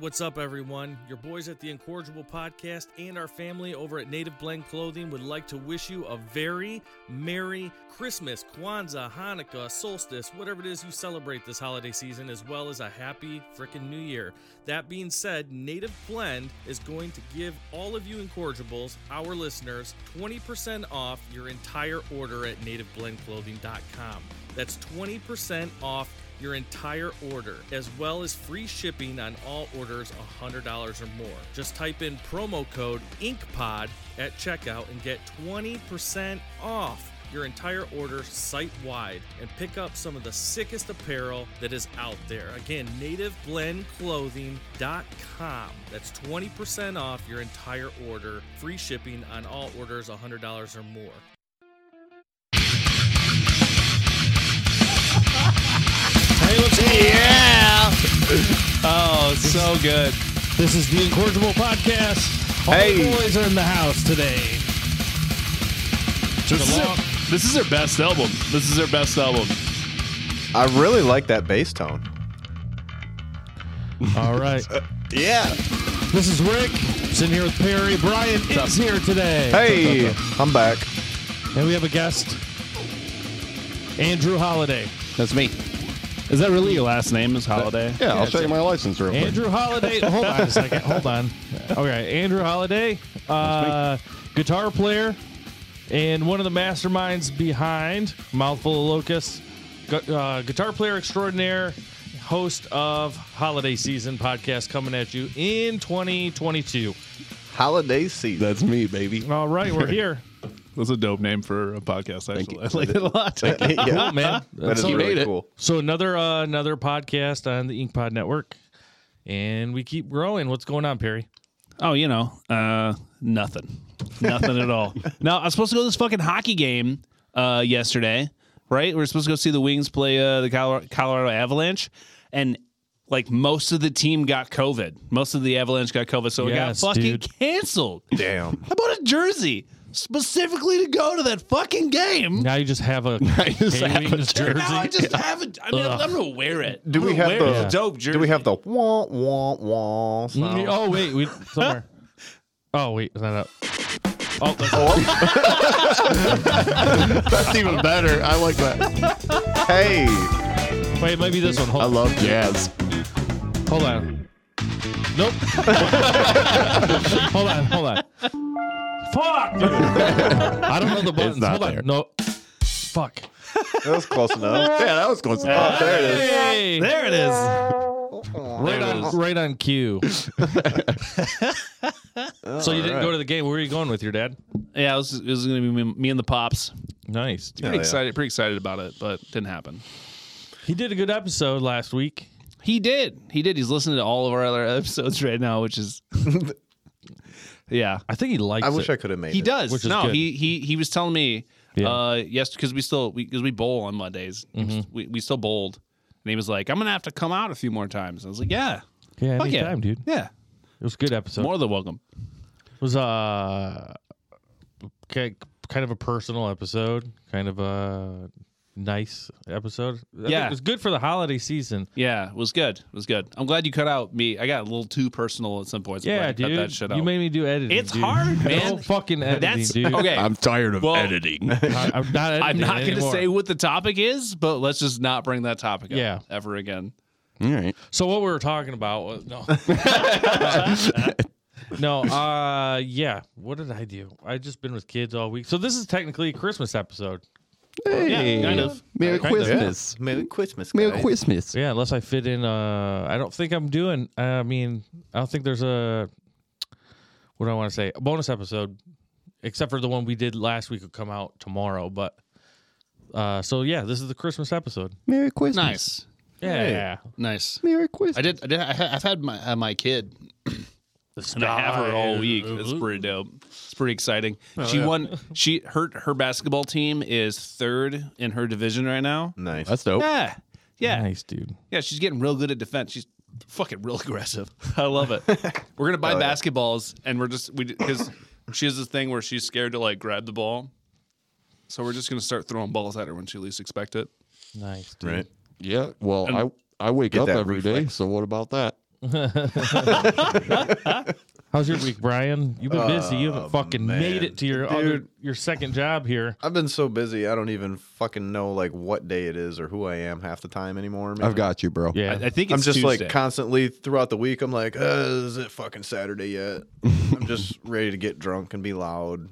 what's up, everyone? Your boys at the Incorrigible Podcast and our family over at Native Blend Clothing would like to wish you a very Merry Christmas, Kwanzaa, Hanukkah, Solstice, whatever it is you celebrate this holiday season, as well as a happy frickin' New Year. That being said, Native Blend is going to give all of you Incorrigibles, our listeners, 20% off your entire order at nativeblendclothing.com. That's 20% off your entire order, as well as free shipping on all orders $100 or more. Just type in promo code INKPOD at checkout and get 20% off your entire order site wide and pick up some of the sickest apparel that is out there. Again, nativeblendclothing.com. That's 20% off your entire order, free shipping on all orders $100 or more. Yeah. Oh, so good. This is the Incorrigible Podcast. All Hey. the boys are in the house today. This is, long- her, this is her best album. This is her best album. I really like that bass tone. All right. Yeah. this is Rick. Sitting here with Perry. Brian is here today. Hey, I'm back. And we have a guest, Andrew Holiday. That's me. Is that really your last name? Is Holiday? Yeah, I'll show you my license real quick. Andrew Holiday. hold on a second. Hold on. All right. Andrew Holiday, uh, guitar player, and one of the masterminds behind Mouthful of Locusts, gu- uh, guitar player extraordinaire, host of Holiday Season podcast coming at you in 2022. Holiday season. That's me, baby. All right. We're here. That's a dope name for a podcast. Actually, you. I like it a lot. yeah, Cool, man. that is So- really made it. cool. So another uh, another podcast on the InkPod Network, and we keep growing. What's going on, Perry? Oh, you know, uh, nothing, nothing at all. No, I was supposed to go to this fucking hockey game uh, yesterday, right? We were supposed to go see the Wings play uh, the Color- Colorado Avalanche, and like most of the team got COVID. Most of the Avalanche got COVID, so Yes, it got fucking dude. canceled. Damn. I bought a jersey specifically to go to that fucking game. Now you just have a just have a K-Wings jersey. Now I just haven't. I mean, I'm gonna wear it. Do I'm we gonna have wear the it. It's a dope jersey? Do we have the wah wah Mm, wah sound? Oh wait, we somewhere. oh wait, is that up? Oh, that's- That's even better. I like that. Hey, wait, it might be this one. Hold, I love jazz. hold on. Nope. hold on, hold on. Fuck. dude. I don't know the buttons. not hold there. on. No. Fuck. that was close enough. Yeah, that was close. Oh, there it is. Hey, There it is. right on, right on cue. so you didn't Alright. go to the game. Where were you going with your dad? Yeah, it was, it was gonna be me, me and the pops. Nice. dude. Pretty yeah. excited, pretty excited about it, but didn't happen. He did a good episode last week. He did. He did. He's listening to all of our other episodes right now, which is Yeah. I think he likes I wish it. I could have made He it. does. Which is no, good. he he he was telling me Yeah. Mm-hmm. uh yes because we still we because we bowl on Mondays. We we still bowled. And he was like, I'm gonna have to come out a few more times. I was like, Yeah. Yeah, Fuck yeah. anytime, dude. Yeah. It was a good episode. More than welcome. was uh ki- kind of a personal episode, kind of a nice episode. I think Yeah. it was good for the holiday season. Yeah, it was good. It was good. I'm glad you cut out me. I got a little too personal at some points. I'm Yeah, glad you dude, Cut that shit out. you made me do editing. It's dude. hard, man. No fucking editing, That's dude. okay. I'm tired of Well- editing. I, am not. Editing I'm not going to anymore. say what the topic is, but let's just not bring that topic up Yeah. ever again. All right. So what we were talking about was no. No, uh yeah. What did I do? I just been with kids all week. So this is technically a Christmas episode. Yeah, kind of. Merry Kind of. Christmas. Merry Christmas, Merry guys. Christmas. Yeah, unless I fit in. Uh, I don't think I'm doing. I mean, I don't think there's a. What do I want to say? A bonus episode, except for the one we did last week, will come out tomorrow. But, uh, so yeah, this is the Christmas episode. Merry Christmas. Nice, Yeah, nice. Merry Christmas. I did. I did I ha- I've had my uh, my kid, and I have her all week. It's pretty dope. It's pretty exciting. she won. She her her basketball team is third in her division right now. Nice. That's dope. Yeah, yeah, nice, dude. yeah. She's getting real good at defense. She's fucking real aggressive. I love it. we're gonna buy Oh, yeah. basketballs, and we're just we because she has this thing where she's scared to like grab the ball. So we're just gonna start throwing balls at her when she least expect it. Nice, dude. right. Yeah. Well, And I I wake get up that every day. reflex. So what about that? How's your week, Brian? You've been busy. You Oh, haven't fucking made man. it to your other, Dude. your second job here. I've been so busy, I don't even fucking know like what day it is or who I am half the time anymore. man. I've got you, bro. Yeah, I, I think it's I'm just Tuesday. like constantly throughout the week. I'm like, uh, is it fucking Saturday yet? I'm just ready to get drunk and be loud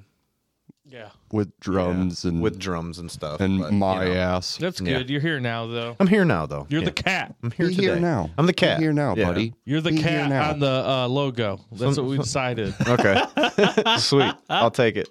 With drums Yeah, and with drums and stuff. and but, you my know. ass. that's good. Yeah. You're here now, though. I'm here now though. You're Yeah. the cat. I'm here Be today. here now. I'm the Be cat. here now, Yeah. buddy. You're the Be here cat now. on the uh, logo. That's what we decided. Okay, sweet. I'll take it.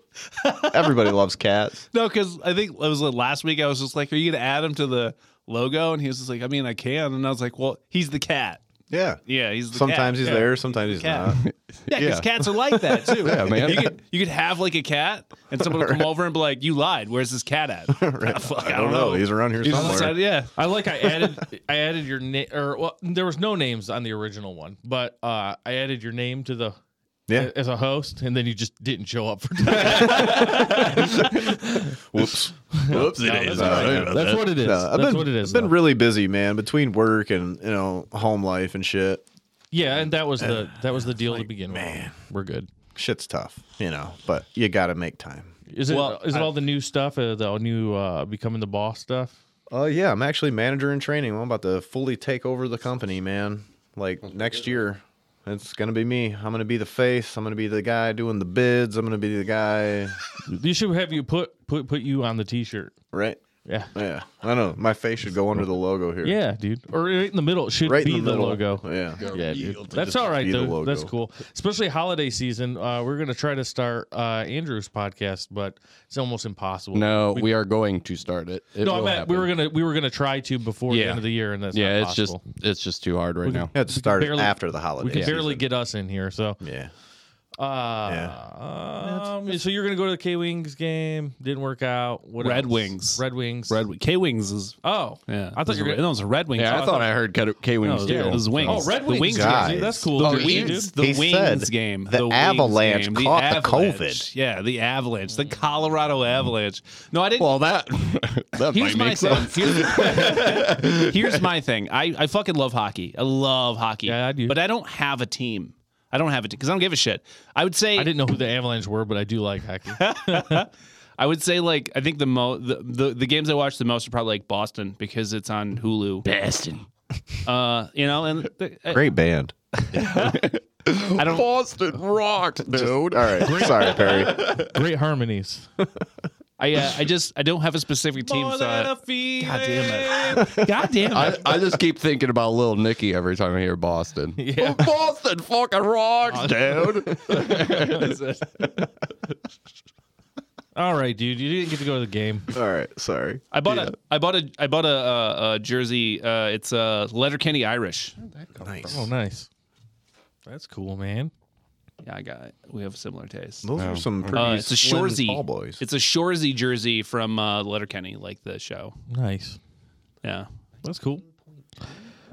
Everybody loves cats. No, because I think it was like last week. I was just like, "Are you gonna add him to the logo?" And he was just like, "I mean, I can." And I was like, "Well, he's the cat. Yeah. Yeah, he's the Sometimes cat. he's Yeah. there. Sometimes he's Cat. not. Yeah, because Yeah. cats are like that too. Yeah, man. You could you could have like a cat, and someone would come over and be like, "You lied. Where's this cat at?" Ah, fuck, I, don't know. He's around here He's somewhere. outside- yeah. I like I added I added your name or well there was no names on the original one, but uh, I added your name to the Yeah. as a host, and then you just didn't show up for Whoops. Whoops, it No, is. that's all right. That's what it is. No, I've That's been, what it is, I've been though. really busy, man, between work and you know home life and shit. Yeah, and that was the that was the deal to begin with. We're good. Shit's tough, you know. But you got to make time. Is it is Well, it I- all the new stuff? Uh, the new uh, becoming the boss stuff. Oh yeah, I'm actually manager in training. I'm about to fully take over the company, man. Like next year, it's gonna be me. I'm gonna be the face. I'm gonna be the guy doing the bids. I'm gonna be the guy, You should have you put put put you on the t-shirt. right? Yeah, Yeah, I know. My face should go under the logo here. yeah, dude. Or right in the middle. It should right be in the, the, middle. logo. Yeah, Yeah, dude. That's all right be though. the logo. That's cool. Especially holiday season. Uh, we're gonna try to start uh, Andrew's podcast, but it's almost impossible. No, we are going to start it. It no, I will meant we happen. were gonna we were gonna try to before the Yeah. end of the year, and that's Yeah, not it's just possible. it's just too hard right now. It started barely- after the we holidays. could barely get us in here. So, Yeah. uh, um, so you're gonna go to the K Wings game? Didn't work out. What Red else? Wings. Red Wings. Red K Wings is. Oh, Yeah, I thought you were gonna. No, it was a Red Wings. Yeah, I thought I heard K Wings No, it too. was wings. Oh, Red The Wings. wings guys. jersey. That's cool. The jersey, wings. dude. The He Wings said game. the Wings Avalanche game. caught the Avalanche. COVID. Yeah, the Avalanche. The Colorado Avalanche. No, I didn't. Well, that that here's might my make thing. sense. Here's, here's my thing. I, I fucking love hockey. I love hockey. Yeah, I do. But I don't have a team. I don't have a team because I don't give a shit. I would say I didn't know who the Avalanche were, but I do like hockey. I would say like I think the mo the, the, the games I watch the most are probably like Boston because it's on Hulu. Boston. Uh, you know, and the, I, Great band. I don't. Boston rocked, dude. All right. Sorry, Perry. Great harmonies. I uh, I just I don't have a specific team. So I, God damn it! God damn it! I, I just keep thinking about Little Nicky every time I hear Boston. Yeah. Boston fucking rocks, dude. All right, dude. You didn't get to go to the game. All right. Sorry. I bought a I bought a I bought a, uh a jersey. Uh, it's a Letterkenny Irish. Nice. Oh, nice. That's cool, man. Yeah, I got it. We have similar tastes. Those are some pretty Uh, it's a slim Shorzy. tall boys. It's a Shorzy jersey from uh, Letterkenny, like the show. Nice. Yeah, That's cool.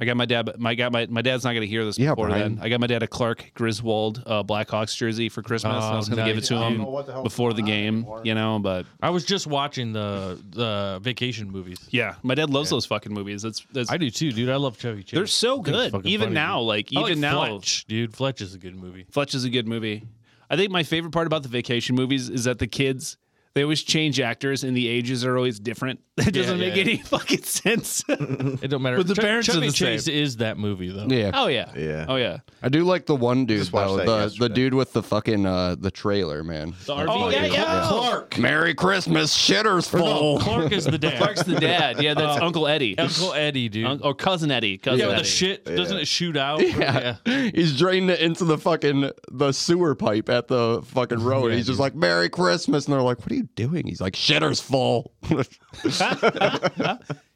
I got my dad. My got my my dad's not gonna hear this Yeah, before Brian. then. I got my dad a Clark Griswold uh, Blackhawks jersey for Christmas. and I Oh, was gonna give it nice. to I don't him know before the game, you know. But I was just watching the the vacation movies. yeah, my dad loves those fucking movies. That's that's. I do too, dude. I love Chevy Chase. they're so Thing's good. fucking Even funny, now, dude. like I even like now, Fletch, dude. Fletch is a good movie. Fletch is a good movie. I think my favorite part about the vacation movies is that the kids they always change actors and the ages are always different. It doesn't yeah, make yeah. any fucking sense. It don't matter. But the parents are Chevy the Chase is that movie though. Yeah, oh yeah. Yeah. Oh yeah. I do like the one dude Just watched though. that The the yesterday. dude with the fucking uh the trailer, man. The RV Oh, yeah, guy. yeah. Clark. Merry Christmas, shitter's No, full. Clark is the dad. Clark's the dad. Yeah, that's Uncle Eddie. Uncle Eddie, dude. Un- or cousin Eddie. Cousin Oh. yeah, with Eddie. the shit doesn't it shoot out? Yeah. He's draining it into the fucking the sewer pipe at the fucking road. he's just like, Merry Christmas. And they're like, What are you doing? He's like, Shitter's full.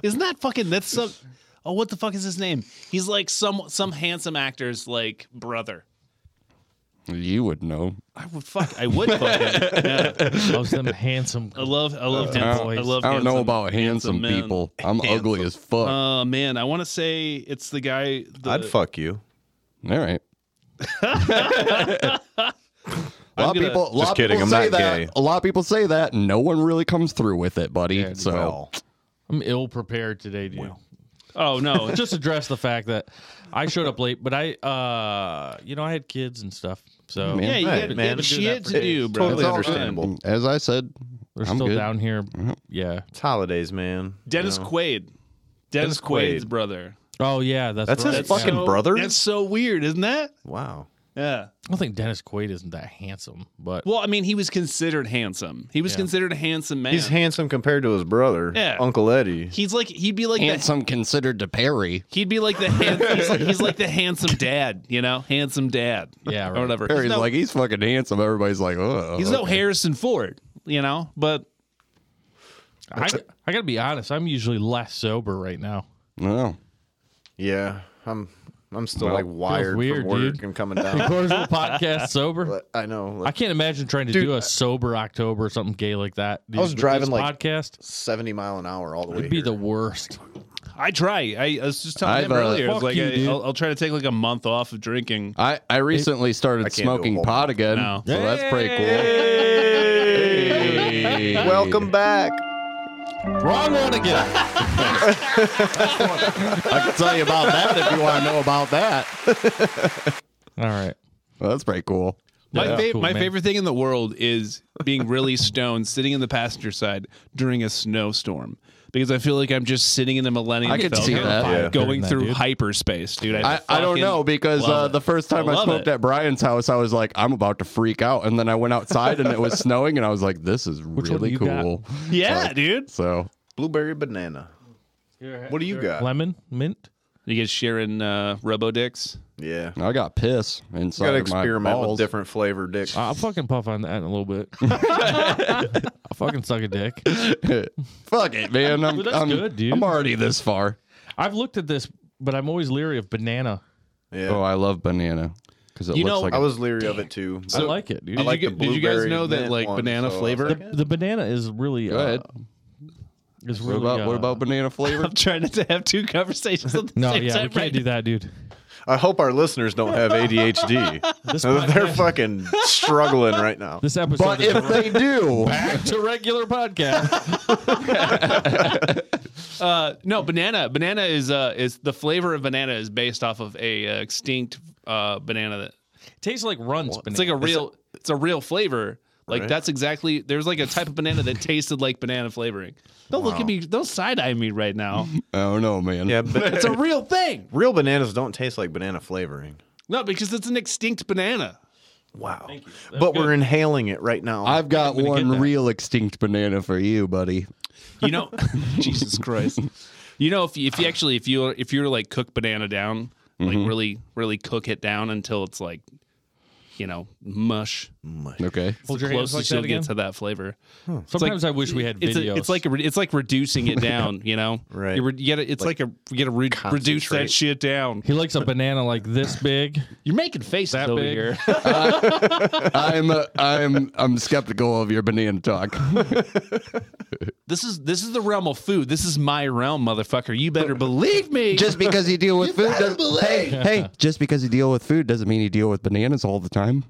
Isn't that fucking that's some Oh, what the fuck is his name? He's like some some handsome actor's like brother. you would know. I would fuck. I would fucking. Loves Oh, them handsome. I love. I love. I handsome, don't, I love. I don't know handsome- about handsome, handsome men. people. I'm ugly as fuck. Uh, man, I want to say it's the guy. The, I'd fuck you. Uh. All right. a lot of gonna- people, a lot Just of kidding, people I'm say not that. gay. A lot of people say that. No one really comes through with it, buddy. so Well, I'm ill prepared today, dude. Oh no, just address the fact that I showed up late, but I, uh, you know, I had kids and stuff, so Man. Yeah, you Right, got man. man. shit to It's do, bro. totally It's all understandable. good. Mm, As I said, they're I'm still good. down here. Yeah. It's holidays, man. you Dennis know? Quaid. Dennis Dennis Quaid. Quaid's brother. Oh yeah, that's That's right. his fucking so- brother. That's so weird, isn't that? wow. Yeah. I don't think Dennis Quaid isn't that handsome, but Well, I mean, he was considered handsome. He was Yeah. considered a handsome man. He's handsome compared to his brother, Yeah. Uncle Eddie. He's like he'd be like the- handsome considered to Perry. he'd be like the hand, he's, like, he's like the handsome dad, you know, handsome dad. Yeah, right. or whatever. Perry's he's no, like he's fucking handsome. Everybody's like, oh, he's no Harrison Ford, you know, but I, I gotta be honest. I'm usually less sober right now. no. Yeah, I'm. I'm still like wired weird, from work dude. and coming down. Cordial podcast sober. but I know. I Like can't imagine trying to Dude, do a sober October or something gay like that. These- was with driving, this like, podcast. 70 mile an hour all the way. It'd be here. the worst. I try. I, I was just telling I've, him uh, earlier. I was Fuck like, you, I, dude. will I'll try to take like a month off of drinking. I, I recently started can't do a smoking whole pot again, No. so that's pretty cool. Hey. Welcome back. Wrong one again. I can tell you about that if you want to know about that. All right. Well, that's pretty cool. my Yeah, fav- cool, my man. favorite thing in the world is being really stoned, sitting in the passenger side during a snowstorm. Because I feel like I'm just sitting in the Millennium I could Falcon, see that. Yeah. going During that, through dude. hyperspace, dude. I, I don't fucking know because love uh, it. the first time I, love smoked it. at Brian's house, I was like, I'm about to freak out. And then I went outside and it was snowing, and I was like, this is one really you got? cool. yeah, dude. So Blueberry banana. What do you got? Lemon, mint. You get Sharon uh, Robo Dicks. Yeah. I got piss inside. Got to of my experiment with balls. different flavor dicks. I'll fucking puff on that in a little bit. I'll fucking suck a dick. Fuck it, man. I'm, Well, that's I'm, good, dude. I'm already this far. I've looked at this, but I'm always leery of banana. Yeah. Oh, I love banana because it You looks know, like I was leery of it too. but I like it, dude. I Did like you the get- did you guys blueberry know that, mint like, one, banana so I was flavor- like, the banana is really Go uh, ahead. is What really about what uh, about banana flavor? I'm trying not to have two conversations at the No, same yeah, time. we can't right do that, dude. I hope our listeners don't have ADHD. They're fucking struggling right now. This episode but is if they do, back to regular podcast. Uh, no, banana. Banana is uh is the flavor of banana is based off of a uh, extinct uh banana. That, Tastes like runs. it's like a real. It's a real flavor. Like Right. that's exactly. There's like a type of banana that tasted like banana flavoring. Don't look at me. Don't side eye me right now. I don't know, man. Yeah, but it's a real thing. real bananas don't taste like banana flavoring. No, because it's an extinct banana. Wow. But we're inhaling it right now. I've got gonna get one that. real extinct banana for you, buddy. You know, Jesus Christ. You know, if you, if you actually if you if you're like cook banana down, Mm-hmm. like really really cook it down until it's like, you know, mush. Okay. Hold the your hands closest like that you'll again? get to that flavor. Sometimes I wish we had It's, videos. a, it's like a, re- it's like reducing it down. You know, Right. You, re- you gotta, it's like, a you gotta re- reduce that Concentrate. shit down. he likes a banana like this big. You're making faces That over big? here. I'm uh, I'm I'm skeptical of your banana talk. this is this is the realm of food. This is my realm, motherfucker. You better believe me. just because you deal with food doesn't hey, hey, just because you deal with food doesn't mean you deal with bananas all the time.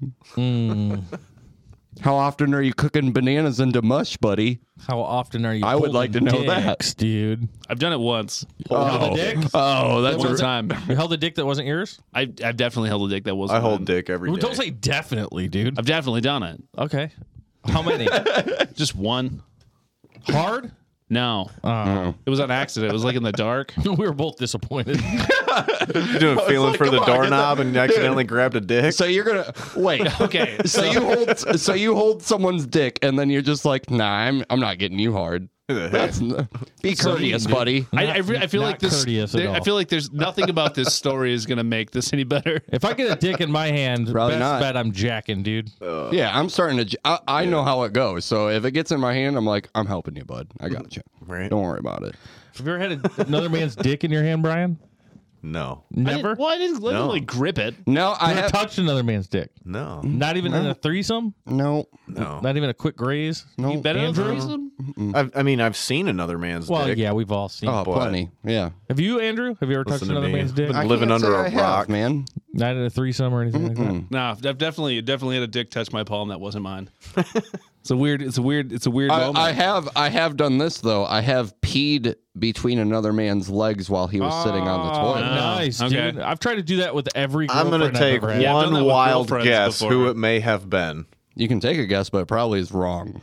How often are you cooking bananas into mush, buddy? How often are you? I would like holding to know that. dicks, dude. I've done it once. Oh, dick? oh, that's One a, time. You held a dick that wasn't yours. I've, I've definitely held a dick that wasn't. I hold mine. dick every Well, day. don't say definitely, dude. I've definitely done it. Okay. How many? Just one. Hard? No. It was an accident. It was like in the dark. we were both disappointed. You're doing a feeling like, for the come on, get doorknob and accidentally grabbed a dick. So you're gonna wait. Okay. So you hold so you hold someone's dick and then you're just like, nah, I'm I'm not getting you hard. That's n- be courteous, buddy. I, I, re- I feel Not like this. courteous at there- I all. feel like there's nothing about this story is gonna make this any better. if I get a dick in my hand, Probably best not. bet I'm jacking, dude. Yeah, I'm starting to. j- I, I know how it goes. So if it gets in my hand, I'm like, I'm helping you, bud. I got you. Right. Don't worry about it. Have you ever had a, another man's dick in your hand, Brian? No. I didn't- Never. well, I didn't literally grip it. No, I Never have touched another man's dick. No. Not even in a threesome. no. No. Not even a quick graze. No, You better Andrew? raise them? I've, I mean, I've seen another man's Well, dick. yeah, we've all seen. Oh, it. But- plenty. Yeah. Have you, Andrew? Have you ever touched Listen to another me. man's dick? I- Living can't under say a I have, rock. man. Not in a threesome or anything like that. Nah, I've I've definitely definitely had a dick touch my palm that wasn't mine. it's a weird. It's a weird. It's a weird I, moment. I have I have done this though. I have peed between another man's legs while he was sitting on the Oh, toilet. nice, Ah, okay. dude. I've tried to do that with every. I'm gonna girlfriend I've take ever had. Yeah, I've done that one with wild girlfriends guess who before. it may have been. You can take a guess, but it probably is wrong.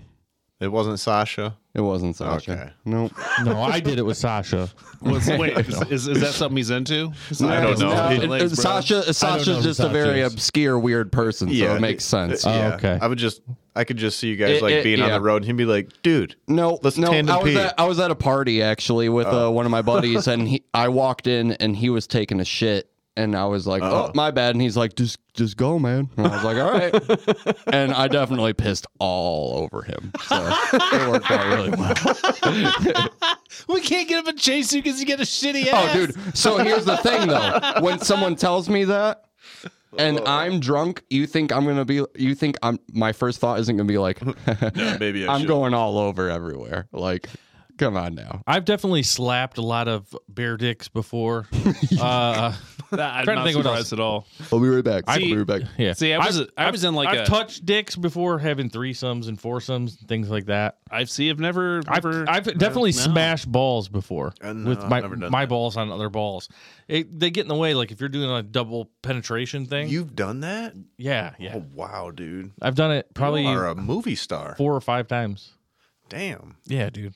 It wasn't Sasha. It wasn't Sasha. Okay. Nope. No, I did it with Sasha. Was- wait, is, is, is that something he's into? I don't know. No, He- it- it- Sasha who Sasha's just a Sasha very is. obscure, weird person, so it makes sense. Uh, Oh, okay. I would just, I could just see you guys It- like it- being on yeah. the road, and he'd be like, "Dude, No, let's no. tandem I was pee." at I was at a party actually with uh, one of my buddies, and he I walked in and he was taking a shit, and I was like, "Oh, my bad," and he's like, "Just just go, man." And I was like, "All right," and I definitely pissed all over him. So it worked out really well. We can't get him a chase you because you get a shitty ass. Oh, dude. So here's the thing, though. When someone tells me that, and I'm drunk, you think I'm gonna be? You think I'm? My first thought isn't gonna be like, maybe I I'm should. going all over everywhere. Like, come on now. I've definitely slapped a lot of bear dicks before. uh, I'm trying to not think what else. surprised at all. I'll be right back. I'll See- be right back. yeah. See, I was- I've- I was in like I've a- touched dicks before, having threesomes and foursomes and things like that. I see. I've never. I've, never- I've definitely no. smashed balls before Uh, no, with I've my never done my that. balls on other balls. It, they get in the way. Like if you're doing a double penetration thing, You've done that? yeah, yeah. Oh wow, dude, I've done it probably you are a movie star. four or five times. Damn, Yeah, dude.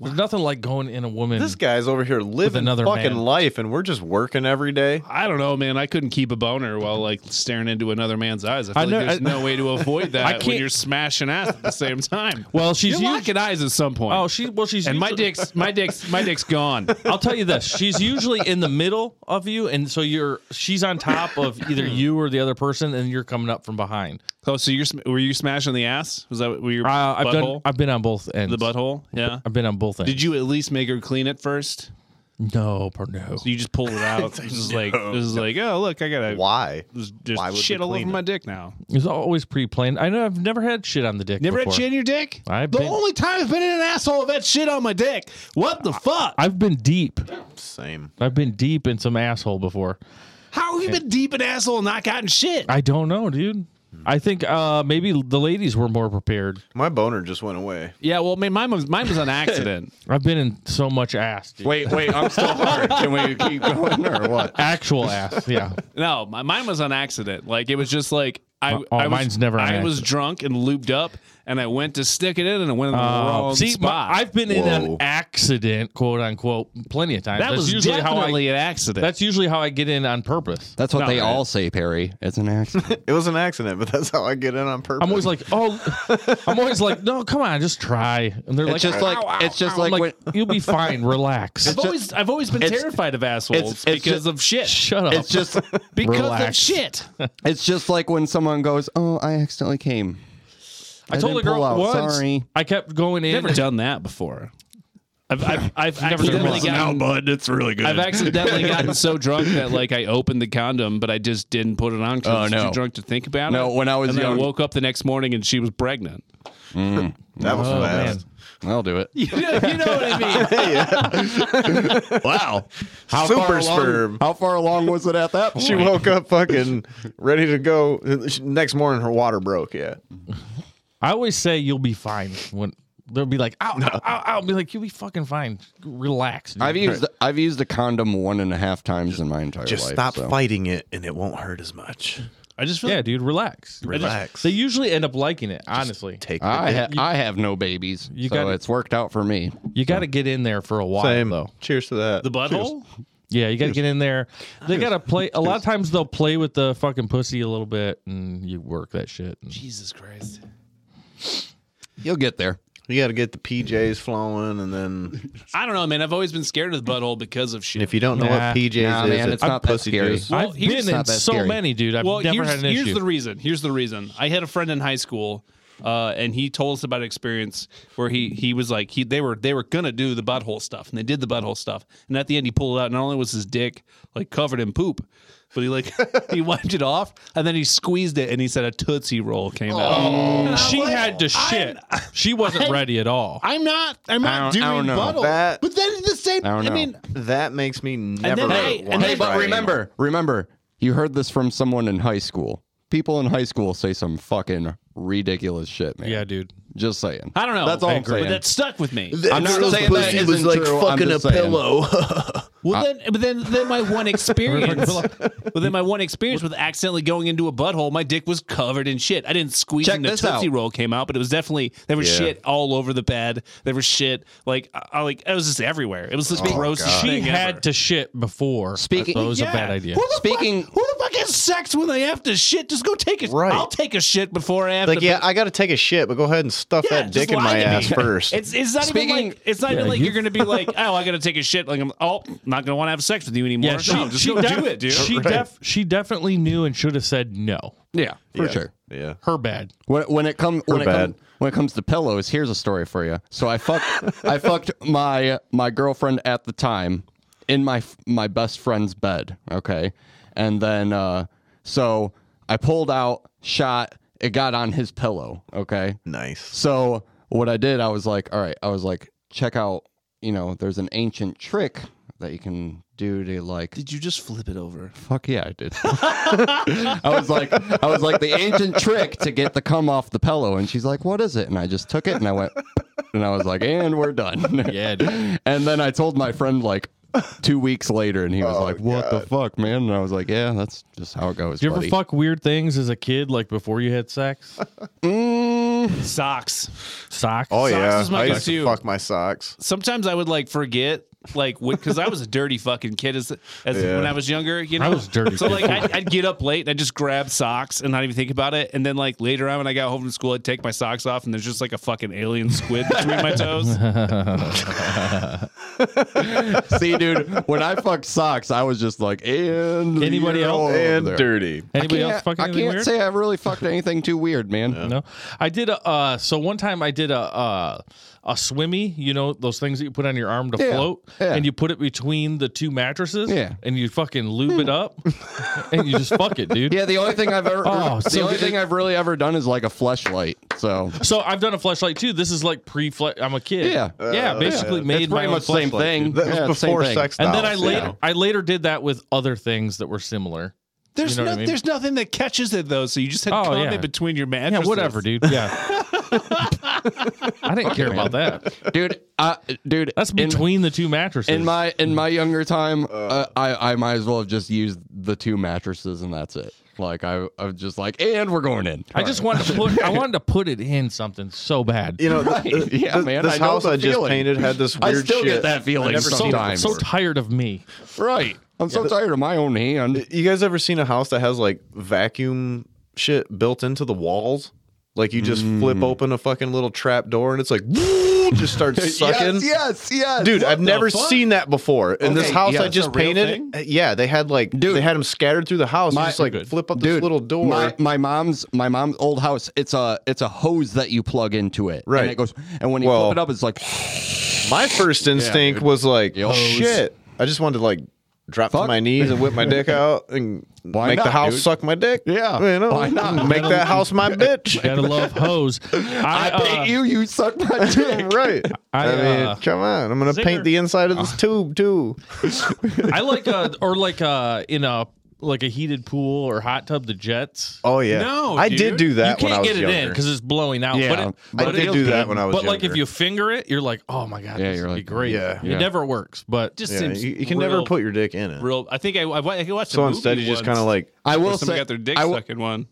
There's nothing like going in a woman. this guy's over here living another fucking man. life, and we're just working every day. I don't know, man. I couldn't keep a boner while like staring into another man's eyes. I feel I know- like there's I- no way to avoid that when can't- you're smashing ass at the same time. well, she's You're usu- locking eyes at some point. Oh, she well, she's and my usu- dick's my dick's my dick's gone. I'll tell you this: she's usually in the middle of you, and so you're she's on top of either you or the other person, and you're coming up from behind. Oh, so you're sm- were you smashing the ass? Was that were your Uh, I've done. butthole? I've been on both ends. the butthole? Yeah. I've been on both ends. Did you at least make her clean it first? No, per- no. You just pulled it out. It was like it was like, oh look, I gotta Why? just Why would we shit all clean over it? my dick now. It's always pre-planned. I know I've never had shit on the dick. Never had before. shit in your dick? I've the been- only time I've been in an asshole I've had shit on my dick. What the fuck? I've been deep. Same. I've been deep in some asshole before. How have you been deep in asshole and not gotten shit? I don't know, dude. I think uh, maybe the ladies were more prepared. My boner just went away. yeah, well, I mean, mine was mine was an accident. I've been in so much ass, dude. Wait, wait. I'm still hard. Can we keep going or what? actual ass. Yeah, no, my, mine was an accident. Like it was just like I, Oh, I was, mine's never an I was drunk and looped up, and I went to stick it in, and I went in the Oh, wrong Um, see, my- spot. I've been in an Whoa. accident, quote unquote, plenty of times. that that's was usually definitely how I. an accident. That's usually how I get in on purpose. That's what No, they man. all say, Perry. It's an accident. It was an accident, but that's how I get in on purpose. I'm always like, oh, I'm always like, no, come on, just try. And they're It's like, just like it's just like, like, when, you'll be fine. Relax. I've always I've always been it's- terrified of assholes it's because just- of shit. Shut up. it's just Because relax. of shit. it's just like when someone goes, "Oh, I accidentally came." I told a didn't pull girl out, once. Sorry. I kept going in. Never done that before. I've I've, I've Never accidentally done gotten bud. It's really good. I've accidentally gotten so drunk that like I opened the condom, but I just didn't put it on because I Oh, was no. too drunk to think about it. No, when I was and then young- I woke up the next morning and she was pregnant. that was Oh, man. fast. I'll do it. You know, you know what I mean? Wow. How Super far along, sperm. How far along was it at that point? She woke up fucking ready to go. Next morning, her water broke. Yeah. I always say you'll be fine when they'll be like, ow, ow, ow, ow. Be like, you'll be fucking fine. Relax. dude." I've used I've used a condom one and a half times in my entire Just life. stop so. fighting it, and it won't hurt as much. I just feel yeah, dude, relax. I just- Relax. they usually end up liking it. Honestly, Take the I dick. ha- I have no babies, You so gotta- it's worked out for me. you got to get in there for a while, same. though. Cheers to that. the butthole. Yeah, you got to get in there. They got to play. A lot of times they'll play with the fucking pussy a little bit, and you work that shit. And Jesus Christ! You'll get there. You got to get the PJs flowing, and then I don't know, man. I've always been scared of the butthole because of shit. if you don't know Nah. what PJs Nah, is, man, it's, it's not that pussy scary. juice. Well, I've here's been in not that so scary. many, dude. I've well, never here's, had an here's issue. the reason. Here's the reason. I had a friend in high school, uh, and he told us about an experience where he he was like he they were they were gonna do the butthole stuff, and they did the butthole stuff, and at the end he pulled it out, and not only was his dick like covered in poop, but he like he wiped it off and then he squeezed it and he said a tootsie roll came out. she had to shit. she wasn't ready at all. I'm not. I'm I don't- I don't know. buttholes. That- but then the same. I I, don't know. mean, That makes me never. then I- want and to then- try Hey, but remember, remember, you heard this from someone in high school. People in high school say some fucking ridiculous shit, man. yeah, dude. Just saying. I don't know. That's all I I'm agree. saying. But that stuck with me. anymore. I'm not Girl's saying that pussy isn't was like true, I'm fucking a just saying. pillow. Well, then, but then, then my one experience, well, then my one experience with accidentally going into a butthole, my dick was covered in shit. I didn't squeeze, Check and the this tootsie out. roll came out, but it was definitely there was Yeah. shit all over the bed. There was shit like I, I- like it was just everywhere. It was this gross. She Uh, thing had ever. to shit before. Speaking- that was Yeah. a bad idea. Who the Speaking- fuck, who the fuck has sex when they have to shit? Just go take a. Right. I'll take a shit before I have Like, to. yeah, I got to take a shit, but go ahead and stuff Yeah, that dick just in lie my to me. ass first. It's, it's not even Speaking- like it's not even like you're gonna be like oh I gotta take a shit like I'm oh not gonna want to have sex with you anymore. Yeah, she, no, just she go def- do it, dude. She, def- she definitely knew and should have said no. yeah, for sure. yeah. Her bad. When, when it comes when it bad. comes when it comes to pillows, here's a story for you. So I fucked I fucked my my girlfriend at the time in my my best friend's bed, okay? And then uh so I pulled out, shot, it got on his pillow, okay? Nice. So what I did, I was like, all right, I was like, check out, you know, there's an ancient trick that you can do to like Did you just flip it over? fuck yeah, I did. I was like, I was like the ancient trick to get the cum off the pillow, and she's like, what is it? And I just took it and I went, and I was like, and we're done. Yeah. And then I told my friend like two weeks later, and he was like, what the fuck, man? And I was like, yeah, that's just how it goes. Do you buddy." ever fuck weird things as a kid, like before you had sex? Socks. Socks. Oh Socks yeah, is my I used go-to. to fuck my socks. sometimes I would like forget like because I was a dirty fucking kid as as Yeah. when I was younger. You know, I was a dirty So kid, like I'd, I'd get up late and I'd just grab socks and not even think about it. And then like later on when I got home from school, I'd take my socks off and there's just like a fucking alien squid between my toes. See, dude, when I fucked socks, I was just like, and Anybody you're else? all over And there." dirty. Anybody else Can't- fucking I anything can't weird? say I've really fucked anything too weird, man. No, I did a uh, so one time I did a uh, a swimmy. You know those things that you put on your arm to Yeah, float, yeah. and you put it between the two mattresses. Yeah. Hmm. and you fucking lube it up, and you just fuck it, dude. Yeah, the only thing I've ever Oh, the so only did thing it- I've really ever done is like a fleshlight. So So I've done a flashlight too. This is like pre. I'm a kid. Yeah. yeah. Basically made it's my pretty own much same fleshlight, thing. dude. That Yeah, was same before thing. sex. And then I dolls, later yeah. I later did that with other things that were similar. There's You know what no, I mean? there's nothing that catches it though. So you just had Oh, comment yeah. between your Yeah, mattresses. whatever, dude. Yeah. I didn't care about that. dude. I, dude, That's in, between the two mattresses. in my in my younger time, uh, I I might as well have just used the two mattresses and that's it. Like I I'm just like, and we're going in. I just wanted to put I wanted to put it in something so bad. You know, th- th- yeah, th- man, This I know house the I just feeling. painted had this I weird still shit. get that feeling never seen sometimes. so tired of me. right. I'm so tired of my own hand. You guys ever seen a house that has like vacuum shit built into the walls? Like you just flip Mm. open a fucking little trap door and it's like just starts sucking. Yes, yes, yes. Dude, I've never fuck? seen that before. In this Okay, house yeah, I it's just a real painted, thing? uh, yeah, they had like Dude. they had them scattered through the house. and My- just like Good. flip up this little door. My, my mom's my mom's old house. It's a it's a hose that you plug into it. Right. And it goes and when you Well- flip it up, it's like My first instinct was like, Yo. shit. I just wanted to like drop to Fuck. my knees and whip my dick out and Why make the not, house dude? suck my dick. Yeah. You know, Why not? Make that house my bitch. Gotta love hose. I, I, uh, hate you, you suck my dick. right. I, I, mean, uh, come on. I'm gonna paint Zinger. the inside of this tube too. I like uh or like uh in a like a heated pool or hot tub the jets. Oh yeah. No, I dude. did do that you when I can't was get it younger. in because it's blowing out. Yeah. but it, I but it did feels do that good. when I was But like if younger. you finger it, you're like, oh my god, Yeah, this you're would be like, great. yeah. It Yeah. never works, but Just Yeah, seems you, you can real- never put your dick in it. real. I think I, I, wa- I watched. a so movie instead, you just kind once of like I where will someone say, got their dick I will, stuck in one.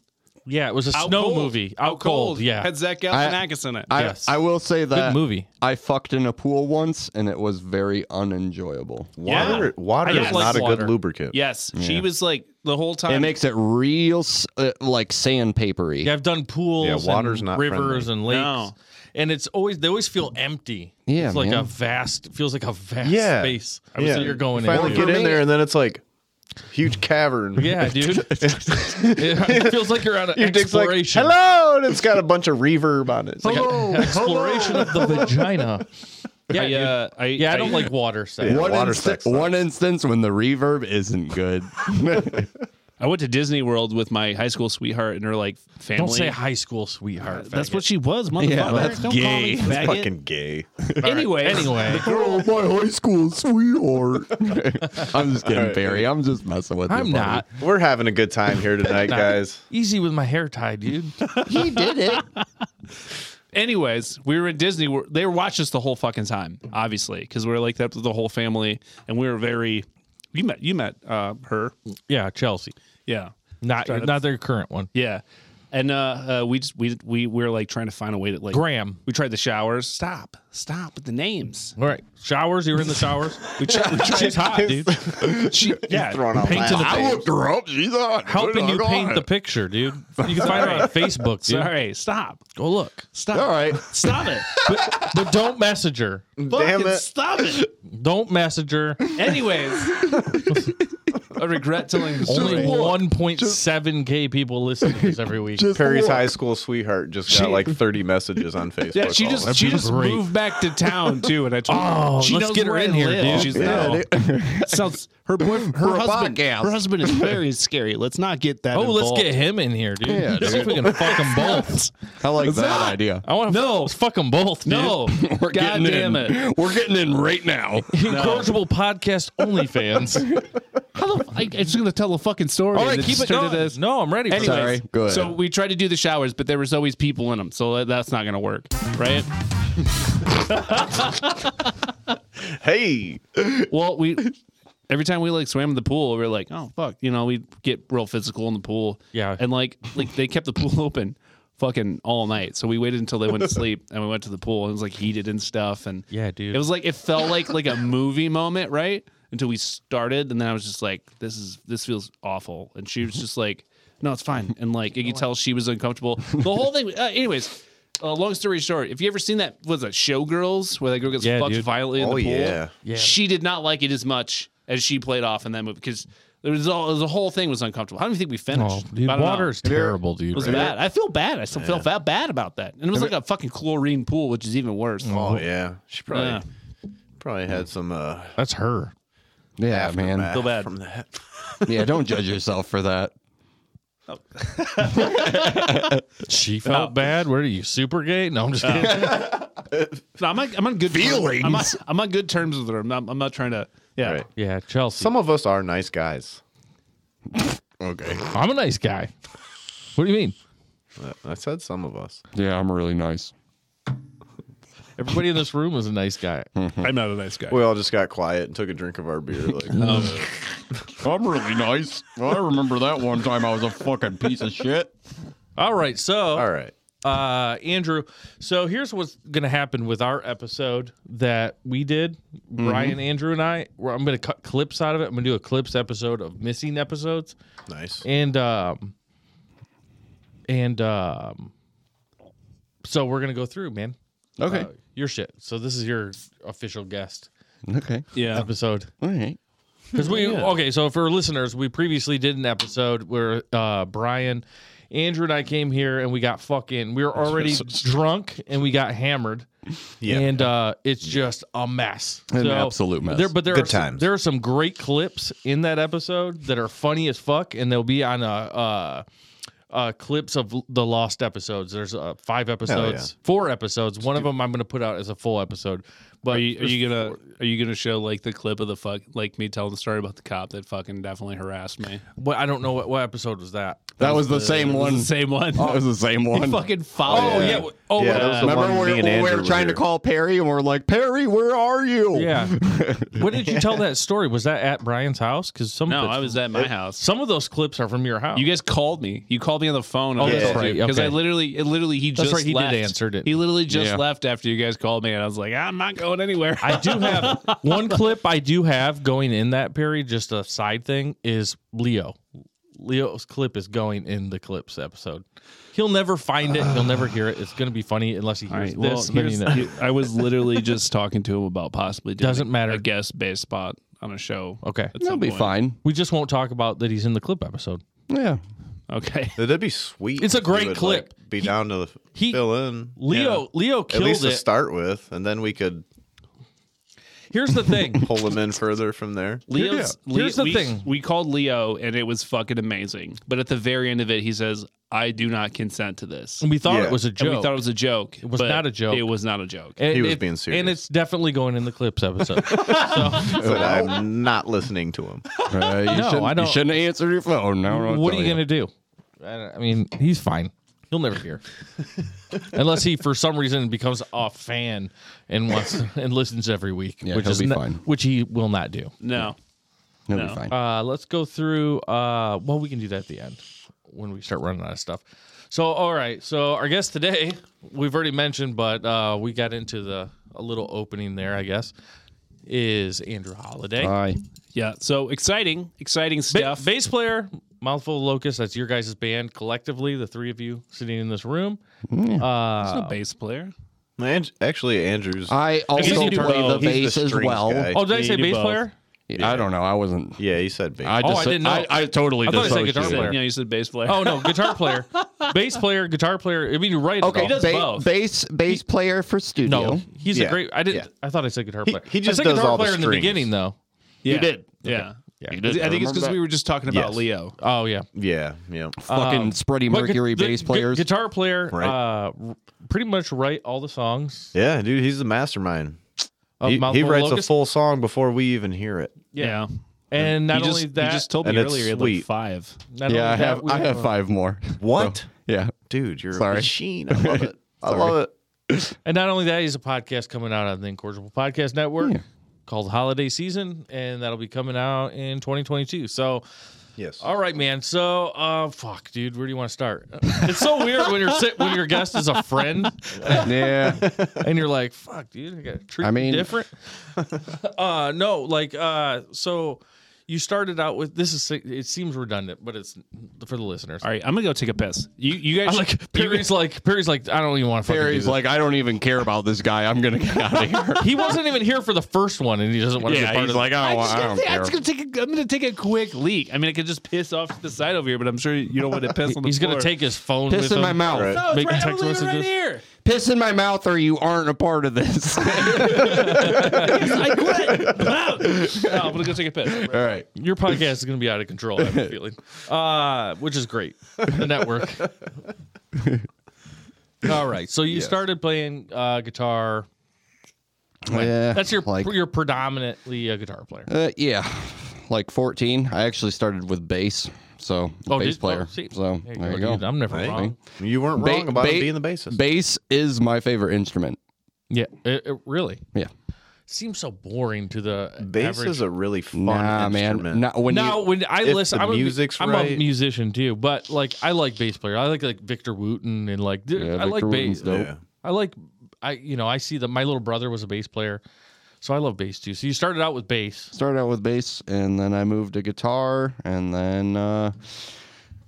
yeah, it was a Out snow cold. movie. Out, cold. yeah. Had Zach Galifianakis in it. I, Yes. I will say that movie. I fucked in a pool once, and it was very unenjoyable. Yeah. water. Water I is just like not a water. good lubricant. Yes, she was like the whole time. It makes it real s- uh, like sandpapery. Yeah, I've done pools, Yeah, water's and not rivers friendly. and lakes, No. and it's always they always feel empty. Yeah, it's like a man. vast it feels like a vast Yeah. space. Yeah. So you're going Finally in. get For in me- there, and then it's like huge cavern. Yeah, dude. it feels like you're on an Your dick's like exploration. hello, and it's got a bunch of reverb on it. It's like, Exploration of the vagina. Yeah, I, uh, I, Yeah, I don't like water. So. Yeah, one, water insta- sucks, though. one instance when the reverb isn't good. I went to Disney World with my high school sweetheart and her like family. Don't say high school sweetheart. That's faggot. what she was, motherfucker. that's don't call me gay. faggot. Fucking gay. anyway, Anyway, Girl, my high school sweetheart. I'm just kidding, Barry. I'm just messing with you. I'm buddy. not. We're having a good time here tonight, guys. Easy with my hair tie, dude. He did it. anyways, we were in Disney. Wor- They were watching us the whole fucking time, obviously, because we were like that with the whole family, and we were very. You met you met uh, her, Yeah, Chelsea. yeah, Not Try to- not their current one. yeah, and uh, uh, we just we we we were like trying to find a way to like. Graham. We tried the showers. Stop, stop with the names. All right, showers. You were in the showers. We tried, we tried She's hot, dude. She, yeah, Throwing out Painting loud. I looked her up. She's on. Helping you paint the picture, dude. You can find her on Facebook. Dude. sorry. Stop. Go look. Stop. All right. Stop it. But, but don't message her. Damn Fucking it. Stop it. Don't message her. Anyways, I regret telling the Only story. 1.7k people listen to this every week. Just Perry's look. high school sweetheart just got like 30 messages on Facebook. Yeah, she just all she be just great. moved back to town too, and I told her Oh, she let's knows get her where in I here, live. dude. She's Yeah, no. Sounds her boyfriend, her For a husband, podcast. her husband is very scary. Let's not get that. Oh, involved. let's get him in here, dude. Yeah, See if we can fuck them both. I like that idea. I want to no. fuck them both. Dude. No, We're God getting damn in. it. We're getting in right now. Incorrigible podcast only fans. How the f- I, I'm just gonna tell a fucking story. All and right, it keep it just turned going. into this. No, I'm ready. For Anyways, that. Sorry, go ahead. So we tried to do the showers, but there was always people in them, so that- that's not gonna work, right? Hey, Well, we every time we like swam in the pool, we were like, oh fuck, you know, we get real physical in the pool. Yeah. and like like they kept the pool open, fucking all night. So we waited until they went to sleep, and we went to the pool, and it was like heated and stuff. And Yeah, dude. it was like it felt like like a movie moment, right? Until we started, and then I was just like, this is this feels awful. And she was just like, no, it's fine. And like you could tell she was uncomfortable. The whole thing. Uh, anyways. Uh, long story short, if you ever seen that, was it Showgirls, where that girl gets Yeah, fucked dude. violently in Oh, the pool? yeah. Yeah. she did not like it as much as she played off in that movie because there was all the whole thing was uncomfortable. How do you think we finished? Oh, dude, I don't know. water is you ever- terrible, It dude. was bad. I feel bad. I still feel fa- bad about that. And it was like a fucking chlorine pool, which is even worse. oh yeah, she probably Yeah. probably had some uh, That's her. Yeah, man. Feel bad. from that. Yeah, don't judge yourself for that. She felt bad. What are you, super gay? No, I'm just kidding. No, I'm, on, I'm on good feelings. I'm on, I'm on good terms with her. I'm not, I'm not trying to. Yeah. Right. yeah, Chelsea. Some of us are nice guys. Okay. I'm a nice guy. What do you mean? I said some of us. Yeah, I'm really nice. Everybody in this room is a nice guy. I'm not a nice guy. We all just got quiet and took a drink of our beer. Like, Um, I'm really nice. I remember that one time I was a fucking piece of shit. All right, so all right, uh, Andrew. So here's what's going to happen with our episode that we did, Brian, Andrew, and I. Where I'm going to cut clips out of it. I'm going to do a clips episode of missing episodes, nice. and um, and um, so we're going to go through, man. Okay. Uh, your shit. So this is your official guest okay. yeah. episode. All right. Because we okay, so for listeners, we previously did an episode where uh Brian, Andrew, and I came here and we got fucking we were already drunk and we got hammered. Yeah. and uh it's just a mess. An absolute mess. There, but there Good are some- times. there are some great clips in that episode that are funny as fuck, and they'll be on a. Uh, uh, clips of l- the lost episodes. There's uh, five episodes, four episodes. One of them I'm going to put out as a full episode. But Are you, are you gonna are you gonna show like the clip of the fuck like me telling the story about the cop that fucking definitely harassed me? Well, I don't know what, what episode was that. That, was, the same It was one. the same one. That was the same He one. fucking followed. Oh me. yeah. w- Oh Yeah, yeah. that was the remember one when me we, and when we Andrew were were trying to here. call Perry and we're like, Perry, where are you? yeah. When did you tell that story? Was that at Brian's house? Because some of No, the- I was at my house. some of those clips are from your house. You guys called me. You called me on the phone. Oh, I that's told right. Because I Okay. literally, it literally, he That's just right. He did left. answer, didn't He literally just Yeah. left after you guys called me, and I was like, I'm not going anywhere. I do have one clip I do have going in that period, just a side thing, is Leo. Leo's clip is going in the clips episode. He'll never find it. He'll never hear it. It's going to be funny unless he All hears right. Well, this. then he here's- knows. he- I was literally just talking to him about possibly doing Doesn't matter. a guest based spot on a show. Okay. at That'll some be point. fine. We just won't talk about that he's in the clip episode. Yeah. Okay. That'd be sweet. It's a if you great would, clip. like, be down to the he- fill in Leo Leo at killed least to it. start with, and then we could Here's the thing. Pull them in further from there. Leo's Yeah. Here's the we, thing. we called Leo and it was fucking amazing. But at the very end of it, he says, "I do not consent to this." And we thought Yeah. it was a And joke. we thought it was a joke. It was not a joke. It was not a joke. And He was it- being serious. And it's definitely going in the clips episode. But I'm not listening to him. Uh, you, No, shouldn't, I you don't- shouldn't answer your phone. No, no, what are you going to do? I, don't- I mean, he's fine. He'll never hear. Unless he, for some reason, becomes a fan and wants and listens every week, Yeah, which he'll is be not- fine. which he will not do. No. He'll be No. fine. Uh, let's go through. Uh, well, we can do that at the end when we start running out of stuff. So, all right. So, our guest today, we've already mentioned, but uh, we got into the a little opening there, I guess, is Andrew Holiday, Hi. Yeah. So exciting, exciting Ba- stuff. bass player, mouthful of locust. That's your guys' band collectively, the three of you sitting in this room. There's no bass player. And, actually, Andrew's. I guess also you do play the both. he's bass as strings well. guy. Oh, did I you say do bass both. player? I don't know. I wasn't. Yeah, he said bass. I Oh, just I said- didn't know. I, I totally I thought I said dissociated. guitar You player. know, you said bass player. Oh no, guitar player, bass player, guitar player. I mean, you're right. Okay, it all. does ba- both. bass bass player for studio. No, he's a Yeah, great. I didn't. yeah. I thought I said guitar He- player. he just I said does guitar all the player in the strings. beginning, though. yeah. did. Yeah. You I did. think it's remember because that. we were just talking about Yes. Leo. Oh yeah, Yeah, yeah. fucking Freddie um, But gu- Mercury the bass gu- players. guitar player, Right. uh, r- pretty much write all the songs. Yeah, dude, he's the mastermind. Of he, he Mouthful of writes a Locust. full song before we even hear it. Yeah. and You not just, only you that, just told me and it's earlier you had like sweet. five. not only yeah, I that, have we- I have five more. What? yeah. Dude, you're Sorry. a machine. I love it. I love it. And not only that, he's a podcast coming out on the Incorrigible Podcast Network Yeah. called Holiday Season, and that'll be coming out in 2022. So, Yes. all right, man. So, uh, fuck, dude, where do you want to start? It's so weird when you're sit when your guest is a friend, Yeah. and you're like, fuck, dude, I got to treat I I mean- different. uh, no, like, uh, so you started out with this is it seems redundant, but it's for the listeners. All right, I'm gonna go take a piss. You you guys I'm like Perry's like Perry's like I don't even want to fucking do Perry's this. like, I don't even care about this guy. I'm gonna get out of here. he wasn't even here for the first one, and he doesn't want to be a yeah, part he's of like, I I'm don't, just, I gonna, don't take- I'm care. just gonna take a, I'm gonna take a quick leak. I mean, I could just piss off to the side over here, but I'm sure you don't want to piss on the He's floor. gonna take his phone Piss with in him. my mouth. Right. No, it's Make right, text I'm leaving it right messages. here. Piss in my mouth, or you aren't a part of this. I quit. I'm out. No, I'm gonna go take a piss. All right. Your podcast is gonna be out of control. I have a feeling, uh, which is great. The network. All right, so you started playing uh, guitar. Yeah. That's your like, you're predominantly a guitar player. uh, yeah, like 14. I actually started with bass, so bass Oh, did- player. see. so there you, go. dude, I'm never Hey. wrong. You weren't Ba- wrong about ba- him being the bassist. Bass is my favorite instrument. Yeah, it, it really Yeah. seems so boring to the Bass average is a really fun Nah, instrument. man. Not when No, you, when I if listen, the I'm, music's a, mu- I'm a right. musician too, but like I like bass player. I like like Victor Wooten and like dude, Yeah, I like Victor bass. Wooten's dope. Yeah. I like I you know I see that my little brother was a bass player, so I love bass too. So you started out with bass. started out with bass and then I moved to guitar and then uh,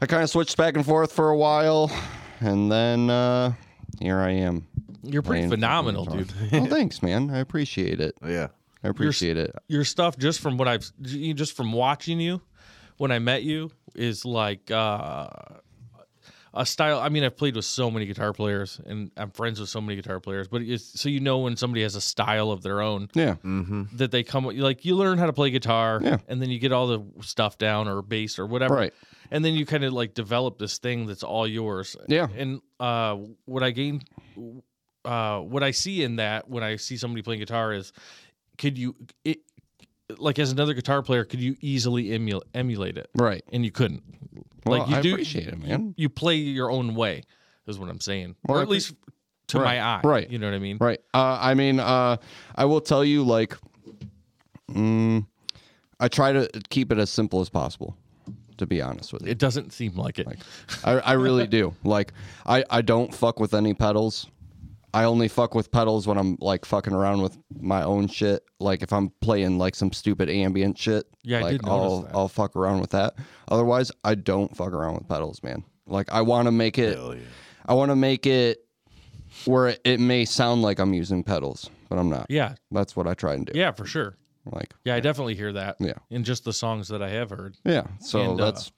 I kind of switched back and forth for a while and then uh, here I am. You're pretty Playing phenomenal, guitar. dude. well, thanks, man. I appreciate it. Yeah. I appreciate it. Your stuff just from what I've you- just from watching you when I met you is like uh, a style. I mean, I've played with so many guitar players and I'm friends with so many guitar players, but it's, so you know when somebody has a style of their own. Yeah. Mm-hmm. that they come like you learn how to play guitar Yeah. and then you get all the stuff down or bass or whatever Right. and then you kind of like develop this thing that's all yours Yeah. and uh what i gain uh what i see in that when i see somebody playing guitar is could you it like as another guitar player could you easily emul- emulate it Right. and you couldn't Well, like you I do appreciate it, man. you play your own way is what i'm saying Well, or I at least to Right, my eye right, you know what i mean Right. Uh, I mean, uh, I will tell you, like, mm, I try to keep it as simple as possible, to be honest with you. it doesn't seem like it I, I really do. Like, I, I don't fuck with any pedals. I only fuck with pedals when I'm like fucking around with my own shit. Like if I'm playing like some stupid ambient shit, Yeah, I like, did notice will that. I'll fuck around with that. Otherwise, I don't fuck around with pedals, man. Like I want to make it, I want to make it where it, it may sound like I'm using pedals, but I'm not. yeah That's what I try and do. yeah for sure Like Yeah, I definitely hear that. Yeah. In just the songs that I have heard. Yeah, so And, uh, that's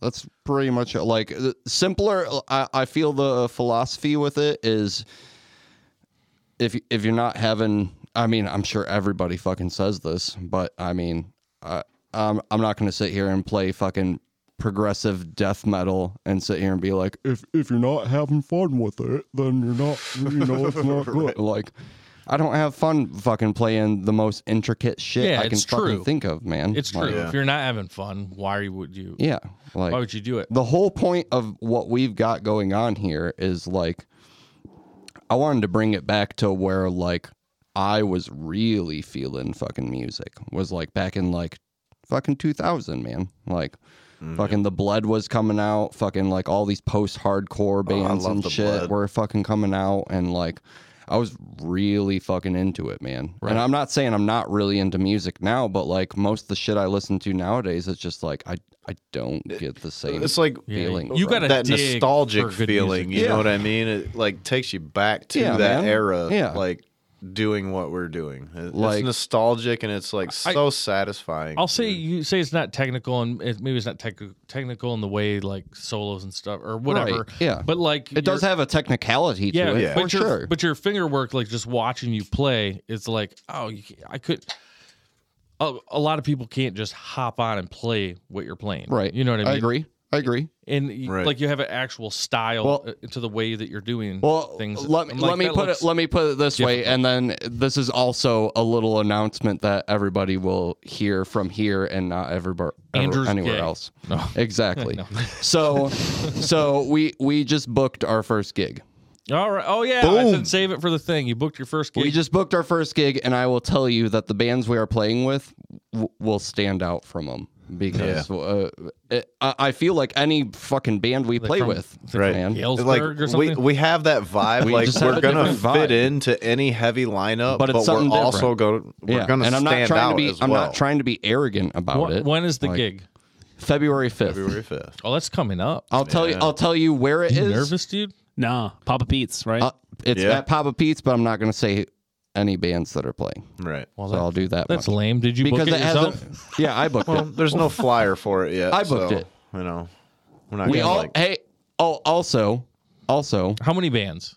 that's pretty much it. like the simpler. I, I feel the philosophy with it is if if you're not having I mean, I'm sure everybody fucking says this, but I mean, I, I'm I'm not gonna sit here and play fucking progressive death metal and sit here and be like, if if you're not having fun with it, then you're not, you know, it's not good. Like, I don't have fun fucking playing the most intricate shit Yeah, I can it's fucking true. think of, man. It's true. Like, Yeah. If you're not having fun, why would you? yeah, like Why would you do it? the whole point of what we've got going on here is like I wanted to bring it back to where like I was really feeling fucking music was like back in like fucking 2000 man like Mm, fucking the blood was coming out fucking like all these post hardcore Oh, I bands love and The shit Blood. were fucking coming out and like I was really fucking into it man and I'm not saying I'm not really into music now but like most of the shit I listen to nowadays it's just like I I don't get the same It's like Yeah, feeling. You gotta that dig nostalgic for good feeling. music. You Yeah. know what I mean? It like takes you back to Yeah, that man. era. Yeah. Like doing what we're doing. It- Like- it's nostalgic and it's like so satisfying. I'll say you say it's not technical, and it, maybe it's not tech, technical in the way like solos and stuff or whatever. Right, yeah. but like It does your- have a technicality to it, yeah. for but your, sure. But your finger work, like just watching you play, it's like, oh, you, can't- I could. A, a lot of people can't just hop on and play what you're playing, right. You know what I mean? I agree. I agree. And you, Right. like you have an actual style Well- uh, to the way that you're doing Well, things. let me I'm like, let me that put looks- it let me put it this way, and then this is also a little announcement that everybody will hear from here and not everybody Andrew's anywhere gay. else. Exactly. So, so we we just booked our first gig. All right. Oh yeah, I said save it for the thing. You booked your first gig. We just booked our first gig, and I will tell you that the bands we are playing with w- will stand out from them because uh, it, I, I feel like any fucking band we play from- with, Right. man, Galesburg like or we, something. we have that vibe We like just have we're a gonna different vibe. fit into any heavy lineup But but, it's we're something also different. gonna we're yeah. gonna and I'm not stand trying out to be. as I'm well not trying to be arrogant about Wh- it. when is the Like, gig? February fifth. February 5th Oh, that's coming up. I'll tell you. I'll tell you where it is. Nervous, dude. Nah, Papa Pete's, right? Uh, it's Yeah. at Papa Pete's, but I'm not going to say any bands that are playing. right Well, so I'll do that. That's much. lame. Did you because book it it yourself? hasn't. Yeah, I booked well it. there's no flyer for it yet I booked so, it. you know we're not We gonna all. like hey. Oh, also, also, How many bands?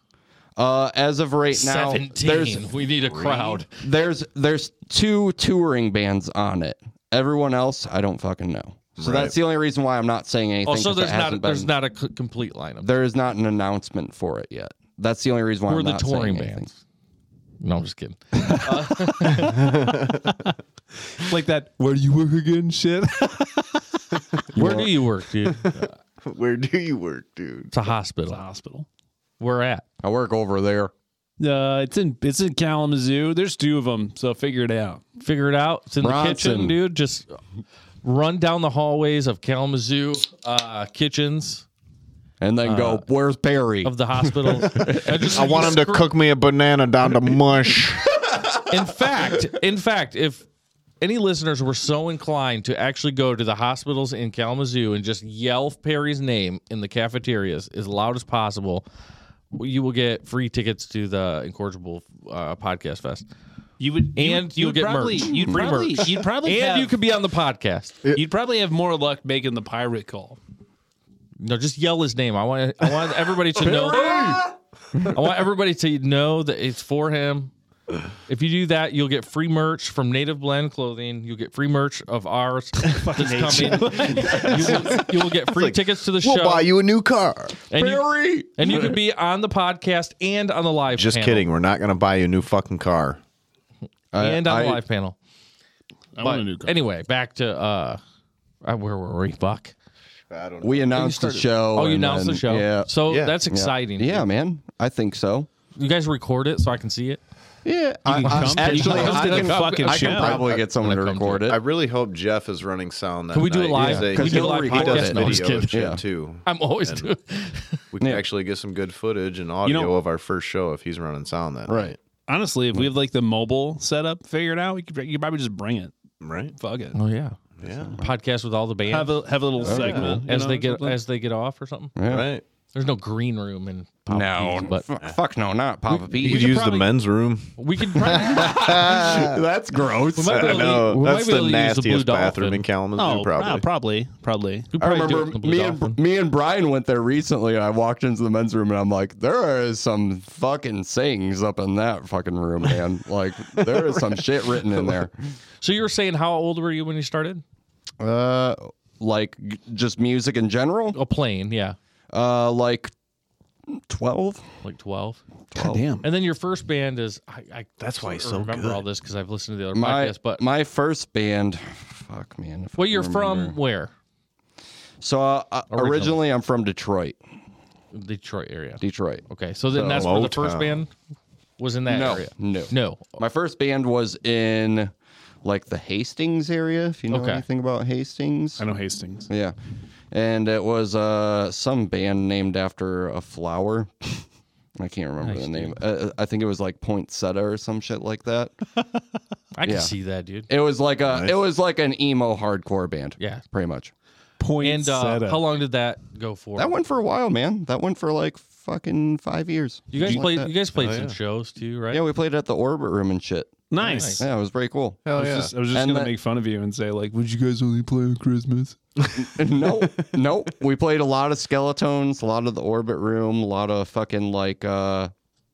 uh, as of right now, there's we need a crowd. there's there's two touring bands on it. Everyone else, I don't fucking know. So Right. that's the only reason why I'm not saying anything. Oh, so 'cause it there's not hasn't there's been- not a c- complete lineup. there is not an announcement for it yet. That's the only reason why Who are I'm the not touring saying anything. bands? No, I'm just kidding. like that. Where do you work again? Shit. Where do you work, dude? where do you work dude It's a hospital. Hospital. We're at. I work over there. Uh, it's in it's in Kalamazoo. There's two of them, so figure it out. Figure it out. It's in the kitchen, Bronson. dude. Just run down the hallways of Kalamazoo uh, kitchens And then go, where's Barry? Uh, of the hospitals. I, just- I want him to cook me a banana down to mush In fact, in fact, if any listeners were so inclined to actually go to the hospitals in Kalamazoo and just yell Perry's name in the cafeterias as loud as possible, you will get free tickets to the Incorrigible uh, Podcast Fest, You would And you'll get probably, merch. You'd Free probably merch. you'd probably and have, you could be on the podcast. you'd probably have more luck making the pirate call. No, just yell his name. I want I want everybody to know. I want everybody to know that it's for him. If you do that, you'll get free merch from Native Blend Clothing. You'll get free merch of ours that's coming. you, will, you will get free tickets to the we'll show. buy you a new car and, you, and you can be on the podcast and on the live. just panel, kidding we're not gonna buy you a new fucking car And on the I- live panel. I But anyway, back to uh, uh, where were we? Fuck. I don't know we announced the show. Oh, you and announced the then- show. Yeah. So Yeah. that's Yeah. exciting. yeah, man. I think so. You guys record it so I can see it. Yeah. I, can I- come to- actually, you can come I to the can, fucking I can show. probably get someone to come to record I it. really hope Jeff is running sound that Can we do it night, live? 'cause they- Can we do he'll a live record he does it. podcast? No, I'm just video kidding. shit Yeah. too I'm always And- doing. We can Yeah. actually get some good footage and audio of our first show if he's running sound that Right. Honestly, if we have like the mobile setup figured out, we could, you could probably just bring it. night. Right? Fuck it. Oh yeah, Yeah. podcast with all the bands Oh, Have a have a little segment as you know, they get something. as they get off or something. Yeah. Right. There's no green room in Papa No, Pete's, but F- fuck no, not Papa You Pete. could should use probably- the men's room. we could probably That's gross. we might be I able to- know. we might That's be able the to use the Blue nastiest bathroom Dolphin. in Kalamazoo, probably. Oh, probably. probably, probably. we I probably do it in the remember Blue me Dolphin. and me and Brian went there recently, and I walked into the men's room, and I'm like, there is some fucking sayings up in that fucking room, man. Like there is some shit written in there. So you were saying how old were you when you started? Uh, like g- just music in general. A plane, yeah, Uh, like twelve. like twelve. Damn. And then your first band is I, I That's why he's sort of so remember good. all this because I've listened to the other My podcasts. But my first band. Fuck man. if I well, you're can from remember. where? So uh, uh, Originally. originally, I'm from Detroit. Detroit area. Detroit. Okay, so then that's where the first band Lowtown. was in that No, area. no, No, My first band was in like the Hastings area. If you know Okay. anything about Hastings, I know Hastings. yeah. And it was uh, some band named after a flower. I can't remember the name. Uh, I think it was like poinsettia or some shit like that. I can Yeah. see that, dude. It was like a it was like an emo hardcore band. Yeah. pretty much. Point And uh, how long did that go for? That went for a while, man. That went for like fucking five years. You guys Something like played. that. Oh, you guys played some shows too, right? yeah, we played at the Orbit Room and shit. Nice. Yeah, it was pretty cool. I was yeah. just, I was just And gonna the- make fun of you and say like, would you guys only play on Christmas? no, no. We played a lot of skeletons, a lot of the orbit room, a lot of fucking like uh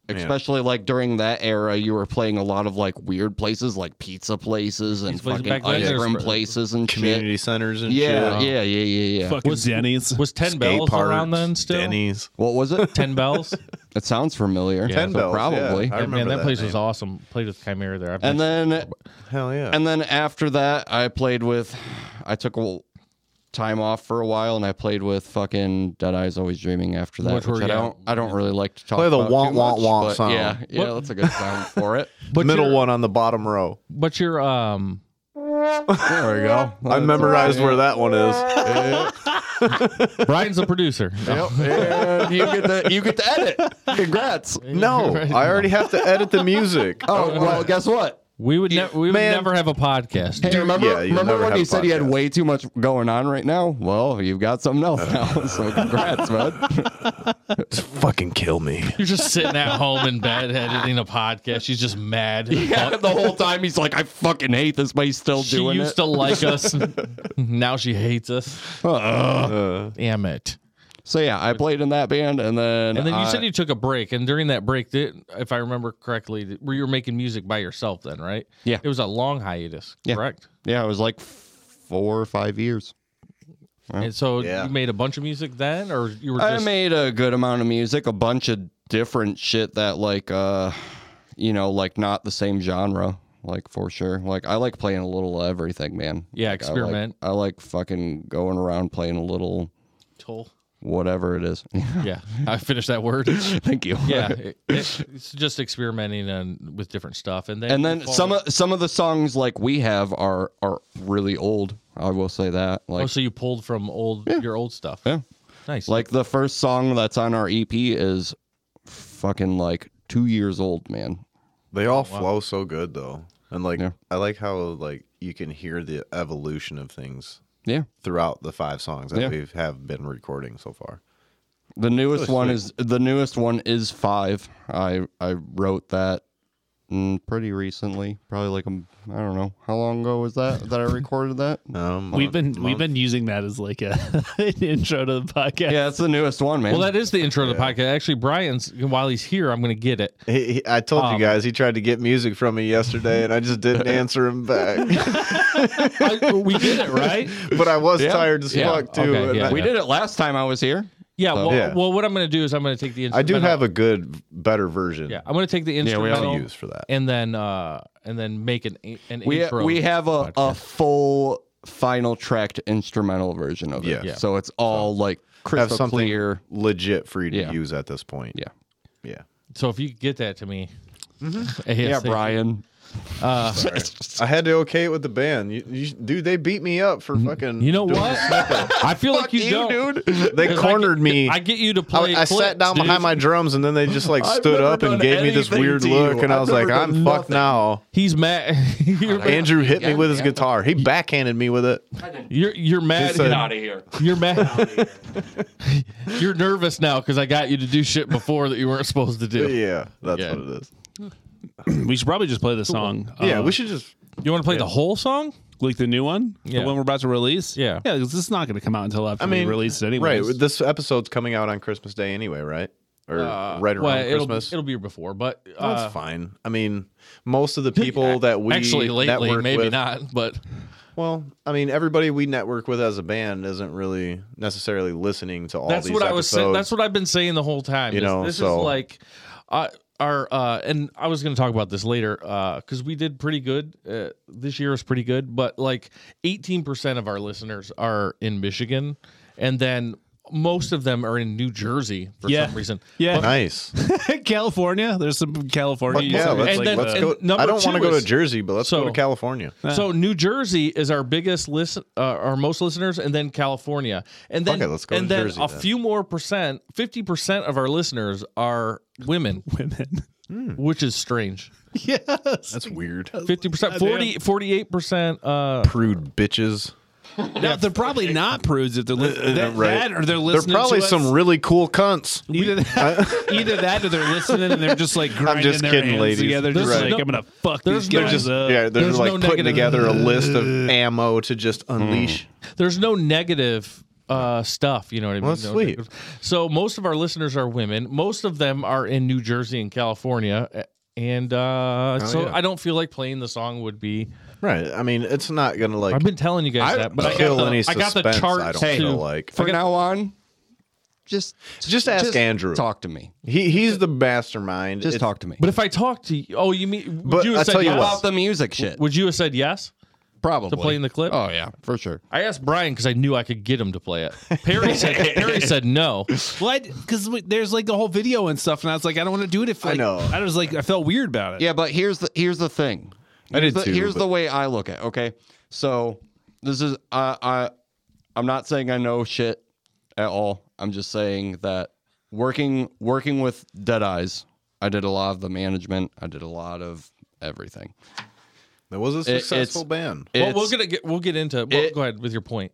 especially like during that era you were playing a lot of like weird places like pizza places and Pizza places fucking back then, ice there's- cream places and Community centers and shit. Yeah, shit. yeah, yeah, yeah, yeah. Fucking Denny's. Was Ten Skate Bells parks, around then still? Denny's. What was it? Ten Bells. It sounds familiar. Yeah. Ten So Bells. probably. Yeah, I Yeah, remember man, that, place name. was awesome. Played with Chimera there. I've And been- then Hell yeah. and then after that I played with I took a time off for a while and I played with fucking Dead Eyes Always Dreaming after that. Which Which, were, I yeah. don't I don't really like to talk Play the about too womp, womp, much, womp but sound. Yeah, yeah, What- that's a good sound for it. but Middle your- one on the bottom row. But your um, There we go. I memorized where that one is. Brian's the producer. Yep, and you get the you get to edit. Congrats. No, I already have to edit the music. Oh well, guess what? We would, ne- we would Man. never have a podcast. Hey, remember yeah, you'll remember never when have you a said you had podcast. Uh, way too much going on right now? Well, you've got something else now. So congrats, man. Fucking kill me. You're just sitting at home in bed editing a podcast. She's just mad. Yeah, the whole time he's like, I fucking hate this, but he's still she doing used it. Uh-uh. to like us. now she hates us. Uh-uh. Damn it. so yeah, I played in that band, and then And then you I- said you took a break, and during that break, did, if I remember correctly, th- were you making music by yourself then, right? Yeah. It was a long hiatus, correct? yeah, it was like four or five years. And so Yeah. you made a bunch of music then, or you were I just made a good amount of music, a bunch of different shit that like uh you know, like not the same genre, like for sure. Like I like playing a little of everything, man. Yeah, Like, I like- experiment. I like, fucking going around playing a little toll? whatever it is. Yeah, I finished that word. Thank you. yeah, it- it- it's just experimenting and with different stuff, and then And you then fall- some of some of the songs like we have are are really old. I will say that. Like Oh, so you pulled from old your old stuff. Yeah. Nice. Like the first song that's on our EP is fucking like 2 years old, man. They all flow so good though. And like Yeah. I like how like you can hear the evolution of things Yeah. throughout the five songs that Yeah. we have been recording so far. The newest Oh, one is the newest one is five. I I wrote that mm, pretty recently, probably like um, I don't know how long ago was that that I recorded that. Um We've been we've been using that as like a an intro to the podcast. Yeah, that's the newest one, man. well, that is the intro to the podcast. Actually, Brian's while he's here, I'm going to get it. he, he- I told Um, you guys he tried to get music from me yesterday and I just didn't answer him back. I- we did it right. but I was Yeah. tired as Yeah. fuck too. Okay, and yeah. I- we did it last time I was here. Yeah. Well, Yeah. well, what I'm going to do is I'm going to take the. I do instrumental- have a good better version Yeah, I'm going to take the we all instrumental to use for that. and then uh and then make an an We intro. we have a, a podcast. full final tracked instrumental version of it. Yeah. Yeah. So it's all like Have crystal something clear. legit for you to Yeah. use at this point. Yeah. Yeah. so if you could get that to me, Yeah, ASAP. Brian. I had to okay it with the band. You, you, dude, they beat me up for fucking. You know doing what? this. I feel like you, don't. dude. They 'Cause I cornered get- me. I get you to play. I, I clips, sat down dude. behind my drums and then they just like I've stood never up and done gave me this anything weird to you. look, and I I've was like, never I'm done fucked nothing. now. He's mad. you're, Andrew hit me Yeah, with his yeah. guitar. He backhanded me with it. you're you're mad. He said- of here. You're mad. you're nervous now because I got you to do shit before that you weren't supposed to do. Yeah, that's Yeah. what it is. We should probably just play the song. Yeah, Uh, we should just. You want to play the whole song? like the new one, Yeah. the one we're about to release. Yeah. yeah, because it's not going to come out until after I mean, we release it anyway. Right, this episode's coming out on Christmas Day anyway, right? Or right around Well, it'll, Christmas. it'll be before, but Well, uh, that's fine. I mean, most of the people that we actually lately network maybe with- not. But Well, I mean, everybody we network with as a band isn't really necessarily listening to all that's these what I was episodes. saying. That's what I've been saying the whole time. You This- know, this so- is like uh, our uh, and I was going to talk about this later because we did pretty good. Uh, this year was pretty good, but like eighteen percent of our listeners are in Michigan, and then most of them are in New Jersey for Yeah. some reason. Yeah. But- nice. California. There's some California. yeah, users, let's, And then- let's and go. number I don't two want to go is- to Jersey, but let's go to So- California. So New Jersey is our biggest listen, uh, our most listeners, and then California, and then Okay, let's go and to then Jersey a then. few more percent, fifty percent of our listeners are women, women. which is strange. yes. That's weird. Fifty percent, 48 percent. Uh, Prude bitches. No, they're probably not prudes if they're li- that, Uh, right. that or they're They're listening. probably to us. some really cool cunts. Either that, either that or they're listening and they're just like grinding just their kidding, hands ladies. together. Just There's like no- I'm gonna fuck there's these no- They're guys just up. uh, yeah. They're There's like no putting negative- Hmm. together a list of ammo to just unleash. there's no negative uh, stuff. You know what I mean? that's No sweet. negative- So most of our listeners are women. Most of them are in New Jersey and California, a- and uh, so Oh, yeah. I don't feel like playing the song would be. Right. I mean, it's not gonna like I've been telling you guys I- that, but I kill got the, any I got suspense. the charts I don't to- feel like From now on, just Just ask Andrew. Talk to me. he he's the mastermind. Just It's- talk to me. But if I talk to you, oh, you mean? Would But you have I said tell you yes? what. about the music shit. Would you have said yes Probably to playing the clip? Oh yeah, for sure. I asked Brian because I knew I could get him to play it. Perry said Perry said no. Well, because there's like the whole video and stuff, and I was like, I don't want to do it if like, know. I was like, uh, I felt weird about it. Yeah, but here's the here's the thing. I Here's did the, too, Here's but- the way I look at. it, Okay, so this is I I I'm not saying I know shit at all. I'm just saying that working working with Dead Eyes, I did a lot of the management. I did a lot of everything. That was a it's- successful band. Well, we're It's- gonna get we'll get into. Well, it- go ahead with your point.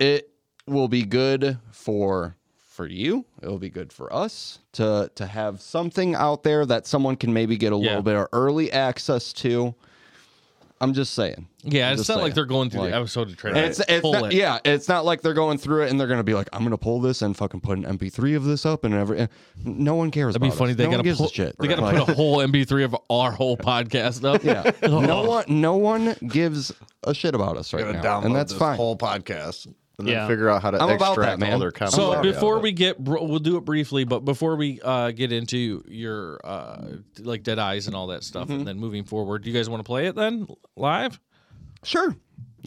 it will be good for for you it'll be good for us to to have something out there that someone can maybe get a Yeah. little bit of early access to i'm just saying Yeah, I'm it's just not like saying, they're going through like- the episode to try And it's, to it's pull not, it. yeah it's not like they're going through it and they're gonna be like i'm gonna pull this and fucking put an mp3 of this up and every and no one cares It'd be about funny. us. They no one gotta gives pull, a shit they gotta Like, put a whole MB3 of our whole podcast up. yeah no one no one gives a shit about us right Gonna now and that's fine whole podcast and Yeah. then figure out how to I'm about extract that, man. all their comments. So before we get, br- we'll do it briefly, but before we uh, get into your uh, like dead eyes and all that stuff, Mm-hmm. and then moving forward, do you guys want to play it then live? sure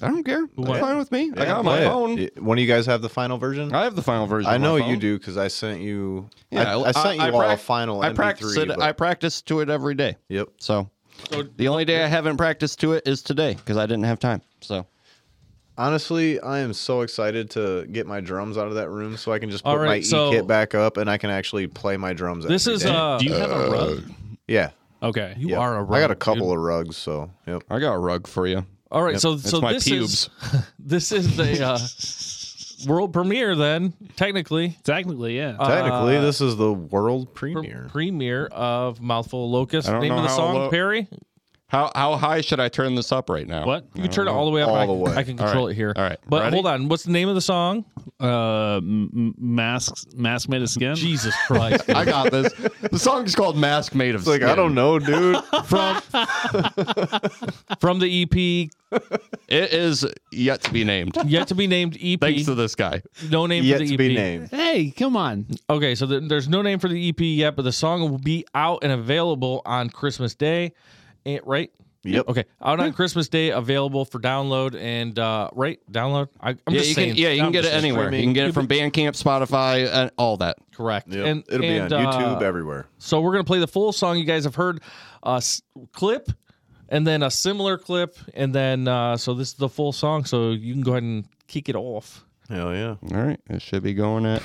i don't care it's fine with me i got my phone When do you guys have the final version? I have the final version. I on my know you phone. do because I sent you. Yeah, I, I sent you all prac- a final I MP3. practice it. but- I practice to it every day. yep. So So the only day I haven't practiced to it is today because I didn't have time. So Honestly, I am so excited to get my drums out of that room so I can just put All my right, E so- kit back up and I can actually play my drums. this every is day. uh, Do you have a rug? yeah. Okay. you yeah. are a I rug, got a couple of rugs, so yep. I got a rug for you. All right, so so my this pubes. is this is the uh, world premiere then technically Technically, yeah. Uh, Technically, this is the world premiere. premiere of Mouthful of Locust. I don't Name know of the how song low- Perry. Uh, How how high should I turn this up right now? what? You can turn it all the way up. All I, the way. I can All control right, it here. all right. but Ready? hold on. What's the name of the song? Uh, m- m- masks, mask made of skin. Jesus Christ! I got this. the song's called "Mask Made of It's like, Skin." I don't know, dude. from from the E EP It is yet to be named. yet to be named EP. Thanks to this guy. no name for Yet the E to EP. be named. Hey, come on. Okay, so th- there's no name for E the EP yet, but the song will be out and available on Christmas Day, eh, right? Yep. Okay, out on Christmas Day, available for download and uh, right download. I, I'm Yeah, just you saying. can, yeah, you I'm can get it just saying. anywhere. You can get it from Bandcamp, Spotify, and all that. Correct. Yep. And It'll and, be on uh, YouTube everywhere. So we're gonna play the full song. You guys have heard a s- clip, and then a similar clip, and then uh, so this is the full song. So you can go ahead and kick it off. Hell yeah. All right, it should be going at.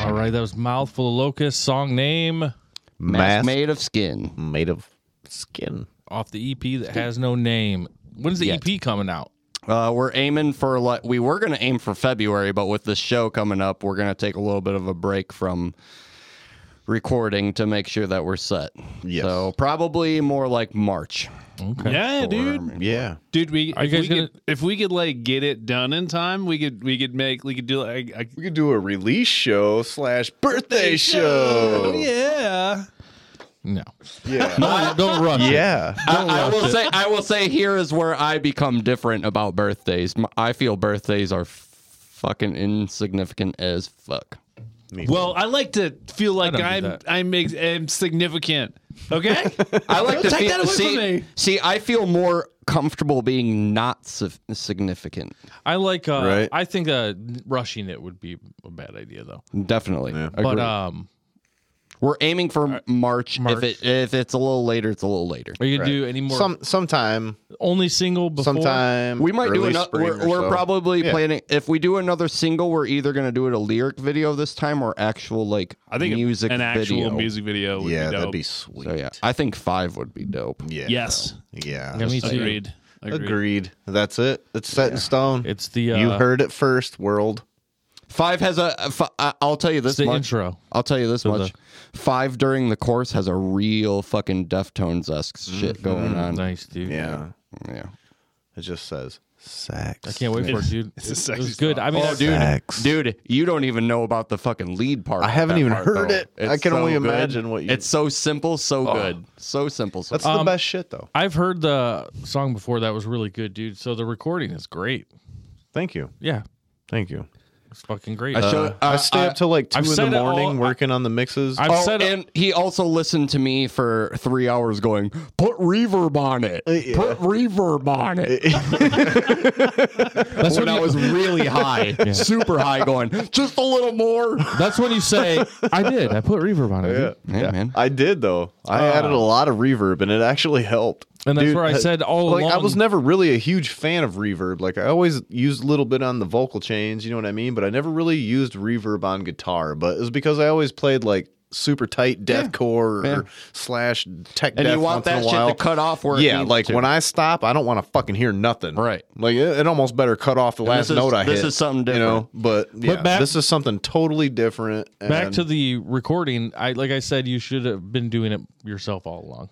All right, that was mouthful of locust. Song name. Mask Mask made of skin. made of skin. off E the EP that has no name. When's the Yet. EP coming out? Uh, we're aiming for like we were gonna aim for February, but with the show coming up, we're gonna take a little bit of a break from recording to make sure that we're set. Yes. So probably more like March. Yeah, dude. Yeah. Dude, we, Are you if, guys we gonna- could, if we could like get it done in time, we could we could make we could do like a We could do a release show slash birthday show. yeah. No, Yeah. don't, don't rush. it. yeah. I, I will say I will say here is where I become different about birthdays. M- I feel birthdays are f- fucking insignificant as fuck. Well, I like to feel like don't do I'm that. I'm, ex- I'm significant. Okay. I like to take feel, that away from see, me. see. I feel more comfortable being not sif- significant. I like. Uh, Right. I think uh, rushing it would be a bad idea though. Definitely. But Agreed. uh, um, We're aiming for March. March. If it if it's a little later, it's a little later. are you gonna do any more? Some sometime only single before. sometime We might do early another. spring We're, or we're so. probably planning. If we do another single, we're either going to do it a lyric video this time or actual like I think music an actual video. music video would Yeah, be dope. that'd be sweet. So yeah, I think five would be dope. Yeah. Yes. Yeah. Yeah, me too. Agreed. Agreed. Agreed. That's it. It's set in stone. It's the uh, you heard it first, world. Five has a. a fi- I- I'll tell you this the much. intro. I'll tell you this much. Five during the course has a real fucking Deftones esque Mm-hmm. shit going on. Nice dude. Yeah. Yeah. It just says sex. I can't wait for it, dude. It's a it sexy was good. song. I mean, Oh, that's- dude, Sex. dude, you don't even know about the fucking lead part. I haven't that even part, heard though. it. I It's can so only good. imagine what you- It's um, so simple, so Oh. good, so simple. So That's the best shit though. I've heard the song before. That was really good, dude. So the recording is great. Thank you. Yeah, Thank you. it's fucking great. I showed. I uh, stay up till like 2 I've in said the it all- morning working on the mixes. I've oh, said and he also listened to me for three hours, going, "Put reverb on it. Uh, yeah. Put reverb on it." that's when when I you- was really high, super high, going just a little more. That's when you say, I did. I put reverb on it. dude." Yeah, man. I did though. I Uh, added a lot of reverb, and it actually helped. And that's where I said all like, I was along- never really a huge fan of reverb. Like I always used a little bit on the vocal chains, you know what I mean. But I never really used reverb on guitar. But it was because I always played like super tight deathcore or slash tech. And death you want once in that a shit while. to cut off where? yeah, it needs like to. when I stop, I don't want to fucking hear nothing. Right. Like it, it almost better cut off the last this is- note I hit. this is something You know, but yeah, back- this is something totally different. Back and- to the recording. I like I said, you should have been doing it yourself all along.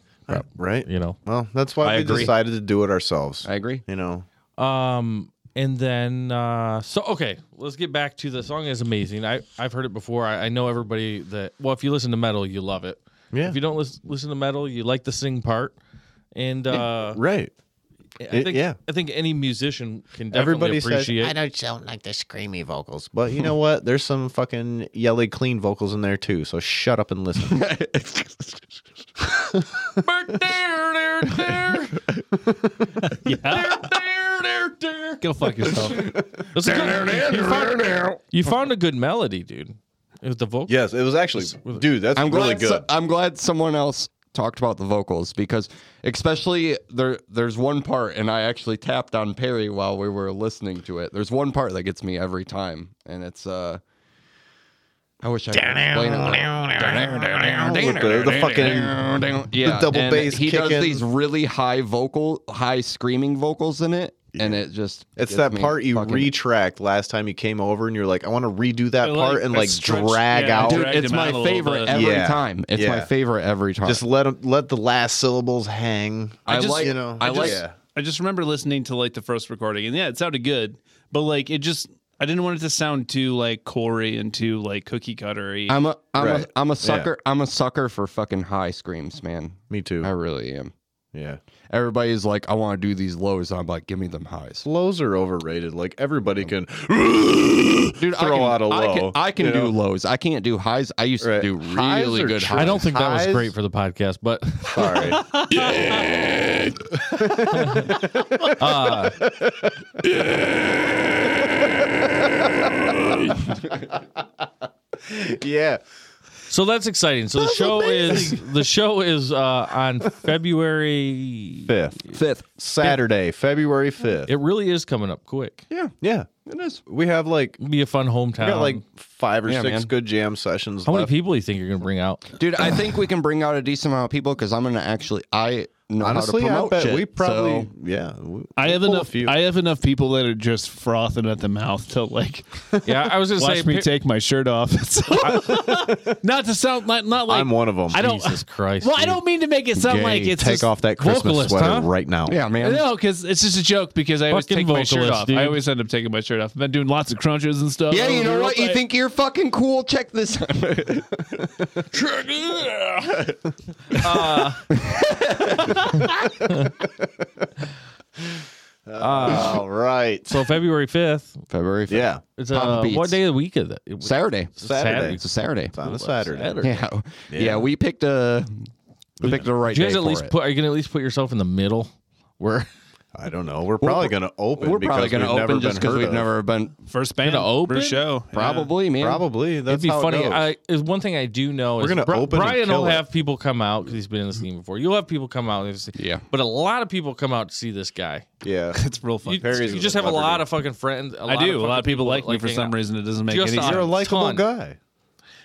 right. You know. Well, that's why I we agree. decided to do it ourselves. I agree. You know, Um, and then uh, so okay, let's get back to the song. is amazing. I I've heard it before. I, I know everybody that well, if you listen to metal, you love it. Yeah. If you don't lis- listen to metal, you like the sing part. And uh, right? I It- think yeah. I think any musician can definitely Everybody says, appreciate. I don't sound like the screamy vocals. But you know what? There's some fucking yelly clean vocals in there too. So shut up and listen. Go fuck yourself. That's a good- you, found, you found a good melody, dude. With the vocal. yes, it was actually, dude. That's I'm really glad. so- good. I'm glad someone else talked about the vocals because, especially there, there's one part, and I actually tapped on Perry while we were listening to it. There's one part that gets me every time, and it's uh, I wish I could explain it. With the, the fucking Yeah, The double and bass He does kicking. these really high vocal, high screaming vocals in it, and it just it's gets that me part you fucking- retracked last time you came over, and you're like, I want to redo that I like part and that like stretch- drag yeah, out. Dude, Dragged it's him out my a little favorite bit. every Yeah, time. It's my yeah. favorite every time. Just let 'em- let the last syllables hang. I just, like- you know. I like- Yeah. I just remember listening to like the first recording, and yeah, it sounded good, but like it just I didn't want it to sound too like Corey and too like cookie cuttery. I'm a I'm Right. a I'm a sucker I'm a sucker for fucking high screams, man. Me too. I really am. Yeah. Everybody's like, I want to do these lows, and I'm like, give me them highs. Lows are overrated. Like everybody can Dude, throw I can, out a low. I can, I can you do know? lows. I can't do highs. I used Right. to do Highs really are good tr- highs. I don't think that was Highs? great for the podcast, but Sorry. uh, yeah. so that's exciting. So the show is the show is uh, on February. Fifth. Fifth. Saturday, February fifth. It really is coming up quick. Yeah, Yeah. it is. We have like It'll be a fun hometown. we got like five or Yeah, six man. good jam sessions. Um, How many left. people do you think you're gonna bring out? Dude, I think we can bring out a decent amount of people because I'm gonna actually I know Honestly, how to I promote bet shit. we probably so- yeah. We, I have we'll pull a enough. few. I have enough people that are just frothing at the mouth to like Yeah, I was gonna watch say me pi- take my shirt off. So- not to sound not, not like I'm one of them. I don't. Jesus Christ. Well, I dude. don't mean to make it sound like it's take just, off that Christmas vocalist, sweater huh? right now. Yeah, man. No, because it's just a joke. Because I always Fucking take my shirt vocalist, off. dude. I always end up taking my shirt off. I've been doing lots of crunches and stuff. Yeah, you know Real what? You tight. think you're fucking cool? Check this out. All right. So February fifth. February 5th. Yeah. It's Pop uh, Beats. what day of the week is it? It was- Saturday. Saturday. It's a Saturday. It's on a Saturday. Yeah. yeah. we picked a we picked the right Do you day guys at for least it. put? Are you gonna at least put yourself in the middle? Where I don't know. We're probably going to open. We're probably going to open just because we've never been. first band Gonna open? first show? Yeah. Probably, man. Probably. it'd That's be how it funny. goes. I, is one thing I do know is gonna Bri- open and Brian kill will it. have people come out because he's been in the scene before. You'll have people come out. And see, Yeah. but a lot of people come out to see this guy. yeah. It's real fun. You, Perry's you a just have a celebrity. lot of fucking friends. I I do. A lot of fucking people like that, me for hang some out. reason. It doesn't make Just any on- You're sense. a likable Ton. guy.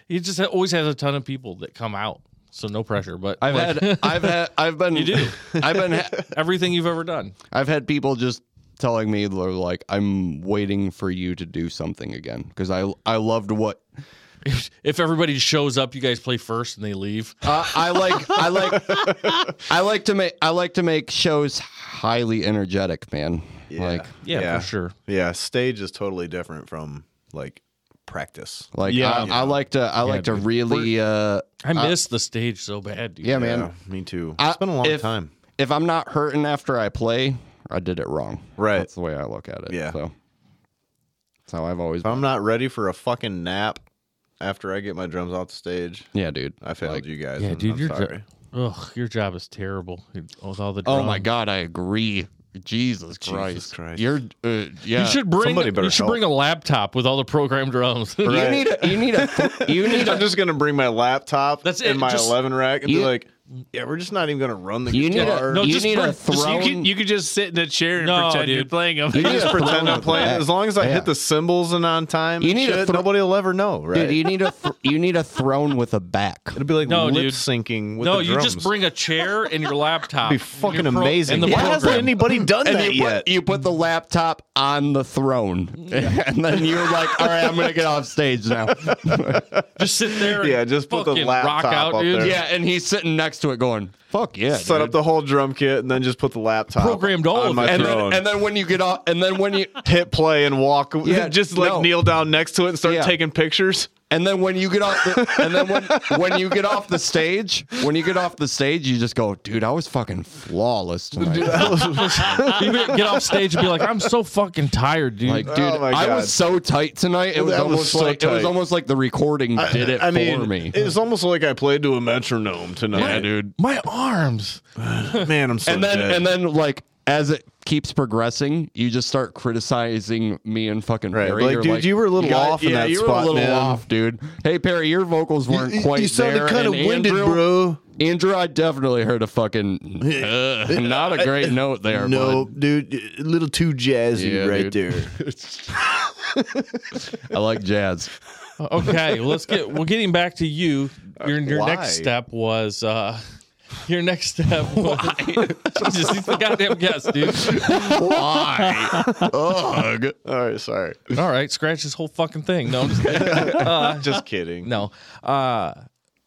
He just ha- always has a ton of people that come out. So no pressure, but I've like, had, I've had, I've been. You do. I've been, ha- everything you've ever done. I've had people just telling me they're like, I'm waiting for you to do something again because I, I loved what If everybody shows up, you guys play first and they leave. Uh, I like I like I like to make I like to make shows highly energetic, man. Like Yeah, for sure. Yeah. Stage is totally different from like practice. like Yeah. I, I like to I like to really uh I miss the stage so bad, dude. yeah, man. Yeah, me too. I- it's been a long if- time. If I'm not hurting after I play, I did it wrong. Right. That's the way I look at it. Yeah. Um, So that's how I've always If I'm not ready for a fucking nap after I get my drums off the stage, Yeah, dude. I failed Like- you guys. Yeah, and dude, I'm your jo- sorry. Ugh, your job is terrible with all the. Oh drama. my god, I agree. Jesus Christ. Christ. You're uh, yeah. You should bring. somebody better You should help. bring a laptop with all the programmed drums. You Right. need a you need a you need I'm a just gonna bring my laptop That's it, and my just- 11 rack and You- be like, yeah, we're just not even gonna run the you need guitar. a you just need bring- a just- you throne. You could, you could just sit in a chair and No, pretend you're dude. playing them. You need just a throne pretend I'm with playing. that. As long as I Yeah. hit the cymbals and on time, You and need a shit, thro- nobody will ever know, right? Dude, you need a thr you need a throne with a back. It'll be like No, lip dude. syncing with no, the you drums. just bring a chair and your laptop. It'd be and your fucking pro- amazing. And the Why hasn't program. anybody done And that you yet? put, you put the laptop on the throne, and then you're like, "All right, I'm gonna get off stage now." Just sit there. Yeah, and just put the fucking rock laptop out, up dude. there. yeah, and he's sitting next to it, going, "Fuck yeah!" Set dude." up the whole drum kit and then just put the laptop Programmed all on of my it. and throne. then and then when you get off, and then when you hit play and walk. Yeah, just like no. kneel down next to it and start Yeah. taking pictures. and then when you get off, the, and then when when you get off the stage, when you get off the stage, you just go, "Dude, I was fucking flawless tonight." Oh You be- get off stage and be like, "I'm so fucking tired, dude." Like, dude, Oh my I God. was so tight tonight. It was That was almost so like it was tight. almost like the recording did it I for mean, me. it's almost like I played to a metronome yeah, tonight. dude. my arms. Man, I'm so and then dead. and then like as it keeps progressing, you just start criticizing me and fucking Right, Perry. like, You're dude, you were a little got- off in yeah, that you spot, were a little man." off, dude. Hey Perry, your vocals weren't you, quite you sounded there. kind of and winded, Andrew, bro. Andrew, I definitely heard a fucking uh, not a great note there. No, bud. dude, a little too jazzy Yeah, right dude. there. I like jazz. Okay, well, let's get. Well, getting back to you. Your your Why? next step was. uh your next step. Was, Jesus, he's the goddamn guest, dude. Why? Ugh. All right, sorry. All right, scratch this whole fucking thing. No, I'm just kidding. Just kidding. No. Uh,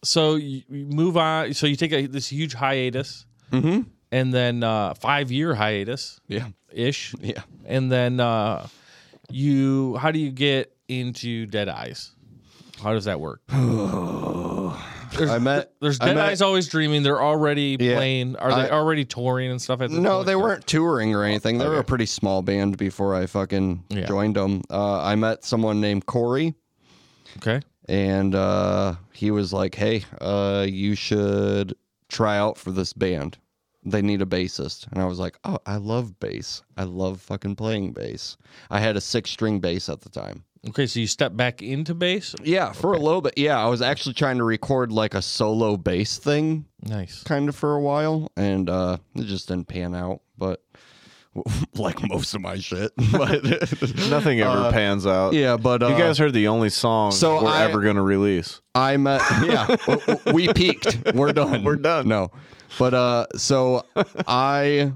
so you, you move on. So you take a, this huge hiatus, and then uh, five year hiatus Yeah. ish, Yeah. and then uh, you. How do you get into Dead Eyes? How does that work? I met There's I Dead met- Eyes always dreaming. They're already Yeah. playing. Are they I- already touring and stuff at this No, point? they weren't touring or anything. They were a pretty small band before I fucking Yeah. joined them. Uh, I met someone named Corey, Okay. and uh, he was like, "Hey, uh, you should try out for this band. They need a bassist." And I was like, "Oh, I love bass. I love fucking playing bass. I had a six-string bass at the time." Okay, so you step back into bass. Yeah, for a little bit. Yeah, I was actually trying to record like a solo bass thing Nice. kind of for a while, and uh, it just didn't pan out. But like most of my shit. But Nothing ever Uh, pans out. yeah, but uh, you guys heard the only song so we're I- ever going to release. I met. Yeah, w- w- we peaked. We're done. We're done. No, but uh, so I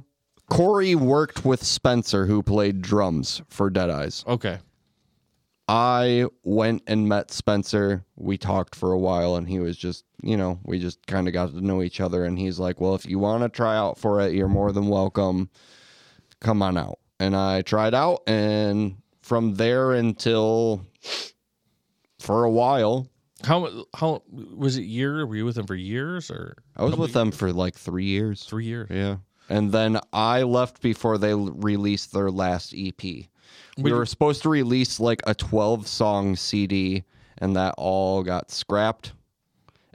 Corey worked with Spencer, who played drums for Dead Eyes. Okay. I went and met Spencer. We talked for a while, and he was just, you know, we just kind of got to know each other. And he's like, "Well, if you want to try out for it, you're more than welcome. Come on out." And I tried out, and from there until for a while, How how was it year? Were you with him for years or I was with them for like three years. three years? Yeah. And then I left before they l- released their last EP. We were supposed to release like a 12 song CD, and that all got scrapped.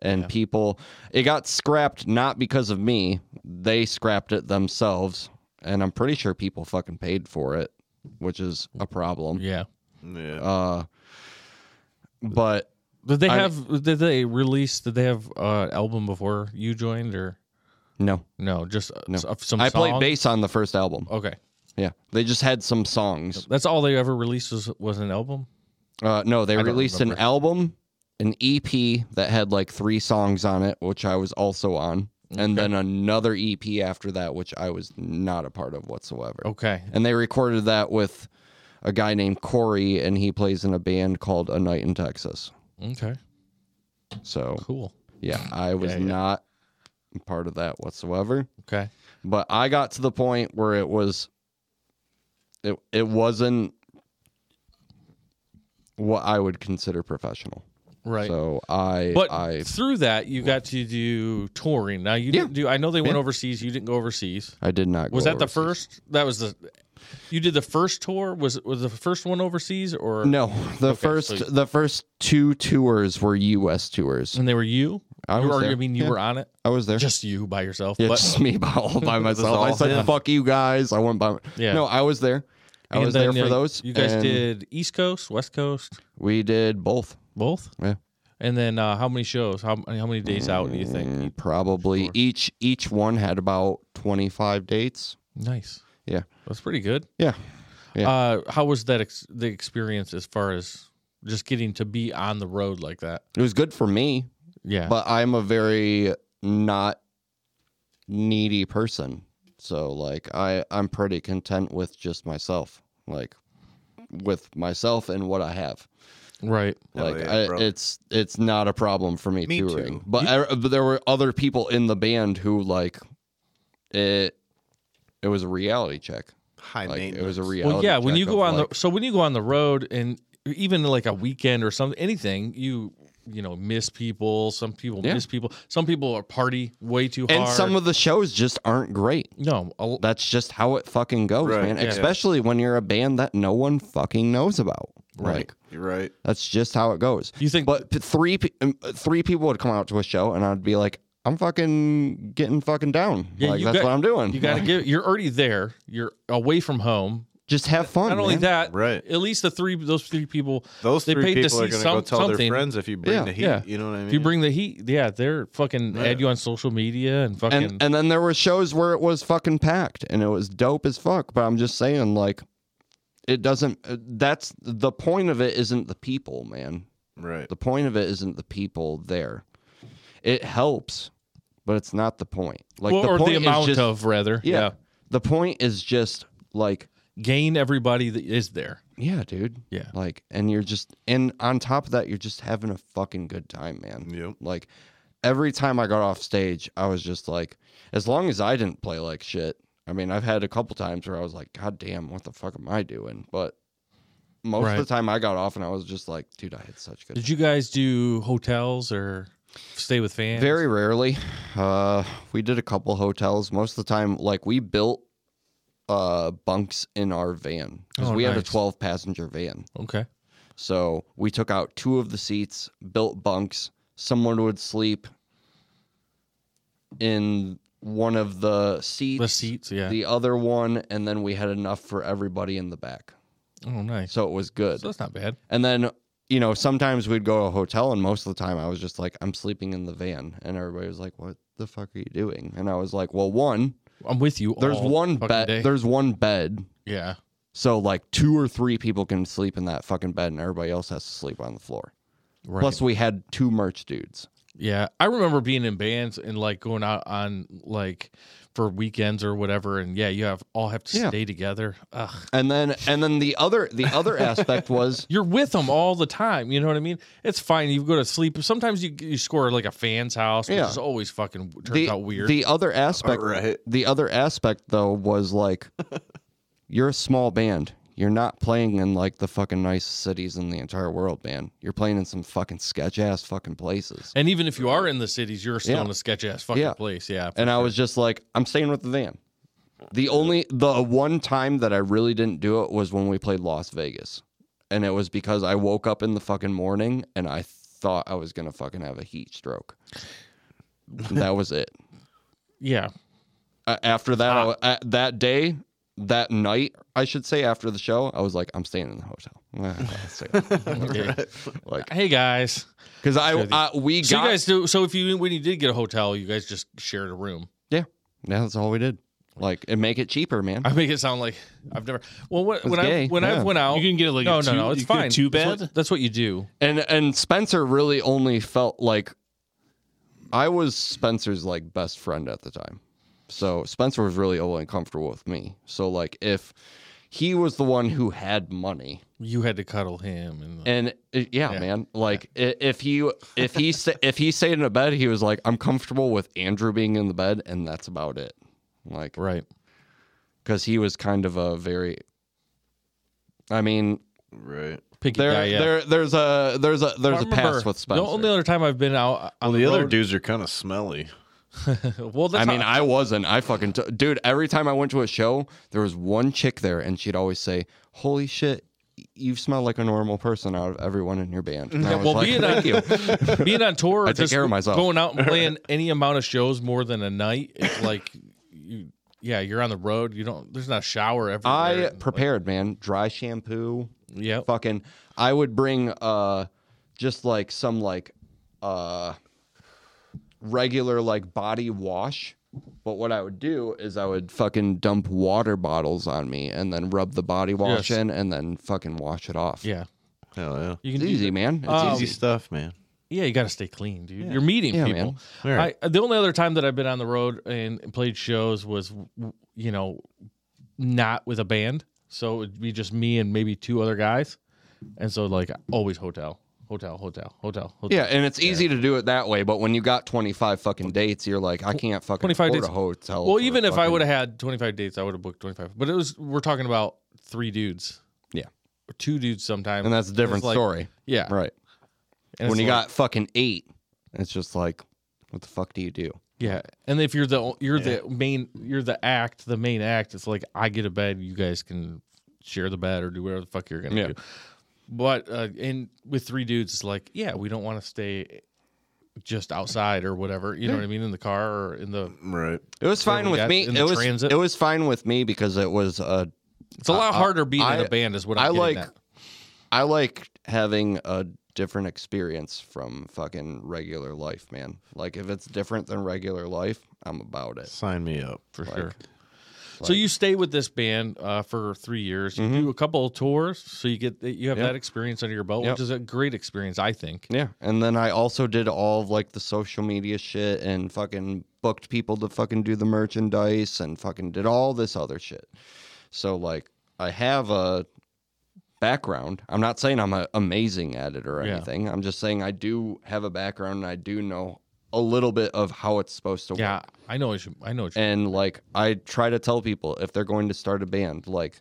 And people, it got scrapped not because of me, they scrapped it themselves. And I'm pretty sure people fucking paid for it, which is a problem. Yeah. Yeah. Uh, but Did they I- have? did they release? Did they have uh, album before you joined or no, no? Just uh, No. s- of some. Oh. I song? played bass on the first album. Okay, Yeah. They just had some songs. that's all they ever released was was an album. Uh, no, they don't released remember. an album, an EP that had like three songs on it, which I was also on, and then another EP after that, which I was not a part of whatsoever. Okay, And they recorded that with a guy named Corey, and he plays in a band called A Night in Texas. okay, So cool. yeah, I was not part of that whatsoever. Okay, But I got to the point where it was, it it wasn't what I would consider professional. right. So I, but I, through that, you got to do touring. Now you didn't do. I know they went overseas. You didn't go overseas. I did not. Go Was that the overseas. first? That was the. You did the first tour. Was was the first one overseas or No, the Okay, first, so- the first two tours were U.S. tours. And they were you. I You was were- there. I mean, you Yeah. were on it. I was there. Just you by yourself. yeah, but, just me by, all by myself. I all said, him. "Fuck you guys." I went by. my- Yeah. No, I was there. I and was then, there for uh, those. You guys and did East Coast, West Coast, We did both. both. Yeah. And then uh, how many shows? How how many days out do you Mm. think? Probably each each one had about twenty five dates. Nice. Yeah. That's pretty good. Yeah. Yeah. Uh, how was that ex- the experience as far as just getting to be on the road like that? It was good for me, Yeah. but I'm a very not needy person. So like I I'm pretty content with just myself. Like with myself and what I have. right. Hell Like Oh, yeah, I, bro. it's it's not a problem for me, Me touring. too. But, I, but there were other people in the band who like it it was a reality check. High Like it maintenance. was a reality Well, yeah. When check you go of, on like- the so when you go on the road and even like a weekend or something, anything you you know miss people. Some people Yeah. miss people. Some people are party way too hard. and some of the shows just aren't great. no. a- That's just how it fucking goes, Right, man. yeah. Especially when you're a band that no one fucking knows about. Right. Like, You're right. That's just how it goes. You think- But p- three pe- um, uh, three people would come out to a show, and I'd be like, "I'm fucking getting fucking down. Yeah, like you that's got- what I'm doing. You got to Like, give. You're already there. You're away from home. just have fun. Not only man. that, Right. At least the three, those three people. Those they three paid to people are see going to go some- tell something. their friends if you bring Yeah, the heat. yeah. You know what I mean? If you bring the heat, yeah, they're fucking add you on social media and fucking. And and then there were shows where it was fucking packed, and it was dope as fuck. But I'm just saying, like, it doesn't. uh, That's the point of it. Isn't the people, man? right. The point of it isn't the people there. It helps, but it's not the point. Like Well, the or point the amount is just, of rather, yeah. yeah. The point is just like gain everybody that is there. Yeah, dude. Yeah. Like, and you're just, and on top of that, you're just having a fucking good time, man. Yep. Like, every time I got off stage, I was just like, as long as I didn't play like shit. I mean, I've had a couple times where I was like, God damn, what the fuck am I doing? But most Right. of the time I got off and I was just like, dude, I had such good. Did you guys do hotels or stay with fans? Very rarely. Uh, we did a couple hotels. Most of the time, like, we built uh bunks in our van because Oh, we had a nice. 12 passenger van okay. So we took out two of the seats, built bunks. Someone would sleep in one of the seats, The seats, yeah. the other one, and then we had enough for everybody in the back. oh, nice. So it was good. So that's not bad. And then, you know, sometimes we'd go to a hotel, and most of the time I was just like, I'm sleeping in the van. And everybody was like, What the fuck are you doing? And I was like, Well, one, I'm with you. There's all one fucking bed. day. There's one bed. yeah. So like two or three people can sleep in that fucking bed, and everybody else has to sleep on the floor. Right. Plus, we had two merch dudes. Yeah, I remember being in bands and like going out on like for weekends or whatever, and yeah, you have all have to Yeah. stay together. Ugh. And then and then the other the other aspect was You're with them all the time. You know what I mean? It's fine. You go to sleep. Sometimes you you score like a fan's house, which Yeah. is always fucking turns the, out weird. the other aspect Right. the other aspect though was like you're a small band. You're not playing in like the fucking nicest cities in the entire world, man. You're playing in some fucking sketch ass fucking places. and even if you are in the cities, you're still Yeah. in a sketch ass fucking Yeah. place. Yeah. and I was just like, I'm staying with the van. The only the one time that I really didn't do it was when we played Las Vegas. And it was because I woke up in the fucking morning and I thought I was gonna fucking have a heat stroke. that was it. yeah. A- after that, I Ah. wa- uh, that day, that night, I should say, after the show, I was like, I'm staying in the hotel. I'll stay in the hotel. Okay. like, Hey guys. because I, I we So got you guys do. So if you when you did get a hotel, you guys just shared a room. yeah, yeah, that's all we did. Like, and make it cheaper, man. I make it sound like I've never. Well, what, when I gay, when I yeah. went out, You can get, like, a no, two- no, no, it's you can get fine. two That's bed? what, that's what you do. and and Spencer really only felt like I was Spencer's like best friend at the time. So Spencer was really only comfortable with me. So like if he was the one who had money You had to cuddle him, and, and uh, yeah, man like i- if he if he sta- if he stayed in a bed he was like i'm comfortable with andrew being in the bed and that's about it like right. because he was kind of a very i mean Right. Picky there guy. Yeah. there there's a there's a there's a I past remember with spencer The only other time I've been out on Well, the other road- dudes are kind of smelly. Well, that's I mean, how- I wasn't. I fucking t- dude. Every time I went to a show, there was one chick there, and she'd always say, "Holy shit, you smell like a normal person out of everyone in your band." And I was well, like, being "Thank on- you." being on tour, I take just care of myself. Going out and playing any amount of shows more than a night, it's like you. Yeah, you're on the road. You don't. There's not a shower everywhere. I prepared, man. Dry shampoo, Yeah. fucking. I would bring uh, just like some like uh, regular like body wash. But what I would do is I would fucking dump water bottles on me and then rub the body wash Yes. in and then fucking wash it off. Yeah. Hell yeah. You can It's do easy, man. It's Um, Easy stuff, man. Yeah, you got to stay clean, dude. You're meeting Yeah, people. Right. I, the only other time that I've been on the road and and played shows was, w- you know, not with a band. So it'd be just me and maybe two other guys. And so, like, always hotel, hotel, hotel, hotel, hotel. Yeah, and it's easy to do it that way, but when you got 25 fucking dates, you're like, I can't fucking 25 25 afford dates. a hotel. Well, for even if I fucking- would have had 25 dates, I would have booked 25. But it was, we're talking about three dudes. Yeah. Or two dudes sometimes. And that's a different It's like- story. Yeah. Right. And when it's you like- got fucking eight, it's just like, what the fuck do you do? Yeah. And if you're the, you're the main, you're the act, the main act, it's like, I get a bed, you guys can share the bed or do whatever the fuck you're going to Yeah. do. But uh, and with three dudes, it's like, yeah, we don't want to stay just outside or whatever. You know what I mean? In the car or in the. Right. It was Where fine we with got me. in the It was transit. it was fine with me because it was uh It's a lot I- harder being in I- a band, is what I'm I getting like at. I like having a different experience from fucking regular life, man. Like if it's different than regular life, I'm about it. Sign me up. for sure. so you stay with this band uh, for three years. Mm-hmm. You do a couple of tours, so you get you have that experience under your belt, Yep. which is a great experience, I think. Yeah, and then I also did all of like the social media shit and fucking booked people to fucking do the merchandise and fucking did all this other shit. So like I have a background. I'm not saying I'm a, amazing at it or Yeah. anything. I'm just saying I do have a background and I do know a little bit of how it's supposed to Yeah, work. I know. What you, I know. What you, And like I try to tell people if they're going to start a band like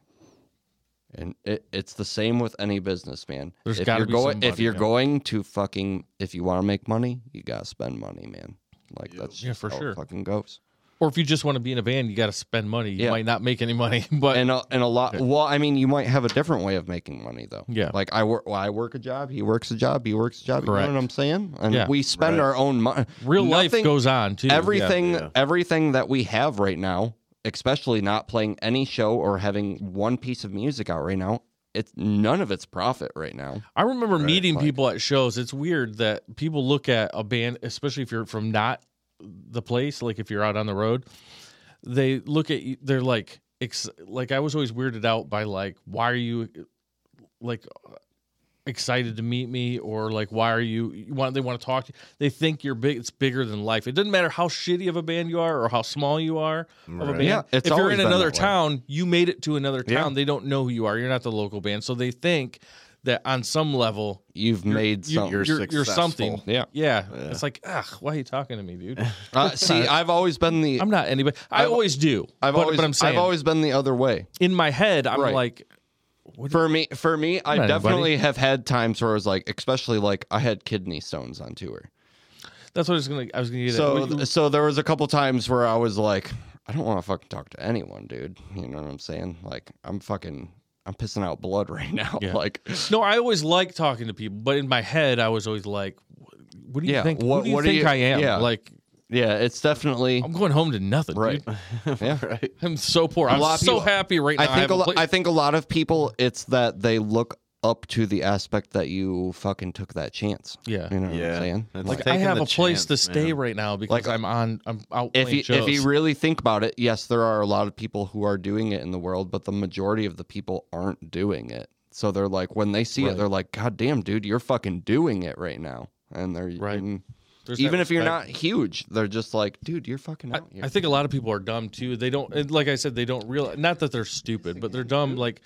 and it, it's the same with any business, man. There's if gotta you're be going, if somebody, you're yeah. going to fucking, if you want to make money, you gotta spend money, man. Like that's just Yeah, for how sure. it fucking goes. or if you just want to be in a band, you got to spend money. You Yeah. might not make any money, but And a, and a lot. Well, I mean, you might have a different way of making money though. Yeah. Like I work, well, I work a job. He works a job. He works a job. You Correct. know what I'm saying? And Yeah. we spend our own money. real life goes on too. Everything, yeah. everything that we have right now, especially not playing any show or having one piece of music out right now, it's none of it's profit right now. I remember meeting people at shows. It's weird that people look at a band, especially if you're from not the place, like if you're out on the road, they look at you, they're like, ex- like I was always weirded out by like, why are you like excited to meet me or like why are you you want they want to talk to you they think you're big it's bigger than life it doesn't matter how shitty of a band you are or how small you are of a Right. band. Yeah, it's if you're always in been another that way. town you made it to another Yeah. town they don't know who you are you're not the local band so they think that on some level You've made you- some. you're, you're, something successful. Yeah. yeah it's like ugh why are you talking to me dude Uh, see, I've always been the. i'm not anybody i I've- always do I've but, always. but i'm saying I've always been the other way. in my head i'm Right. like For me, for me, I not definitely have had times where I was like, especially like I had kidney stones on tour. that's what i was gonna i was gonna get So, at. What you- so there was a couple times where I was like, I don't want to fucking talk to anyone, dude. You know what I'm saying? Like, I'm fucking, I'm pissing out blood right now. Like, No, I always like talking to people, but in my head, I was always like, "What do you Yeah, think? what- who do you what do think you- I am? yeah. Like, yeah, it's definitely I'm going home to nothing. right. Right? Yeah. I'm so poor. I'm lot of so people- happy right now. I think a haven't lot. played- I think a lot of people. It's that they look up to the aspect that you fucking took that chance. Yeah. You know what I'm Yeah. saying? That's Like, I taking have the a place to chance, stay man. right now because Like, I'm on. I'm out if playing you shows. if you really think about it, yes, there are a lot of people who are doing it in the world, but the majority of the people aren't doing it. So they're like, when they see it, they're like, "God damn, dude, you're fucking doing it right now." And they're Right. and There's that even if you're respect. not huge, they're just like, "Dude, you're fucking I, out here." I think a lot of people are dumb too. They don't, and like I said, they don't realize. Not that they're stupid, but they're dumb. Like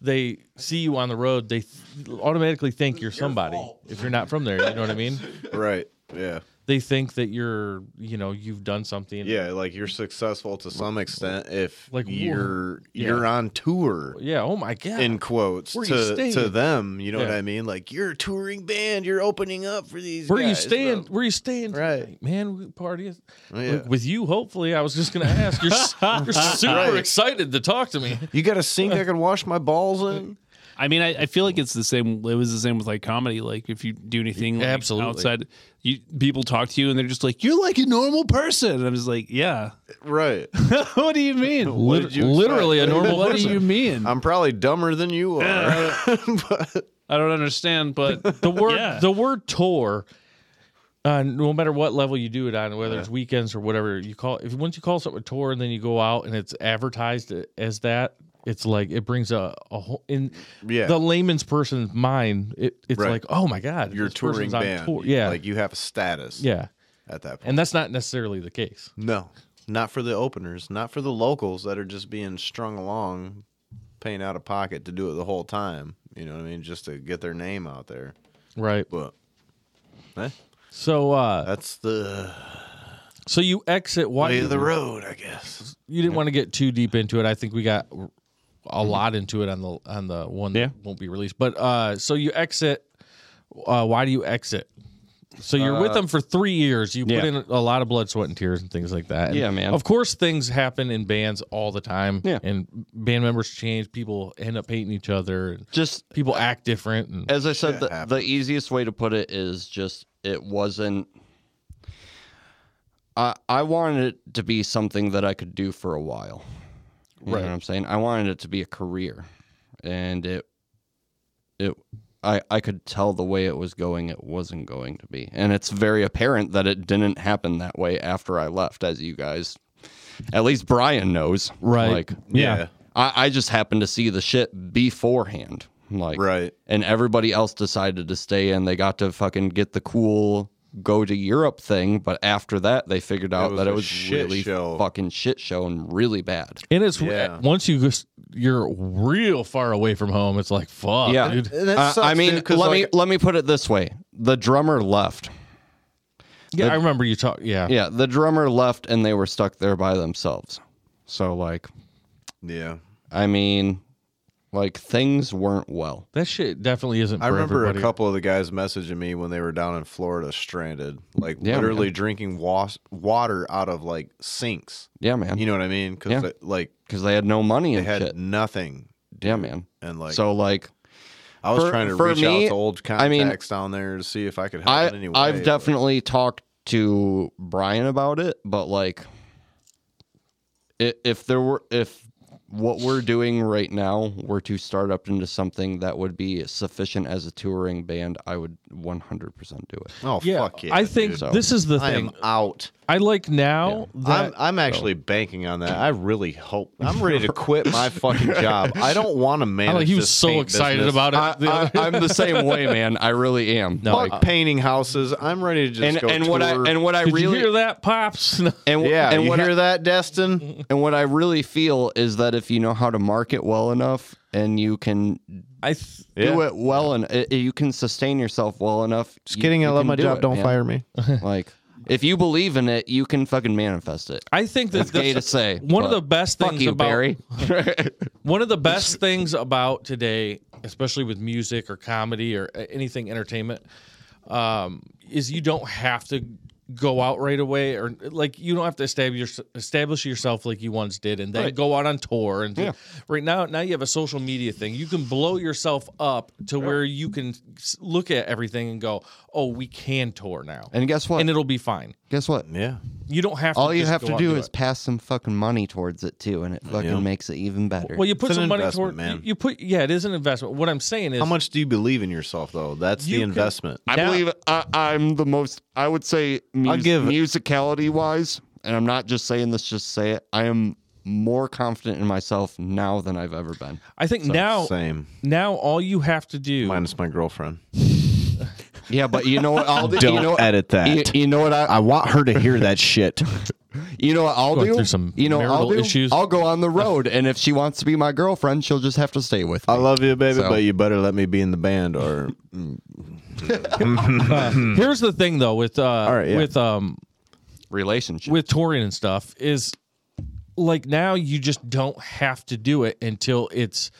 they see you on the road, they th- automatically think you're somebody if you're not from there. You know what I mean? Right. Yeah. They think that you're, you know, you've done something. Yeah. Like you're successful to some extent if Like, like wha- you're yeah. you're on tour. Yeah. Oh my god. In quotes Where you to to staying? them, you know what Yeah. I mean? Like you're a touring band, you're opening up for these. Where are you guys, staying? bro. Where are you staying? Right. tonight, man. We party is- Oh, yeah. with you. Hopefully, I was just gonna ask. You're, s- you're super Right. excited to talk to me. You got a sink I can wash my balls in? I mean, I, I feel like it's the same. It was the same with like comedy. Like if you do anything like, Absolutely. outside, you people talk to you and they're just like, "You're like a normal person." And I'm just like, "Yeah." Right. what do you mean? What did you expect? literally a normal what do person. you mean? I'm probably dumber than you are. but I don't understand, but The word Yeah. the word tour. Uh, no matter what level you do it on, whether it's weekends or whatever you call, if once you call something a tour and then you go out and it's advertised as that, it's like it brings a, a whole in Yeah. the layman's person's mind. It, it's Right. like, oh my god, you're a this person's touring on band. tour. yeah, Like you have a status yeah, at that point. and that's not necessarily the case. no. Not for the openers, not for the locals that are just being strung along, paying out of pocket to do it the whole time. You know what I mean? Just to get their name out there. Right. But eh, So uh that's the so you exit why way of the road, I guess. you didn't want to get too deep into it. I think we got a Mm-hmm. lot into it on the on the one that won't be released. But uh so you exit uh why do you exit? So you're with them for 3 years. You put Uh, yeah. in a lot of blood, sweat and tears and things like that. And Yeah, man. Of course things happen in bands all the time Yeah. and band members change, people end up hating each other and just people act different and as I said, the, the happens. easiest way to put it is just it wasn't. I I wanted it to be something that I could do for a while. You know what I'm saying? I wanted it to be a career, and it it I I could tell the way it was going, it wasn't going to be, and it's very apparent that it didn't happen that way after I left, as you guys, at least Brian knows, Right. Like Yeah. I I just happened to see the shit beforehand, like Right. and everybody else decided to stay and they got to fucking get the cool go to Europe thing, but after that they figured out was that a it was shit really show. fucking shit show and really bad. And it's Yeah. once you just you're real far away from home, it's like fuck, Yeah. dude. And that Uh, sucks, I mean, dude, 'cause, let me like, let me put it this way. The drummer left. Yeah, I remember you talk. Yeah, Yeah, the drummer left and they were stuck there by themselves. So like, Yeah. I mean, like things weren't well. that shit definitely isn't. I for remember everybody. a couple of the guys messaging me when they were down in Florida stranded, like Yeah, literally drinking was- water out of like sinks. Yeah, man. You know what I mean? Because Yeah. like Cuz they had no money they and had shit. nothing, Yeah, man. and like so like I was for- trying to for reach me, out to old I mean, contacts down there to see if I could help I, in any way. I've but- definitely talked to Brian about it, but like, i- if there were, if what we're doing right now were to start up into something that would be sufficient as a touring band, I would 100% do it. oh Yeah, fuck yeah, I think dude. So- this is the I thing. am out. I like now that I'm, I'm actually banking on that. I really hope I'm ready to quit my fucking job. I don't want to manage. I like he was this so paint excited business. about it. the I, other- I, I'm the same way, man. I really am. No, Fuck painting houses. I'm ready to just and go and what I tour. and what I Did really you hear that, pops? and what- yeah, and you what hear I, that, Destin? and what I really feel is that if you know how to market well enough and you can I th- do Yeah. it well and uh, you can sustain yourself well enough, Just kidding. I love my job. don't fire me. fire. Like if you believe in it, you can fucking manifest it. I think that That's gay to say. one of but the best fuck things you, about Barry. One of the best things about today, especially with music or comedy or a- anything entertainment, um, is you don't have to go out right away or like you don't have to establish establish yourself like you once did and then go out on tour and do- right now now you have a social media thing you can blow yourself up to where you can s- look at everything and go oh we can tour now and, And guess what? it'll be fine guess what? Yeah. you don't have to All you just have go to out do and is it. pass some fucking money towards it too, and it fucking Yeah. makes it even better. well you put It's an some money investment, toward man. you- you put yeah it is an investment what i'm saying is How much do you believe in yourself, though? That's You the can- investment. I Now- believe I, I'm the most. I would say I'll mus- give- musicality wise, and I'm not just saying this. Just say it. I am more confident in myself now than I've ever been. I think now Same. now all you have to do Minus my girlfriend. Yeah, but you know what? I'll do. Don't you know, edit You, that. you know what? I, I want her to hear that shit. you know what I'll Going do. through some you know what I'll marital do. issues. I'll go on the road, and if she wants to be my girlfriend, she'll just have to stay with me. I love you, baby, So- but you better let me be in the band or here's the thing though with uh right, yeah. with um Relationship. with touring and stuff is like now you just don't have to do it until it's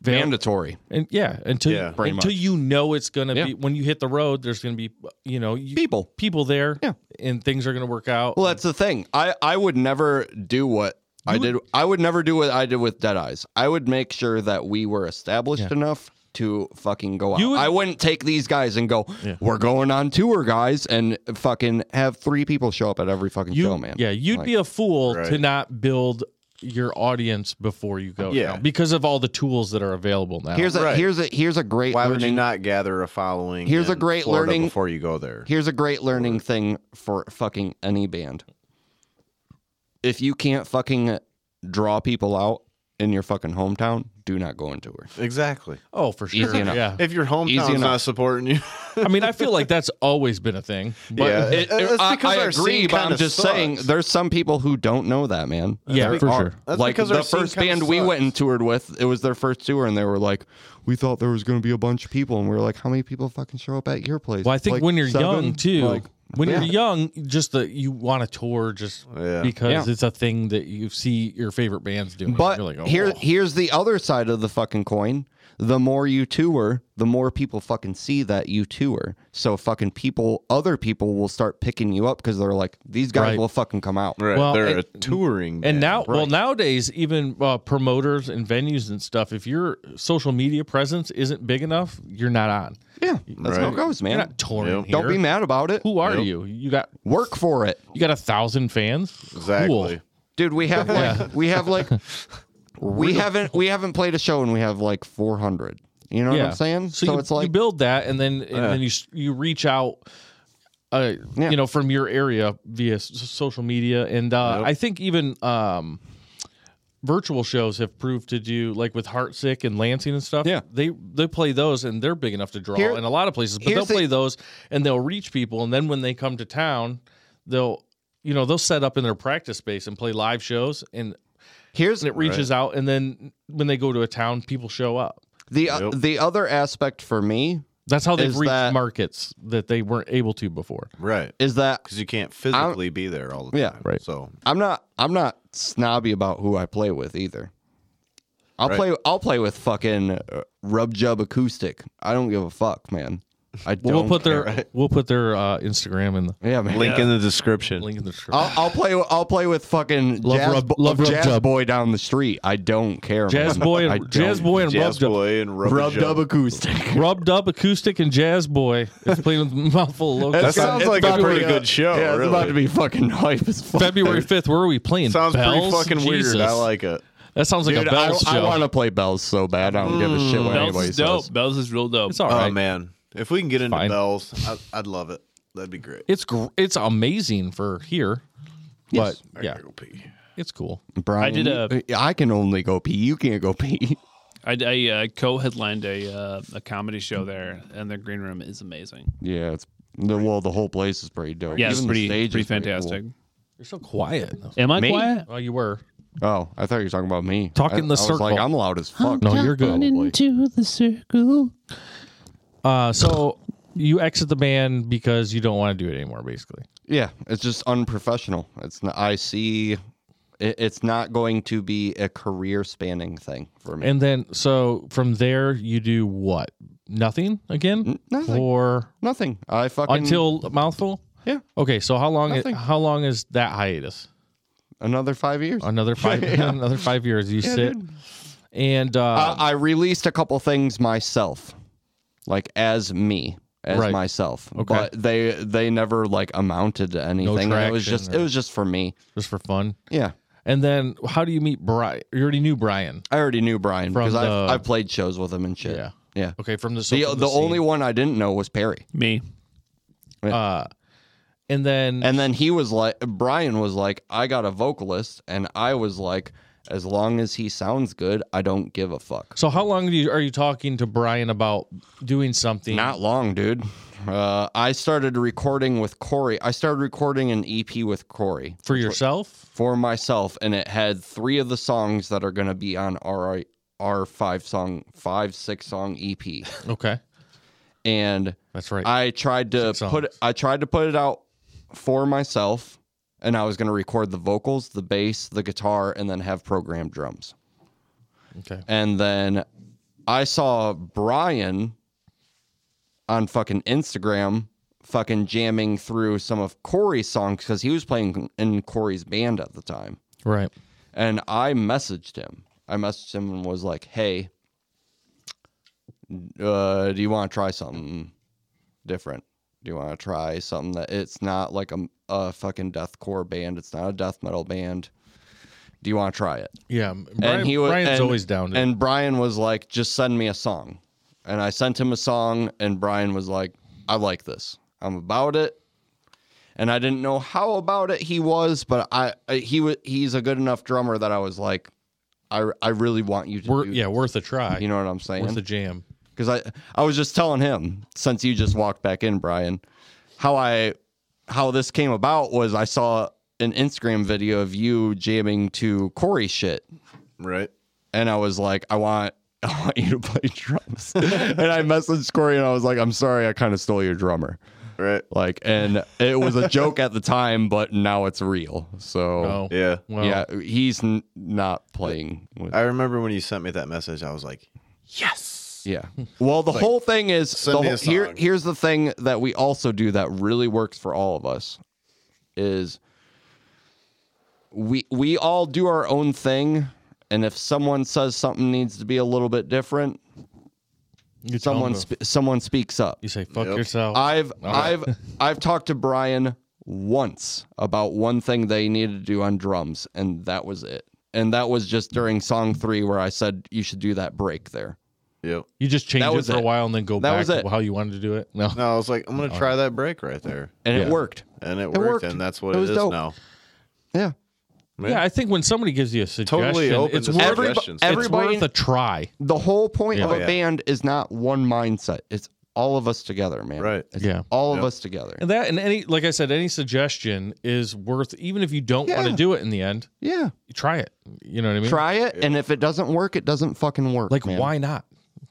very mandatory. and yeah until Yeah, pretty until you know it's gonna Yeah. be when you hit the road there's gonna be you know you, People. people there Yeah. and things are gonna work out Well, that's the thing. I I would never do what I did. I would never do what I did with Dead Eyes. I would make sure that we were established enough to fucking go out. You would- I wouldn't take these guys and go, "We're going on tour, guys," and fucking have three people show up at every fucking you show, man. yeah you'd be a fool to Right. not build your audience before you go Yeah. now because of all the tools that are available now Here's a Right. here's a here's a great Why would you learning not gather a following? Here's a in great Florida learning- before you go there. here's a great learning thing for fucking any band. If you can't fucking draw people out in your fucking hometown, do not go on tour. Exactly. oh for sure Easy enough. yeah If your hometown's enough. not supporting you, i mean i feel like that's always been a thing but yeah, It- That's I, because I our agree, scene but I'm kinda just sucks. saying there's some people who don't know that, man. Yeah, There for are. sure. That's like because the our scene first kinda band we sucks. went and toured with, it was their first tour, and they were like, "We thought there was going to be a bunch of people," and we were like, "How many people fucking show up at your place?" Well, I think Like, when you're seven? young too, Like, when you're young, just that you want to tour just Yeah. because Yeah. it's a thing that you see your favorite bands doing. but You're like, oh, here, oh. here's the other side of the fucking coin: the more you tour, the more people fucking see that you tour. So fucking people, other people will start picking you up because they're like, "These guys Right. will fucking come out." Right, Well, they're and- a touring. and band. now, well, nowadays, even uh, promoters and venues and stuff, if your social media presence isn't big enough, you're not on. Yeah, that's how it Right. goes, You're man. not touring. Yep. Don't here. be mad about it. Who are you? You got Work for it, you got a thousand fans. Cool. exactly. dude. We have like we have like we haven't we haven't played a show and we have like 400. You know what I'm saying? So, So, you, it's you like build that, and then and then you s- you reach out, uh, Yeah. you know, from your area via s- social media, and uh, I think even um, virtual shows have proved to do like with Heartsick and Lansing and stuff. Yeah. they they play those, and they're big enough to draw Here- in a lot of places. But here's they'll the- play those, and they'll reach people, and then when they come to town, they'll you know they'll set up in their practice space and play live shows and. here's And it reaches out, and then when they go to a town, people show up. the the other aspect for me That's how they've is reached that- markets that they weren't able to before. Right. is that Because you can't physically be there all the Yeah. time. Right. So I'm not I'm not snobby about who I play with either. I'll Right. play I'll play with fucking uh, Rub Jub Acoustic. I don't give a fuck, man. I don't We'll put their care. we'll put their uh, Instagram in the yeah, man. link in the description. link in the description. I'll, I'll play. I'll play with fucking Love jazz, Rub- Bo- Love Rub jazz Dub. boy down the street. I don't care. Jazz man. boy, I and, don't. jazz boy, and Oh, Jazz rub dub, boy and rub, Rub Dub. Dub acoustic. rub dub, acoustic, and jazz boy is playing with mouthful of That locust. That's- sounds It's like about a to pretty be, uh, good show. yeah, really. it's about to be fucking hype as fuck. February fifth. Where are we playing? Sounds bells? pretty fucking Jesus. weird. I like it. that. Sounds like Dude, a I, bells I show. Mm. want to play bells so bad. I don't give a shit what Bells anybody is dope. says. Bells is real dope. It's all Oh right. man, if we can get into Fine. bells, I, I'd love it. That'd be great. It's gr- it's amazing for here, but yeah, it's cool. Brian, I did a- you- I can only go pee. You can't go pee. I, I uh, co-headlined a uh, a comedy show there, and their green room is amazing. yeah, it's the well. The whole place is pretty dope. Yeah, it's Even the pretty stage pretty is cool. fantastic. You're so quiet. Am I Me? quiet? Well, you were. Oh, I thought you were talking about me. Talk I- in the I Was like circle. I'm loud as fuck. No, you're good. Into the circle. Uh, so you exit the band because you don't want to do it anymore, basically. Yeah, it's just unprofessional. It's not. I see. It, it's not going to be a career spanning thing for me. And then, so from there, you do what? Nothing again, nothing. or Nothing. I fucking until mouthful. yeah. Okay, so how long? Nothing. How long is that hiatus? Another five years. Another five. Another five years. You sit, and I, uh, I released a couple things myself, like as me, as Right. myself. Okay. But they they never like amounted to anything. it was traction just or- it was just for me. just for fun. Yeah. And then, how do you meet Brian? You already knew Brian. I already knew Brian From because I've, the- I've played shows with him and shit. Yeah. Yeah. Okay, from the so The, from the scene. only one I didn't know was Perry. Me. and then And then he was like, Brian was like, I got a vocalist. And I was like, as long as he sounds good, I don't give a fuck. so how long do you are you talking to Brian about doing something? Not long, dude. Uh, I started recording with Corey. I started recording an EP with Corey for yourself. for myself, and it had three of the songs that are going to be on our our five song, five six song EP. Okay, and that's right. I tried to Six put it, songs. I tried to put it out for myself, and I was going to record the vocals, the bass, the guitar, and then have programmed drums. okay, And then I saw Brian on fucking Instagram fucking jamming through some of Corey's songs because he was playing in Corey's band at the time. right. And I messaged him. I messaged him and was like, hey, uh, do you want to try something different? Do you want to try something that it's not like a, a fucking deathcore band? It's not a death metal band. Do you want to try it? Yeah, Brian, and he was Brian's and- always down. To, And Brian was like, "Just send me a song," and I sent him a song, and Brian was like, "I like this. I'm about it." And I didn't know how about it he was, but I I- he was he's a good enough drummer that I was like, I I really want you to. wor- do yeah, worth a try. this." you know what I'm worth a saying? jam. Because I I was just telling him since you just walked back in, Brian, how I how this came about was I saw an Instagram video of you jamming to Corey shit Right. and I was like, I want, I want you to play drums. and I messaged Corey and I was like, I'm sorry, I kind of stole your drummer. Right. Like, and it was a joke at the time, but now it's real. So Oh, Yeah. Well, yeah, he's n- not playing with. I remember when you sent me that message, I was like, yes. yeah. Well, the whole thing is the send me whole- a here. song. Here's the thing that we also do that really works for all of us is we we all do our own thing, and if someone says something needs to be a little bit different, you tell someone him to- sp- someone speaks up. you say fuck Yep. yourself. I've right. I've I've talked to Brian once about one thing they needed to do on drums, and that was it. And that was just during song three where I said you should do that break there. Yep. you just change that it was for a it. while and then go That back was it. to how you wanted to do it. No, No, I was like, I'm gonna Oh. try that break right there, And it worked. and it worked, worked. and that's what It it was is dope. now. Yeah. yeah, I think when somebody gives you a suggestion, Totally open it's to worth, Every- suggestions. every- it's Everybody- worth a try. The whole point of Oh, Yeah. a Yeah. band is not one mindset. It's all of us together, man. Right. It's Yeah. All of us together. And that and any like I said, any suggestion is worth even if you don't want to Yeah. do it in the end, Yeah. try it. You know what I mean? Try it, and if it doesn't work, it doesn't fucking work. like man. why not?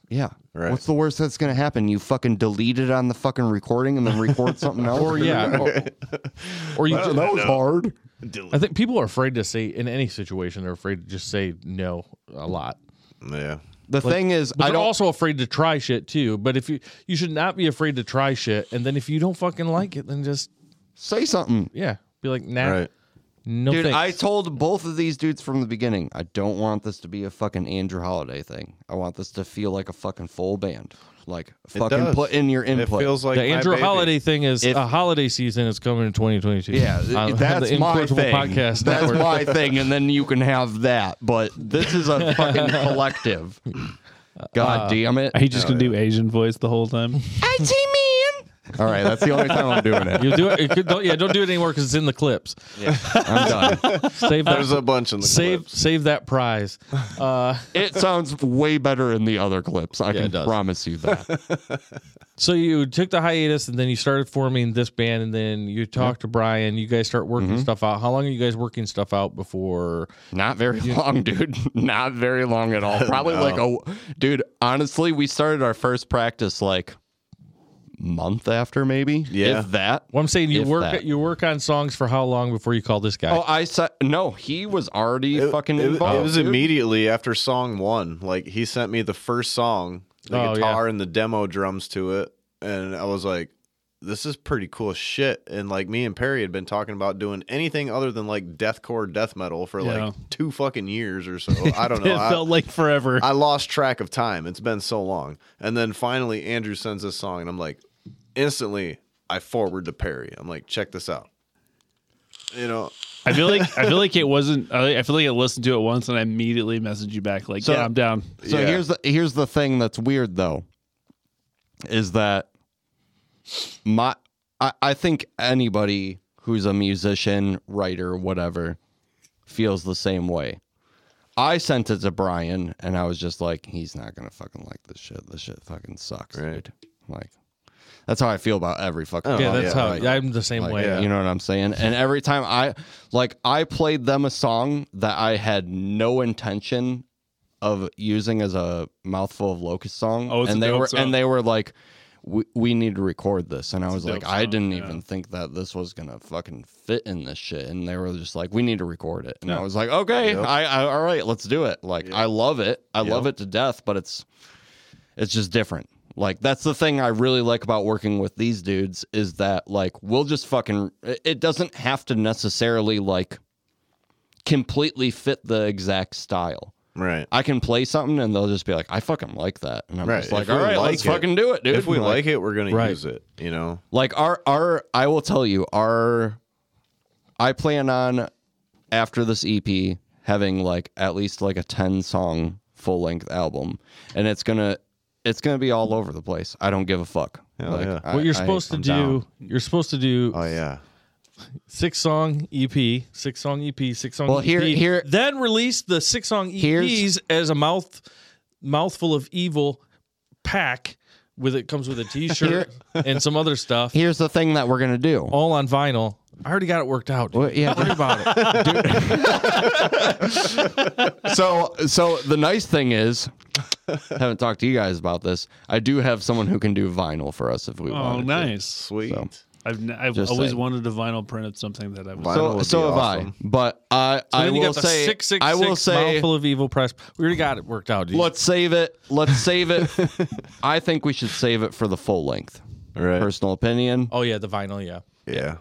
Yeah. Right. What's the worst that's gonna happen? You fucking delete it on the fucking recording and then record something else. Or yeah. Or, or you just, was hard. I think people are afraid to say in any situation, they're afraid to just say no a lot. Yeah. The thing is, But I they're don't. also afraid to try shit too. But if you you should not be afraid to try shit and then if you don't fucking like it, then just Say something. yeah, be like nah. Right. No Dude, I thanks. told both of these dudes from the beginning, I don't want this to be a fucking Andrew Holiday thing. I want this to feel like a fucking full band. Like fucking does. put in your It input. feels like the my Andrew baby. Holiday thing is If- a holiday season is coming in 2022. yeah, On- on that's the my Incorrigible thing. Podcast that's Network. my thing, and then you can have that. But this is a fucking collective. God damn it! Uh, Are you just gonna do Asian voice the whole time? I see All right, that's the only time I'm doing it. You do it. it could, don't, yeah, don't do it anymore because it's in the clips. I'm done. Save that. There's a bunch in the save clips. save that prize. Uh, It sounds way better in the other clips. I it can does. promise you that. so you took the hiatus and then you started forming this band and then you talked to Brian. You guys start Mm-hmm. working stuff out. How long are you guys working stuff out before? Not very long, dude. Not very long at all. Probably like a dude. Honestly, we started our first practice like month after, maybe. Yeah. if that. Well, I'm saying you If work that. you work on songs for how long before you call this guy? Oh, I said no. He was already fucking It, it involved. was dude. immediately after song one. Like he sent me the first song, the Oh, yeah. guitar and the demo drums to it, and I was like, "This is pretty cool shit." And like me and Perry had been talking about doing anything other than like deathcore death metal for Yeah. like two fucking years or so. I don't know. it I- felt like forever. I lost track of time. It's been so long. And then finally, Andrew sends this song, and I'm like, instantly, I forward to Perry. I'm like, check this out. You know, I feel like I feel like it wasn't. I I feel like I listened to it once and I immediately messaged you back like, So- "Yeah, I'm down." So Yeah. here's the here's the thing that's weird though, is that my I, I think anybody who's a musician, writer, whatever, feels the same way. I sent it to Brian and I was just like, he's not gonna fucking like this shit. This shit fucking sucks, Right. dude. Like that's how I feel about every fucking Oh, yeah, song. that's yeah, how right. I'm the same Like, way. You know what I'm saying? And every time I like I played them a song that I had no intention of using as a mouthful of locust song. Oh, it's and a they dope were song. and they were like we, we need to record this and I was a like dope I song, didn't yeah. even think that this was going to fucking fit in this shit and they were just like we need to record it and I was like okay I, I all right let's do it like I love it I love it to death but it's it's just different. Like that's the thing I really like about working with these dudes is that like we'll just fucking it- it doesn't have to necessarily like completely fit the exact style. right. I can play something and they'll just be like, I fucking like that. And I'm Right. just like, If we all right, like let's it- fucking do it, dude. If we And, like it, we're gonna Right. use it. You know, like our our I will tell you our I plan on after this EP having like at least like a 10 song full length album and it's going to it's going to be all over the place. I don't give a fuck. Like, yeah. I- What you're I- supposed to I'm do, down. Uh, you're supposed to do oh yeah, six song EP, six song EP, six song. Well, EP, here- here- then release the six song Here's- EPs as a mouth mouthful of evil pack. With it comes with a T-shirt and some other stuff, Here's the thing that we're going to do. all on vinyl. I already got it worked out. dude. Well, yeah. Worry about it. so, so the nice thing is, haven't talked to you guys about this. I do have someone who can do vinyl for us if we Oh, want. nice. sweet. So. I've n- I've Just always saying. wanted a vinyl print of something that I was. Vinyl So, would be so have awesome. I. But I, I then will you got the say, six, six, I will six say, mouthful of evil press. We already got it worked out. Dude. let's save it. Let's save it. I think we should save it for the full length. Right. Personal opinion, oh yeah, the vinyl. Yeah, Yeah.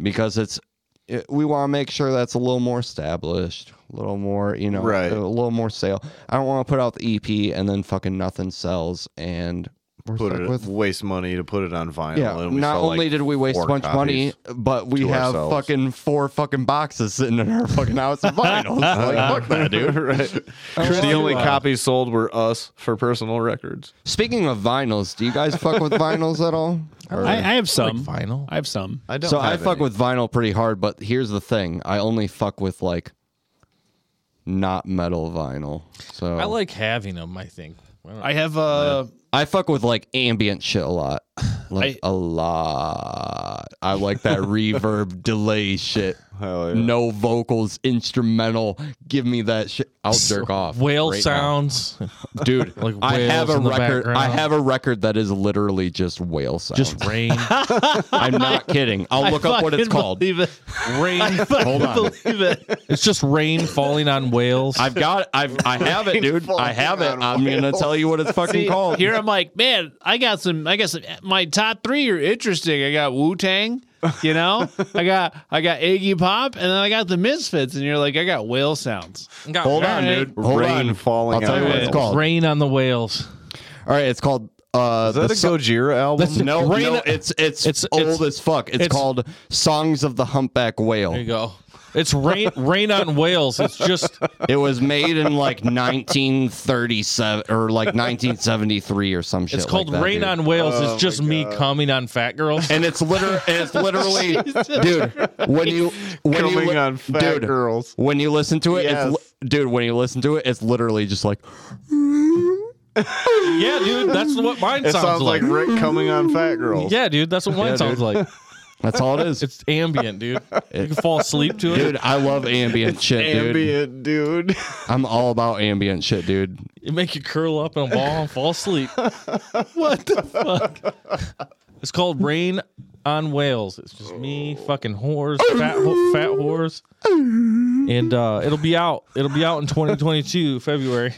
because it's it, we want to make sure that's a little more established, a little more, you know, Right. a little more sale. I don't want to put out the EP and then fucking nothing sells and we're Put stuck it with waste money to put it on vinyl. yeah. and we Not sell, like, only did we waste four a bunch of money, copies. but we to have ourselves. fucking four fucking boxes sitting in our fucking house of vinyl. like, Oh, fuck that, dude. Uh, right. the only copies sold were us for personal records. Speaking of vinyls, do you guys fuck with vinyls at all? Or- I, I have some vinyl. I have some. I don't. so I fuck with vinyl pretty hard, but here's the thing: I only fuck with like not metal vinyl. So I like having them. I think. I don't- I have uh, I fuck with like ambient shit a lot, like a lot. I like that reverb delay shit. Hell yeah. No vocals, instrumental. Give me that shit. I'll jerk off. Whale right now. sounds. dude. Like I whales have a in the record. I background. have a record that is literally just whale sounds. Just rain, I'm not kidding. I'll look up what it's called. Believe it. rain. Hold on. Believe it. It's just rain falling on whales. I've got it. I've I have it, dude. I have it. I'm gonna tell you what it's fucking called. Here I'm like, man, I got some. I got some. My top three are interesting. I got Wu Tang, you know. I got I got Iggy Pop, and then I got the Misfits. And you're like, I got whale sounds. got Hold on, rain- dude. Hold Rain on. falling I'll tell on you what it's whales. called. Rain on the whales. All right, it's called. Uh, Is that the a so- Gojira album? no, Rain- no, it's it's It's- old it's- as fuck. It's, it's- called "Songs of the Humpback Whale." There you go. It's rain, rain on whales. It's just It was made in like 1937 or like 1973 or some shit. it's called like that, rain dude. on whales. it's just me coming on fat girls. And it's literally, it's literally, dude. When you when you Coming li- on fat dude, girls. When you listen to it, Yes. it's li- dude. When you listen to it, it's literally just like yeah, dude, that's what mine It sounds, sounds like like. Rick coming on Fat Girls. yeah, dude, that's what mine sounds like. that's all it is. It's ambient, dude. You can fall asleep to it. dude, I love ambient shit, dude. Ambient dude. I'm all about ambient shit, dude. It make you curl up in a ball and fall asleep. what the fuck? It's called rain on whales. It's just Oh. me fucking whores, fat ho- fat whores, and uh, it'll be out. It'll be out in 2022 February.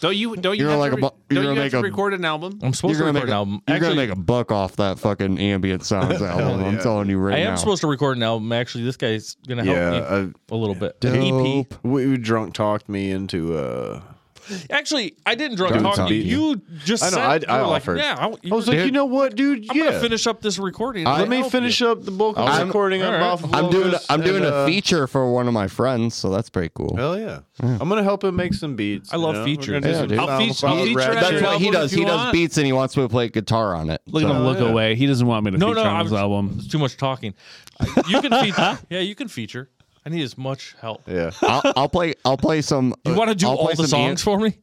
Don't you don't you You're have like to a re- bu- you're don't you gonna have to make a- record an album? I'm supposed to gonna record an make a- album. You're Actually, gonna make a buck off that fucking ambient sounds album. I'm telling you right I now. am supposed to record an album. Actually, this guy's gonna help me Yeah, a little bit. uh, E Dope. EP. we, drunk talked me into. Uh, Actually, I didn't drunk Drunk talk talk you. you. You just I know, said I- you I were offered. Like, yeah, I, I was like, you know what, dude? am yeah, gonna finish up this recording. I- let me help finish you. up the vocal I'm- recording on all right. Mouth of I'm doing Locusts I'm doing and, a uh, feature for one of my friends, so that's pretty cool. Hell yeah. I'm gonna help him make some beats. I love you know? features. We're gonna do Yeah, some dude. I'll sound feature- about I'll feature rap. it. That's Your what he album does. if He you does want. beats and he wants me to play guitar on it. Look at So- him look yeah. away. He doesn't want me to No, feature no, on his I'm- album. It's too much talking. You can feature. yeah, you can feature. I need as much help. Yeah, I'll, I'll play. I'll play some. You want to to do all the songs for me?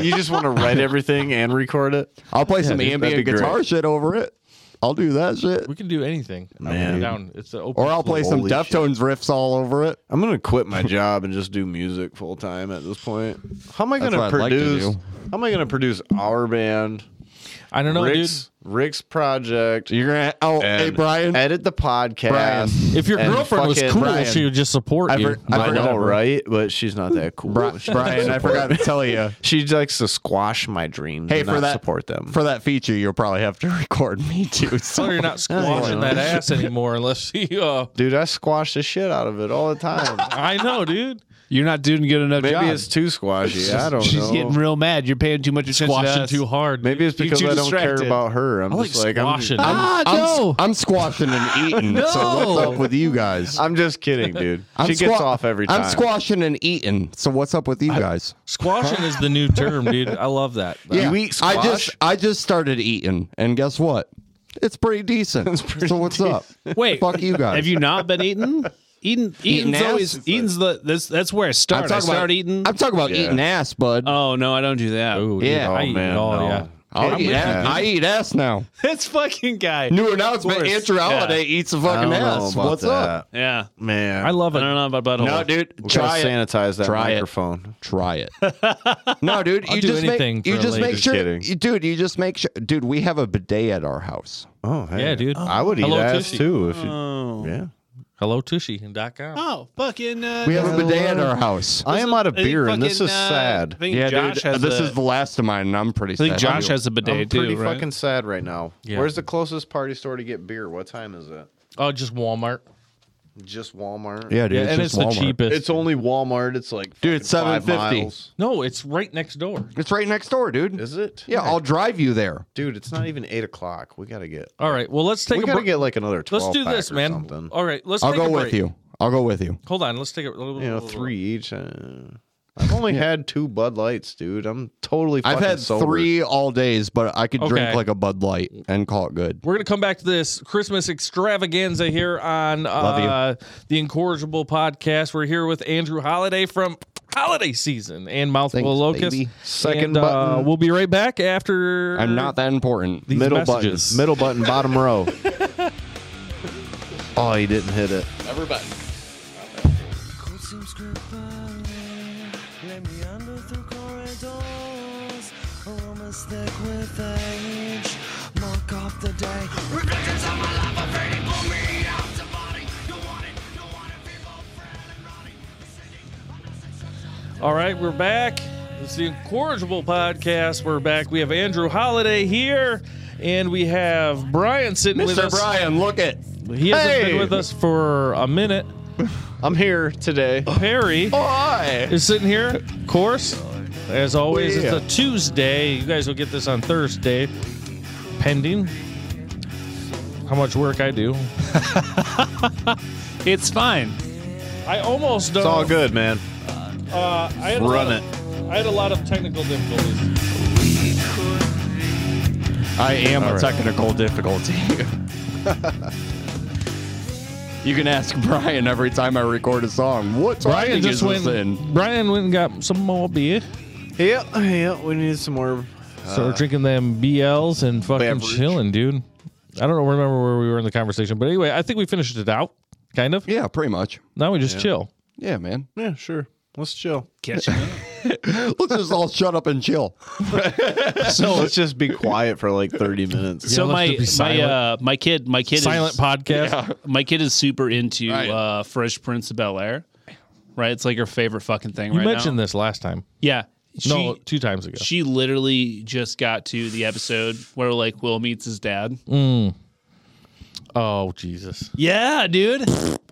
you just want to write everything and record it. I'll play some dude, that'd ambient be great. guitar shit over it. I'll do that shit, We can do anything. Man. I'm down. It's an open. or I'll play some Holy shit. Deftones riffs all over it. I'm gonna quit my job and just do music full time at this point. How am I That's gonna what I'd like to produce? do. how am I gonna produce our band? I don't know, Rick's Rick's project. You're gonna. Oh, hey and Brian. edit the podcast. dude. If your and girlfriend was fucking- cool, Brian. she would just support I you. for- I, know, forgot- right? But she's not that cool. Bri- She doesn't Brian, I support forgot me. to tell you. She likes to squash my dreams. Hey, and for not that support them. for that feature, you'll probably have to record me too. Tell So her you're not squashing that ass anymore unless she. Uh, Dude, I squash the shit out of it all the time. I know, dude. You're not doing good enough Maybe job. it's too squashy. I don't She's know. getting real mad. You're paying too much attention to Squashing us. too hard. Maybe it's You're because too I don't care distracted. about her. I'm I like just like I'm, squashing. I'm, ah, I'm, no. I'm squashing and eating. So what's No. up with you guys? I'm just kidding, dude. I'm Uh, she gets squa- off every time. I'm squashing and eating. So what's up with you guys? Squashing is the new term, dude. I love that. You eat I just squash? I just started eating, and guess what? It's pretty decent. so what's up? Wait, Fuck you guys. Have you not been eating? Eating, eating's ass? always eating's the this that's where I start. I start about eating. I'm talking about Yeah. eating ass, bud. oh no, I don't do that. Ooh, dude, Yeah. I Oh, eat man, it all. no. Yeah. I'll eat with ass. you. I eat ass now. This fucking guy. New announcement: course. Andrew Holiday eats a I don't fucking know ass. about What's up? that. Yeah, man? I love I it. don't know about butthole. No, dude, We try gotta it. sanitize that Try it. microphone. Try it. no, dude, you do just anything make for you a just lady. make Just sure, kidding. you- dude. You just make sure, dude. We have a bidet at our house. Oh, hey. Yeah, dude. I would eat Hello, ass Tushy. too if you. Oh, Yeah. Hello, Tushy.com. oh, fucking. Uh, We have a Hello. bidet at our house. I am out of I think beer, and this fucking, is uh, I sad. think Yeah, Josh Uh, dude. has This the- is the last of mine, and I'm pretty. I think sad. Josh has a bidet I'm pretty too, right? fucking sad right now. Yeah. Where's the closest party store to get beer? What time is it? Oh, just Walmart. Just Walmart. Yeah, dude. Yeah, and it's just the Walmart. cheapest. It's only Walmart. It's like Dude, it's fucking five 7.50. miles. No, it's right next door. It's right next door, dude. Is it? yeah, I'll drive you there. dude, it's not even eight o'clock. We gotta get. All right. Well, let's take we a gotta break. get like another Let's twelve. do this, or man. Oh. Something. All right. Let's I'll take go a with break. you. I'll go with you. Hold on. Let's take a little You know, three each. Uh, I've only had two Bud Lights, dude. I'm totally. I've fucking had sober. three all days, but I could Okay. drink like a Bud Light and call it good. We're going to come back to this Christmas extravaganza here on you. uh, the Incorrigible podcast. We're here with Andrew Holiday from Holiday Season and Mouthful Thanks, of Locust. baby. Second And, uh, button. we'll be right back after. I'm not that important. these middle messages. button, middle button, bottom row. oh, he didn't hit it. All right, we're back. It's the Incorrigible podcast. We're back. We have Andrew Holiday here, and we have Brian sitting with Mr. us. Brian, look at. He hasn't Hey! been with us for a minute. I'm here today. Perry Oh, Hi. is sitting here, of course. As always, Yeah. it's a Tuesday. You guys will get this on Thursday, pending how much work I do. It's fine. I almost It's don't. all good, man. Oh. Uh, I had a Run lot of- I had a lot of technical difficulties. I am a right. technical difficulty. you can ask Brian every time I record a song. What Brian Brian just went. this in? Brian went and got some more beer. Yep, yep. We need some more. Started drinking them BLs and fucking beverage. chilling, dude. I don't remember where we were in the conversation, but anyway, I think we finished it out, kind of. Yeah, pretty much. Now we just chill. Yeah, man. Yeah, sure. Let's chill. Catch you. Let's just all shut up and chill. so Let's just be quiet for like 30 minutes. so let's my just be my silent. uh my kid my kid Silent is, podcast. my kid is super into Right. uh Fresh Prince of Bel Air. Right, it's like her favorite fucking thing. You right mentioned now. this last time. yeah. no, She- two times ago. She literally just got to the episode where like Will meets his dad. Mm. oh Jesus! Yeah, dude.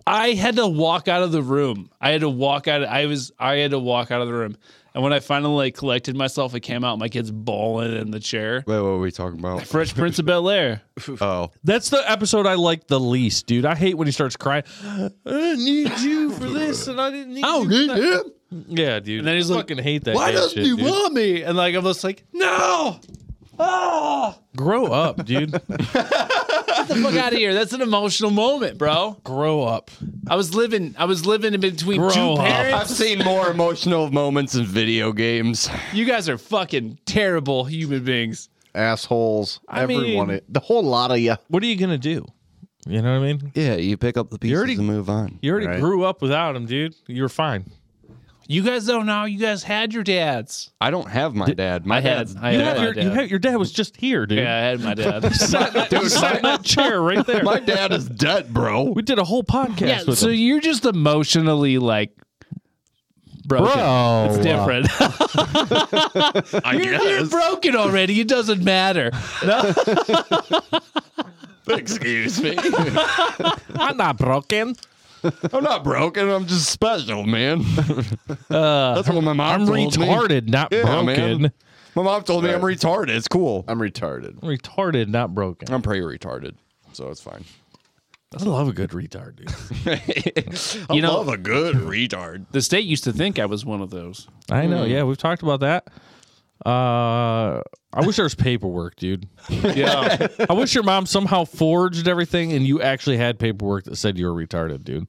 I had to walk out of the room. I had to walk out. I was. I had to walk out of the room. And when I finally like collected myself, I came out. My kid's bawling in the chair. Wait, what are we talking about? Fresh Prince of Bel Air. Oh, That's the episode I like the least, dude. I hate when he starts crying. I didn't need you for this, and I didn't need you. for that. Yeah, dude. And then he's I like, fucking hate that. Why kind of doesn't shit, he dude. want me? And like I'm just like, no, ah, Grow up, dude. fuck out of here. That's an emotional moment, bro. Grow up. I was living. I was living in between Grow two up. I've parents. seen more emotional moments in video games. You guys are fucking terrible human beings. Assholes. I everyone. mean- the whole lot of you. What are you gonna do? You know what I mean? Yeah, you pick up the pieces already- and move on. You already Right. grew up without him, dude. You were fine. You guys don't know. You guys had your dads. I don't have my dad. My I had. dad's I You had have my your, dad. you have, your dad was just here, dude. yeah, I had my dad. Dude, sat in that chair right there. my dad is dead, bro. We did a whole podcast yeah. with So him. you're just emotionally like, broken. Bro, It's different. I you're, you're broken already. It doesn't matter. Excuse me. I'm not broken. I'm not broken. I'm just special, man. That's what my mom I'm told me. retarded, not Yeah, broken. man. My mom told me I'm retarded. It's cool. I'm retarded. Retarded, not broken. I'm pretty retarded, so it's fine. I love a good retard, dude. I You know- love a good retard. The state used to think I was one of those. I Mm. know. Yeah, we've talked about that. Uh, I wish there was paperwork, dude. Yeah. I wish your mom somehow forged everything and you actually had paperwork that said you were retarded, dude.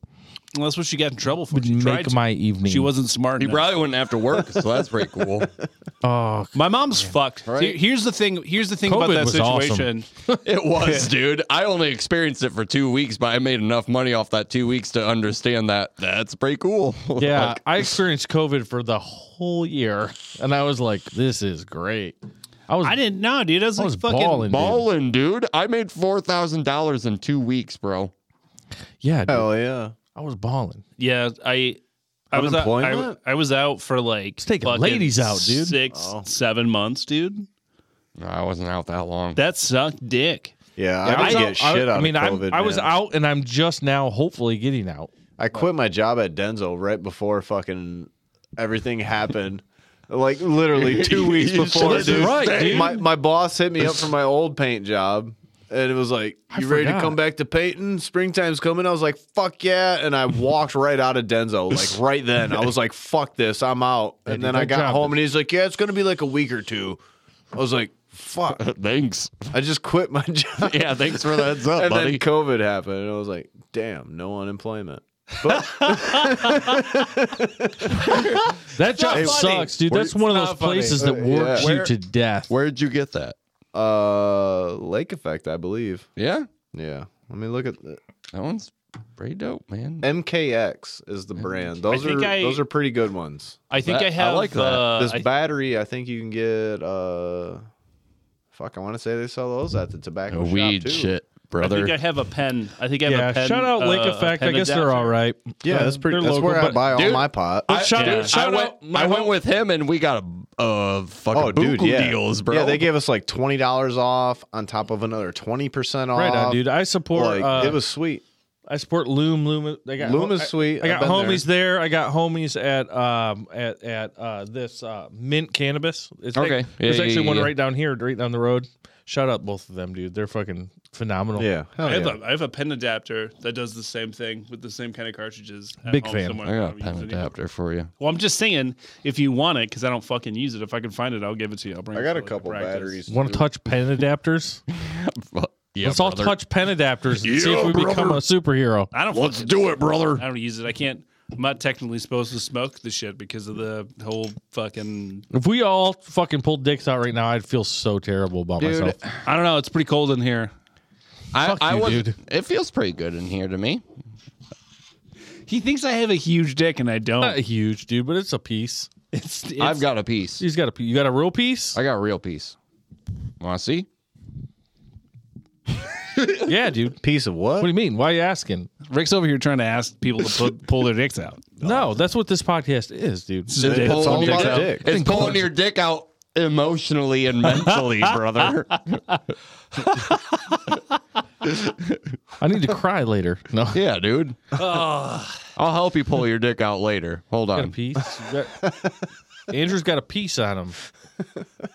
well, that's what she got in trouble for. Would She tried make to. my evening. She wasn't smart. You enough. probably wouldn't have to work, so that's pretty cool. Oh, My mom's fucked. Right. Here's the thing. Here's the thing COVID about that was awesome. situation. It was, dude. I only experienced it for two weeks, but I made enough money off that two weeks to understand that that's pretty cool. yeah. Like, I experienced COVID for the whole year, and I was like, "This is great." I was. I didn't know, dude. I was, I like was fucking. balling, dude. Ballin', dude. I made four thousand dollars in two weeks, bro. Yeah, dude, Hell yeah. I was balling. Yeah, I. I was out, I, Unemployment? I was out for like taking fucking ladies out, dude. Six, Oh. seven months, dude. No, I wasn't out that long. That sucked dick. Yeah, Yeah, I didn't was get out- shit out I mean, of I'm- COVID. I was man. out, and I'm just now, hopefully, getting out. I quit my job at Denzel right before fucking everything happened. Like literally two weeks You before, should've dude. Right, dude. My my boss hit me up for my old paint job, and it was like, "You ready to forgot. come back to painting? Springtime's coming." I was like, "Fuck yeah!" And I walked right out of Denzo, like right then. I was like, "Fuck this, I'm out." And dude, then I that got job home, and he's like, "Yeah, it's gonna be like a week or two. I was like, "Fuck!" Thanks. I just quit my job. Yeah, thanks for the heads up, and buddy. then COVID happened, and I was like, "Damn, no unemployment." But That job not funny. sucks, dude. That's Where- one of it's those not funny. places that Uh, works yeah. you Where- to death. Where'd you get that? Uh, Lake Effect, I believe. Yeah, Yeah. Let me look at the, that one's pretty dope, man. MKX is the brand. Those think are I- those are pretty good ones. I think That- I I have. like that. Uh, this I- battery, I think you can get. uh Fuck, I want to say they sell those at the tobacco Uh, shop Weed too. shit, I think I brother. have a pen. I think I have yeah, a pen. shout out Lake uh, a Effect. I pen guess they're adapter. all right. Yeah, that's pretty. They're That's local, where I but- buy all Dude, my pot. But shout yeah. out, shout I went, out. I went with him, and we got a uh, fucking oh, dude, buku yeah. deals, bro. Yeah, they gave us like twenty dollars off on top of another twenty percent off. right on, dude. I support. Like uh, it was sweet. I support Loom. Loom. They got Loom is I- sweet. I, got I've been homies there. I got homies at um at at uh, this uh, Mint Cannabis. It's Okay. like- there's Yeah, yeah, actually yeah, one yeah. right down here, right down the road. Shout out both of them, dude. They're fucking phenomenal. Yeah. Hell I have, yeah. a, I have a pen adapter that does the same thing with the same kind of cartridges. At Big home fan. somewhere. I got a don't use pen it anymore. adapter for you. Well, I'm just saying, if you want it, because I don't fucking use it. If I can find it, I'll give it to you. I'll bring. I it got a to, like, couple practice. batteries. Want to too. touch pen adapters? Yeah, Let's all touch pen adapters and see if we become a superhero. I don't. Let's fucking- do it, brother. I don't use it. I can't. I'm not technically supposed to smoke the shit because of the whole fucking. If we all fucking pulled dicks out right now, I'd feel so terrible about Dude, myself. I don't know. It's pretty cold in here. I, I you, was. dude. It feels pretty good in here to me. He thinks I have a huge dick and I Not don't. huge, dude, but it's a piece. It's, it's, I've got a piece. He's got a. You got a real piece? I got a real piece. Want to see? yeah, dude. piece of What do what? you mean? Why are you asking? Rick's over here trying to ask people to put, pull their dicks out. No, that's what this podcast is, dude. It's It's pulling all your about dick. dick. It's pulling your dick out emotionally and mentally, brother. I need to cry later. No, you Yeah, dude. I'll help you pull your dick out later. Hold got a on. piece. You got- Andrew's got a piece on him.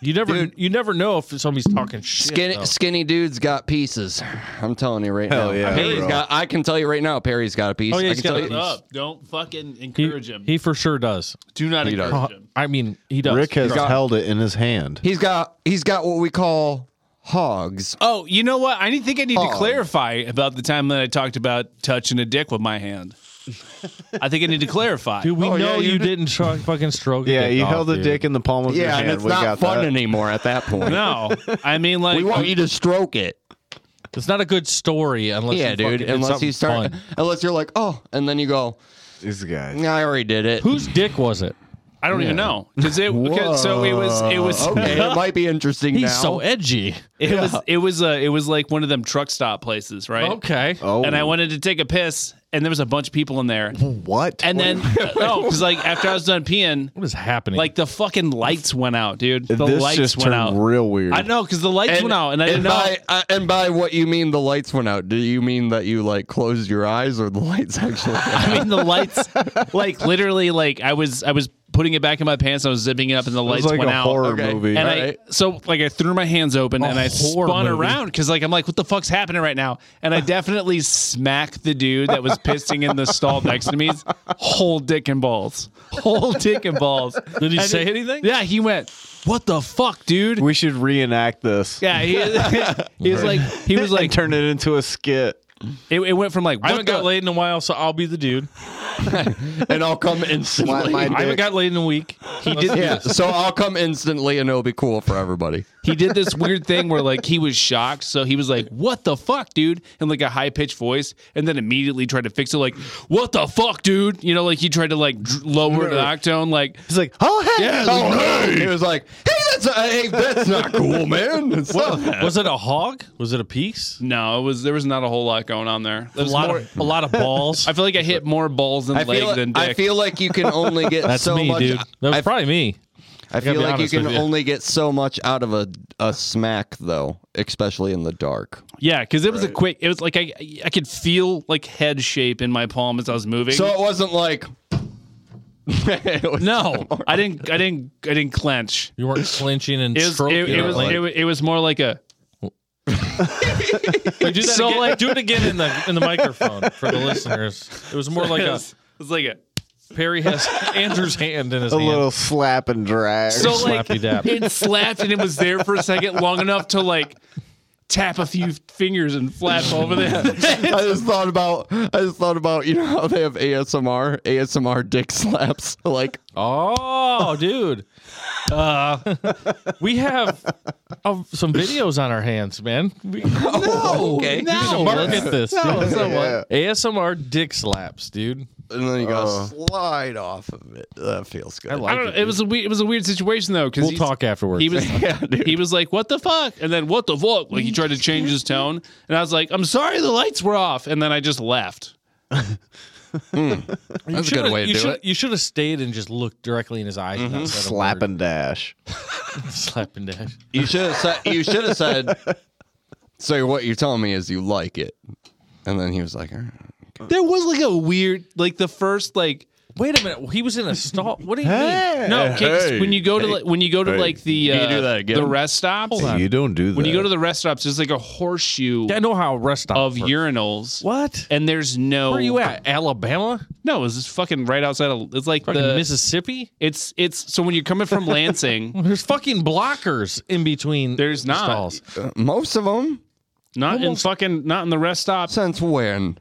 You never, you never know if somebody's talking shit. Skinny, though. skinny dude's got pieces. I'm telling you right Hell now. yeah, Perry's bro. got. I can tell you right now. Perry's got a piece. Oh, yeah, I he's can got tell a you- Up. Don't fucking he, encourage him. he for sure does. Do not He does. encourage Uh, him. I mean, he does. Rick has got- held it in his hand. He's got. He's got what we call hogs. Oh, you know what? I need- think I need to clarify about the time that I talked about touching a dick with my hand. I think I need to clarify. Dude, we Oh, yeah, know you you did- didn't tr- fucking stroke. a Yeah, dick you off, held the dude. dick in the palm of your Yeah, hand. and it's we not got fun that. anymore at that point. No, I mean like We want you to stroke it. It's not a good story unless Yeah, you dude. Unless you start, Fun. unless you're like, oh, and then you go, These guys. "Nah, I already did it. Whose dick was it? I don't even know because it. Because, so it was. It was. Okay, it might be interesting He's now. so edgy. It was. It was. Uh, it was like one of them truck stop places, right? Okay. Oh, And I wanted to take a piss, and there was a bunch of people in there. what? And then no, because like after I was done peeing, What is happening? like the fucking lights went out, dude. The this lights just went turned out. real weird. I know because the lights went out, and I didn't know. by, uh, and by what you mean the lights went out? Do you mean that you like closed your eyes or the lights actually? went out? I mean, the lights, like literally, like I was, I was putting it back in my pants. I was zipping it up, and the It lights was like went a out. horror Okay. movie. And I Alright. so like I threw my hands open and I horror spun movie. around because like I'm like, what the fuck's happening right now? And I definitely smacked the dude that was pissing in the stall next to me's whole dick and balls, whole dick and balls. Did he And say anything? Yeah, he went, what the fuck, dude? we should reenact this. yeah, he, he was like, he was like, turn it into a skit. it, it went from like, I what haven't the, got laid in a while, so I'll be the dude. and I'll come instantly. My- my- I haven't got laid in a week. He did yeah, so I'll come instantly, and it'll be cool for everybody. he did this weird thing where like he was shocked, so he was like, "What the fuck, dude?" in like a high pitched voice, and then immediately tried to fix it, like, "What the fuck, dude?" You know, like he tried to like dr- lower the octane, like He's like, oh hey, Yeah, oh, hey. he was like, "Hey, that's uh, hey, that's not cool, man." It's not that. Was it a hog? Was it a piece? no, it was there was not a whole lot going on there. There A was lot more- of a lot of balls. I feel like I hit more balls in I leg feel, than dick. I feel like you can only get That's so me, much. dude. That was I, probably me. I be feel like you honest can with you. only get so much out of a a smack though, especially in the dark. yeah, because it was a quick. It was like I I could feel like head shape in my palm as I was moving. So it wasn't like. It was- no, I didn't. I didn't. I didn't clench. You weren't clinching and It was. stroking. It, it, was, like, it was. It was more like a. Wait, do that so, again. like- do it again in the in the microphone for the listeners. It was more like It a was, it was like a. Perry has Andrew's hand in his a hand. little slap and drag. So like Slappy dap. it slapped and it was there for a second, long enough to like tap a few fingers and flap over there. I just thought about I just thought about you know how they have ASMR ASMR dick slaps like Oh, dude. Uh, we have uh, some videos on our hands, man. We, oh okay no, look at this. dude. yeah. ASMR dick slaps, dude. and then you go slide off of it that feels good Oh. I I don't know. It was a we- it was a weird situation though because We'll talk afterwards. He was he was like, "What the fuck?" And then what the fuck? Like he tried to change his tone, and I was like, "I'm sorry, the lights were off." And then I just left. that's a good way to you do should, it You should have stayed and just looked directly in his eyes. and not said a slap word. and dash. Slap and dash. you should have said you should have said so what you're telling me is you like "Uh, it and then he was like all right. There was like a weird, like the first like Wait a minute. He was in a stall. What do you mean? No, 'cause Hey, when you go to hey, like, when you go to hey. like the Can you uh, do that again? the rest stops. You don't do that. When you go to the rest stops, there's like a horseshoe I know how rest stop of works. urinals. What? And there's no. Where are you at? Alabama? No, it's just fucking right outside of. It's like Fucking the. Mississippi? It's it's so when you're coming from Lansing, There's fucking blockers in between. There's the not. stalls. Most of them not in fucking not in the rest stops since when?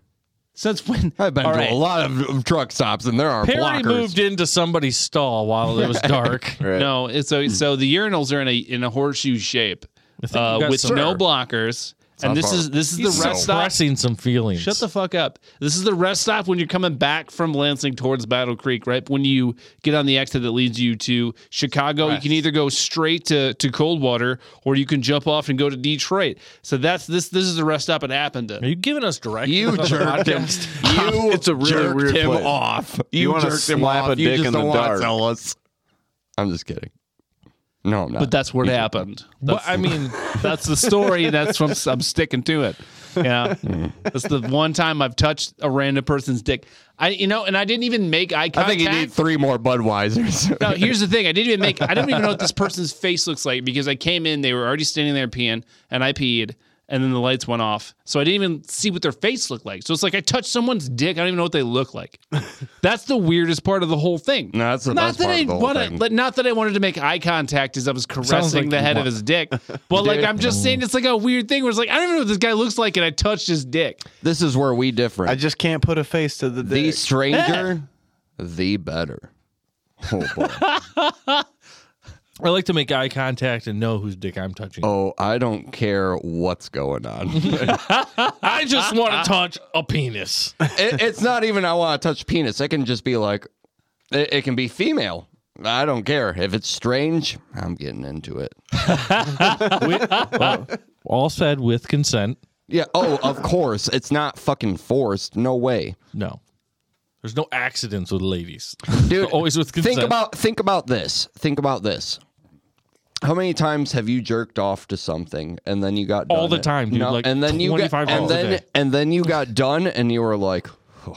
since when? I've been All to right. a lot of, of truck stops, and there are Perry blockers. moved into somebody's stall while it was dark. Right. No, it's so so the urinals are in a in a horseshoe shape you uh, got with served. no blockers, and this far- is this is the rest stop. Expressing some feelings. Shut the fuck up. This is the rest stop when you're coming back from Lansing towards Battle Creek, right? When you get on the exit that leads you to Chicago, you can either go straight to, to Coldwater or you can jump off and go to Detroit. So that's this this is the rest stop at Appendon. Are you giving us directions? You jerked him. You It's a really jerked weird him place. off. You You, wanna jerked him slap off. a you dick just in the don't wanna dark. tell us. I'm just kidding. No, I'm not. But that's what happened. But, I mean, That's the story. That's from I'm sticking to it. Yeah, Mm. that's the one time I've touched a random person's dick. I, you know, and I didn't even make eye I contact. think you need three more Budweisers. no, here's the thing. I didn't even make. I don't even know what this person's face looks like because I came in. They were already standing there peeing, and I peed, and then the lights went off. So I didn't even see what their face looked like. So it's like I touched someone's dick. I don't even know what they look like. That's the weirdest part of the whole thing. No, that's the not best that part I of the whole wanna, thing. but not that I wanted to make eye contact as I was caressing like the you head of want- his dick. But like I'm just saying, it's like a weird thing where it's like I don't even know what this guy looks like, and I touched his dick. this is where we differ. I just can't put a face to the dick. the stranger, the better. Oh boy. I like to make eye contact and know whose dick I'm touching. Oh, I don't care what's going on. it, I just want to touch a penis. it's not even I want to touch penis. It can just be like, it, it can be female. I don't care if it's strange. I'm getting into it. All said with consent. Yeah. Oh, of course. It's not fucking forced. No way, No. There's no accidents with ladies. dude. Always with consent. think about think about this. Think about this. How many times have you jerked off to something and then you got done All the it- time, dude, like and then you got, 25 and times a then day. and then you got done and you were like,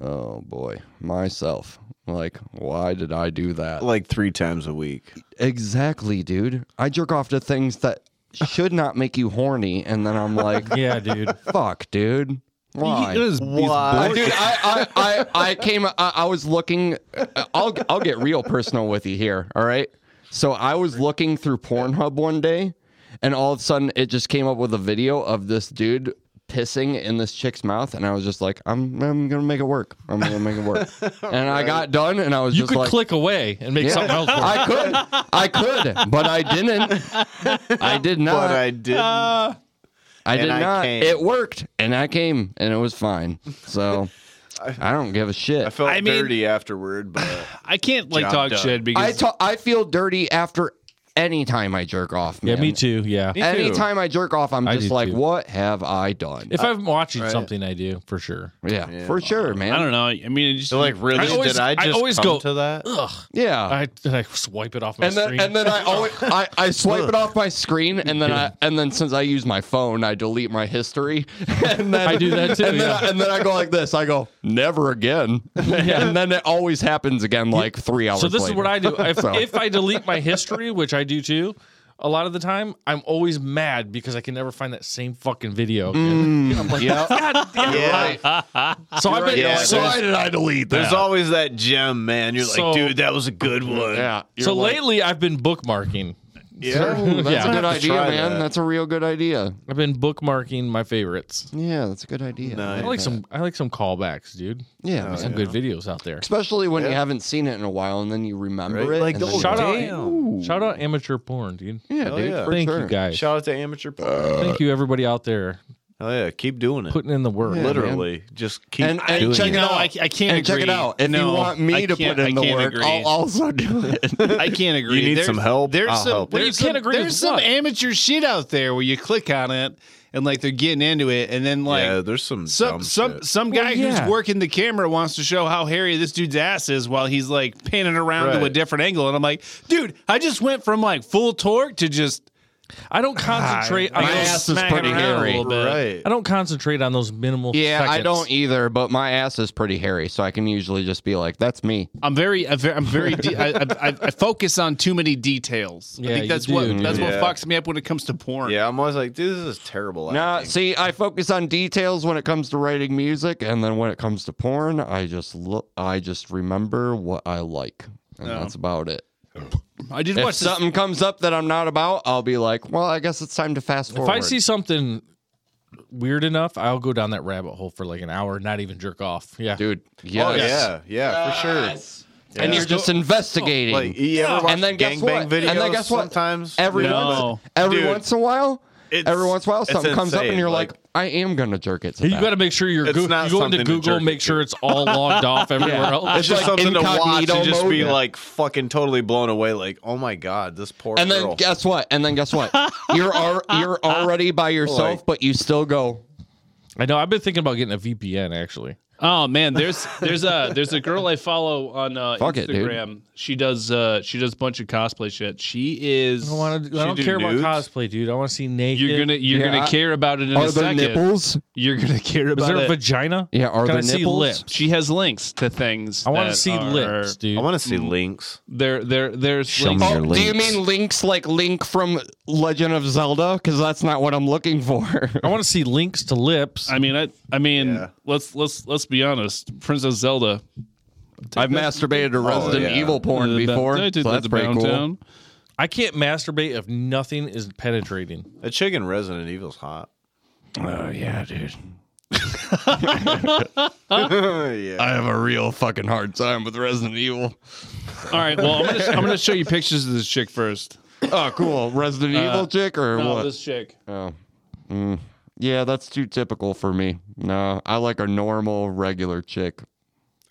oh, boy, myself. Like, why did I do that? like three times a week. Exactly, dude. I jerk off to things that should not make you horny, and then I'm like, Yeah, dude. fuck, dude. Why? Why? I, dude, I, I, I, I came. I, I was looking. I'll I'll get real personal with you here. All right. So I was looking through Pornhub one day, and all of a sudden it just came up with a video of this dude pissing in this chick's mouth, and I was just like, I'm I'm gonna make it work. I'm gonna make it work. And I got done, and I was You just could like. click away and make yeah, something else. Work. I could, I could, but I didn't. I did not. But I, I did. did and I not. came. It worked, and I came, and it was fine. So I don't give a shit. I felt I mean- dirty afterward, but I can't like Job talk done. shit I because ta- I feel dirty after any time I jerk off. Yeah, Man. me too. Yeah. Anytime I jerk off, I'm I just do like, too. what have I done? If I'm watching something, I do for sure. yeah, for sure, man. I don't know. I mean, it just, So, like really, I always- did I I just always come go- to that? Yeah. I, I swipe it off my and then, screen. and then I always I, I swipe it off my screen and then I and then since I use my phone I delete my history and then I do that too, and, then yeah. I, and then I go like this I go never again and then it always happens again like three hours so this is later. what I do. If, So- if I delete my history, which I do too, a lot of the time, I'm always mad because I can never find that same fucking video. Again. I'm like, God damn it." So I've been, Yeah, so, why did I delete There's that always that gem, man. You're So- like, dude, that was a good one. yeah so You're like, lately I've been bookmarking. yeah. that's yeah. a have good to idea try man that. that's a real good idea I've been bookmarking my favorites. Yeah, that's a good idea. Nice. I like some I like some callbacks, dude. Yeah, Some good videos out there. especially when you haven't seen it in a while and then you remember Right? it. Like, and then oh, you're Shout like, out Damn. shout out amateur porn, dude. Yeah, Hell dude. yeah. For Thank sure. you guys. Shout out to amateur. Oh Thank you everybody out there yeah, keep doing it. putting in the work. Literally, just keep And, and doing check it it. out. I, I can't and check it agree. out. If No, you want I me to can't- put in I the can't work, agree. I'll also do it. I can't agree. You need some help? There's I'll some. help. There's, Well, you some, can't agree there's with some what? amateur shit out there where you click on it and like they're getting into it, and then like yeah, there's some some dumb some shit. some guy yeah. who's working the camera wants to show how hairy this dude's ass is while he's like panning around to a Right. different angle, and I'm like, dude, I just went from like full torque to just I don't concentrate. on my those ass is smacking pretty around hairy. A little bit. Right. I don't concentrate on those minimal. Yeah, I seconds. don't either, but my ass is pretty hairy, so I can usually just be like, "That's me." I'm very, I'm very, I'm very de- I, I, I- I focus on too many details. Yeah, I think you that's do, what dude. that's Yeah. what fucks me up when it comes to porn. Yeah, I'm always like, dude, this is terrible. Nah, acting. see, I focus on details when it comes to writing music, and then when it comes to porn, I just look, I just remember what I like, and that's about it. I did If watch this- something comes up that I'm not about, I'll be like, "Well, I guess it's time to fast If forward." I see something weird enough, I'll go down that rabbit hole for like an hour, and not even jerk off. Yeah, dude, Oh yes. yeah, yeah, for sure. Yeah. and you're just investigating. like, you ever watch and then gangbang guess what? videos? And then guess what? Sometimes every Yeah, once, every Dude, once in a while, it's- every once in a while, it's something comes up, and insane, you're like- like, "I am gonna jerk it." To you that. got to make sure you're It's Goog- not you go into something to Google, jerk make it sure it's all logged off everywhere else. It's just like something to watch incognito and just be mode. like fucking totally blown away. Like, oh my god, this poor and then girl. guess what? And then guess what? you're al- you're already by yourself, Like- but you still go. I know. I've been thinking about getting a VPN actually. Oh man, there's there's a there's a girl I follow on uh, Fuck it, dude. Instagram. she does uh she does a bunch of cosplay shit. She is. I don't, wanna, I don't do care nudes? about cosplay, dude. I want to see naked. You're gonna you're Yeah, gonna I- care about it in a second. You're gonna care Is about there a it. vagina? Yeah, are Can there I see nipples? lips? she has links to things. I want to that see are- lips, dude. I want to see links. There there there's Oh, links. do you mean links like Link from Legend of Zelda? Because that's not what I'm looking for. I want to see links to lips. I mean I I mean Yeah. let's let's let's be honest. Princess Zelda I've masturbated to Resident yeah. Evil porn Uh, before. I did the so that's pretty Brown cool. Town. I can't masturbate if nothing is penetrating. A chick in Resident Evil's hot. Oh yeah, dude. yeah. Oh, I have a real fucking hard time with Resident Evil. All right, well I'm gonna, I'm gonna show you pictures of this chick first. Uh, Oh, cool. Resident Evil chick or No, what? this chick. Oh. Mm. Yeah, that's too typical for me. No, I like a normal, regular chick.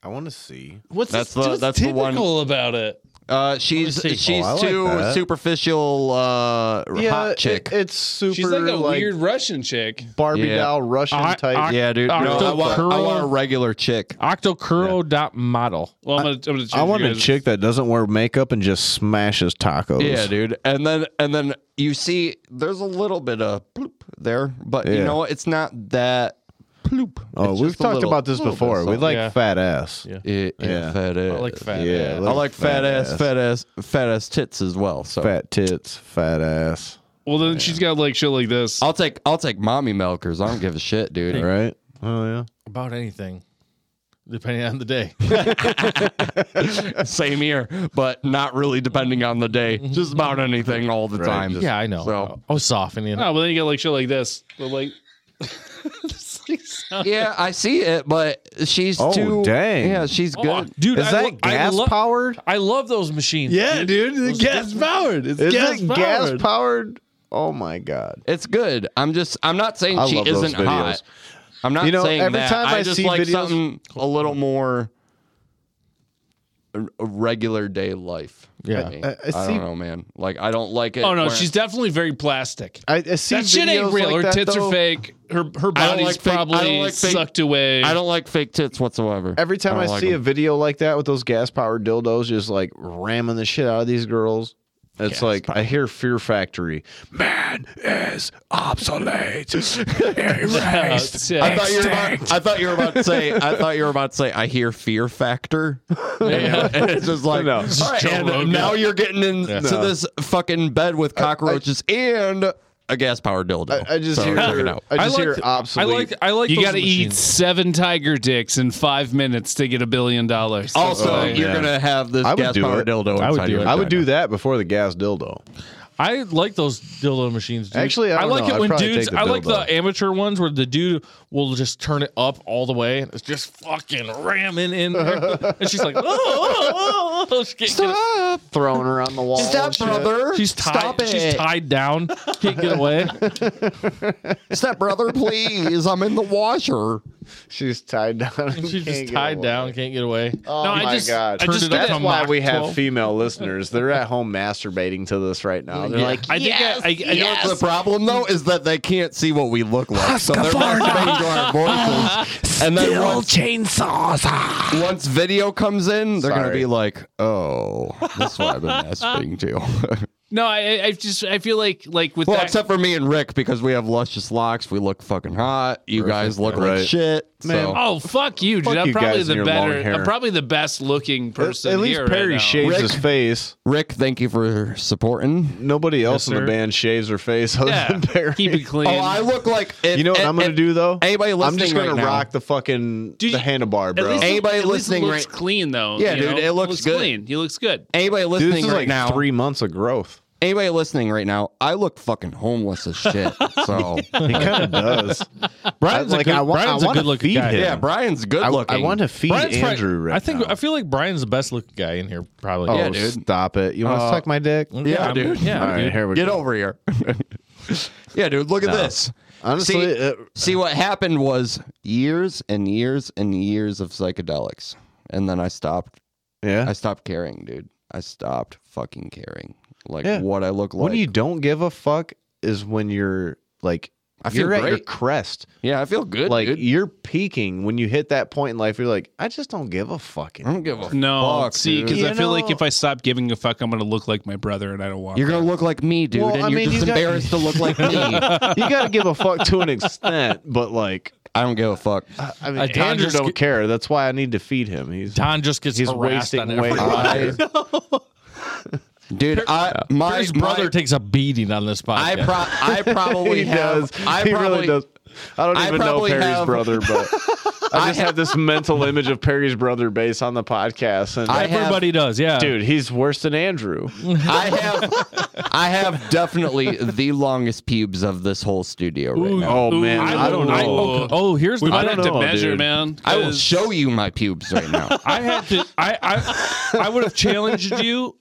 I want to see. What's That's this, the- what's that's the one- typical about it? Uh, she's she's Oh, I like too that. superficial, uh, hot chick. it's super She's like a weird Russian chick. Barbie Yeah. doll Russian I- type. I- yeah, dude. I no, don't I, want, I curl. want a regular chick. Octocuro.model. Well, I'm gonna, I'm gonna I want a to chick that doesn't wear makeup and just smashes tacos. Yeah, dude. And then and then you see, there's a little bit of bloop there, but you Yeah. know what? it's not that bloop. Oh, It's we've just a talked little- about this little bit before. We something. like Yeah. fat ass. Yeah. yeah, yeah, Yeah. fat ass. I like fat Yeah, ass. I like fat, ass, fat ass, fat ass tits as well. So fat tits, fat ass. Well, then she's got like shit like this. I'll take I'll take mommy milkers. I don't give a shit, dude. Right? Oh yeah. About anything, depending on the day. Same here, but not really depending on the day. Just about anything all the time. yeah, I know. So- I was softening. Oh, well, then you got like shit like this. But like, this like sound- Yeah, I see it, but she's Oh, too. dang. Yeah, she's good. Oh, Dude, Is I that lo- I gas lo- powered? Oh, I love those machines. yeah, dude, it's gas powered. It's Is gas it powered. gas powered? Oh my god. It's good. I'm just. I'm not saying I she love those isn't hot. videos. I'm not You know, saying every that. time I, I just see like videos- something a little more r- regular day life. Yeah. I, I- I I see- don't know, man. Like I don't like it. oh no, where- she's definitely very plastic. I, I see That shit ain't videos real. like her that, tits though. are fake. Her her body's like fake- I don't probably like fake- sucked away. I don't like fake tits whatsoever. Every time I, don't like see 'em. a video like that with those gas powered dildos just like ramming the shit out of these girls, it's like I hear Fear Factory. Man is obsolete. Erased. Yeah. I thought you were about. I thought you were about to say. I thought you were about to say. I hear Fear Factor. And it's just like No. all right, and now you're getting into this fucking bed with cockroaches and a gas powered dildo. I just So hear. check it out. I just like hear th- I obsolete. like. I like. you those got to eat machines. seven tiger dicks in five minutes to get a billion dollars. Also, Oh, you're man. gonna have this I would gas do powered it. dildo I would inside do your it. I would vagina. do that before the gas dildo. I like those dildo machines. Dude. Actually, I don't like know. it I'd when probably dudes. take the I like the dildo. amateur ones where the dude will just turn it up all the way. and It's just fucking ramming in, there. and she's like, "Oh, oh, oh, oh." She can't get- Stop! Throwing her on the wall. Stop, brother! she's tied. Stop it! She's tied down. Can't get away. Step brother, please! I'm in the washer. She's tied down. and She's can't just get tied away. down. Can't get away. Oh No, I my just- god! I just Turned it did up it that's to why Mach we 12. have female listeners. They're at home masturbating to this right now. They're like, I think I, I, I know it's The problem though is that they can't see what we look like, so they're masturbating to our voices. And then once, chainsaws. Once video comes in, they're gonna Sorry. be like, "Oh, this is what I've been masturbating to." No, I, I just I feel like like with Well, that, except for me and Rick because we have luscious locks. We look fucking hot. You guys look Right. like shit. Man, so. oh fuck you, dude. Fuck I'm you probably guys and your the long better. hair. I'm probably the best looking person. At least here Perry right now. shaves Rick- his face. Rick, thank you for supporting. Nobody else in sir. the band shaves their face other Yeah, than Perry. keep it clean. Oh, I look like You know what I'm gonna do though? anybody I'm just listening gonna right now- rock the fucking Dude, the you- handlebar, At bro. least it- Anybody at least listening it looks right- clean though. Yeah, you dude, know? it looks good. clean. He looks good. Anybody Dude, listening this is right like now. three months of growth. Anybody listening right now. I look fucking homeless as shit. So He kind of does. Brian's like, a good, I wa- I Brian's a wanna good looking feed guy. him. yeah, Brian's good I, looking. I want to feed Brian's probably- Andrew right I think now. I feel like Brian's the best looking guy in here, probably. oh, Yeah, dude. stop it! You want to Uh, suck my dick? yeah, I'm- dude. Yeah, All right, dude. here we Get go. over here. yeah, dude. Look at this. Honestly, See- uh, See what happened was years and years and years of psychedelics, and then I stopped. I yeah. stopped caring, dude. I stopped fucking caring. Like Yeah. what I look like. when you don't give a fuck is when you're like I feel you're at your great. crest. yeah, I feel good. like dude. you're peaking when you hit that point in life. You're like, I just don't give a fucking. I don't give a No, fuck. see, dude. because You I feel like know- if I stop giving a fuck, I'm gonna look like my brother, and I don't want. You're that. gonna look like me, dude, Well, and I you're mean, just you got- embarrassed to look like me. you gotta give a fuck to an extent, but like, I don't give a fuck. I mean, Uh, Don Andrew just don't get- care. That's why I need to feed him. He's Don just gets he's harassed on wasting every weight. I, dude, I my His brother my- takes a beating on this podcast. I pro- I probably he have. does. I he probably really does. I don't I even know probably Perry's have- brother, but I I just have this mental image of Perry's brother based on the podcast. And I have- Everybody does, yeah. dude, he's worse than Andrew. I have. I have definitely the longest pubes of this whole studio right now. Oh Ooh, man, I, I don't will- I know. will- Oh, oh, here's We the. might don't have to know, measure, dude. man. I will 'cause- show you my pubes right now. I had to. I I I would have challenged you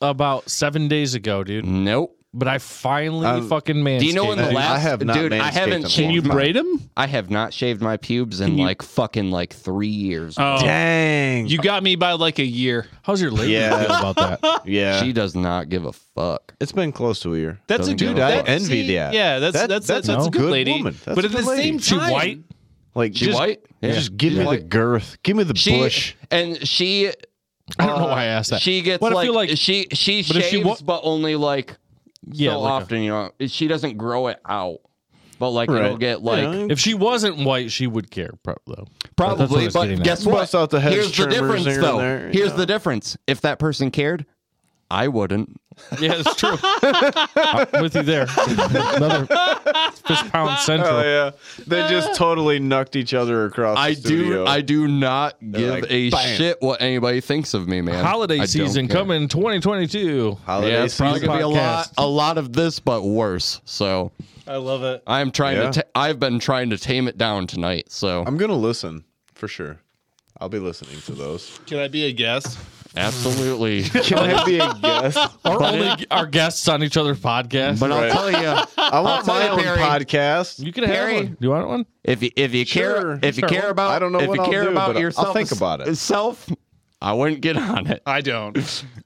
about seven days ago, dude. nope. But I finally fucking manscaped. Do you know when the I last have not dude? I manscaped them haven't. Can shaved you my- braid him? I have not shaved my pubes in like fucking like three years. Oh, Dang. you got me by like a year. How's your lady Yeah. feel about that? yeah. She does not give a fuck. it's been close to a year. That's Doesn't a give good. a That, fuck. Envy see, that. Yeah, that's That- that's that's, that's a a good good lady. woman. That's but a at the good same lady. She time, white? Like She just, white? Yeah. Just give She me the white. girth. Give me the She bush. and she I don't know why I asked that. She gets What if like, you like- she she if shaves, she wa- but only like yeah, so like a- often. you know, she doesn't grow it out, but like it'll Right. get like You know, if she wasn't white, she would care, prob- though. That's what I probably. was But getting at. guess what? Bust out the hedge Here's the trimmers difference, here and though. there, you Here's know. the difference. If that person cared, I wouldn't. Yeah, it's true. I'm with you there. Another fist pound central. Oh yeah, they just totally knucked each other across. I the studio. do. I do not give like, a "Bam." shit what anybody thinks of me, man. I Holiday don't season care. coming 2022. Holiday Yeah, it's probably season. gonna be a lot, podcast. a lot of this, but worse. So I love it. I am trying Yeah. to. Ta- I've been trying to tame it down tonight. So I'm gonna listen for sure. I'll be listening to those. Can I be a guest? absolutely. Can I be a guest? Our, only, our guests on each other's podcast. But Right. I'll tell you. I want tell my you, own Barry. podcast. you can have Perry- one. Do you want one? If you if you Sure, care if you sure. care about I don't know if what you I'll care do, about but I'll yourself think about it. Self, I wouldn't get on it I don't.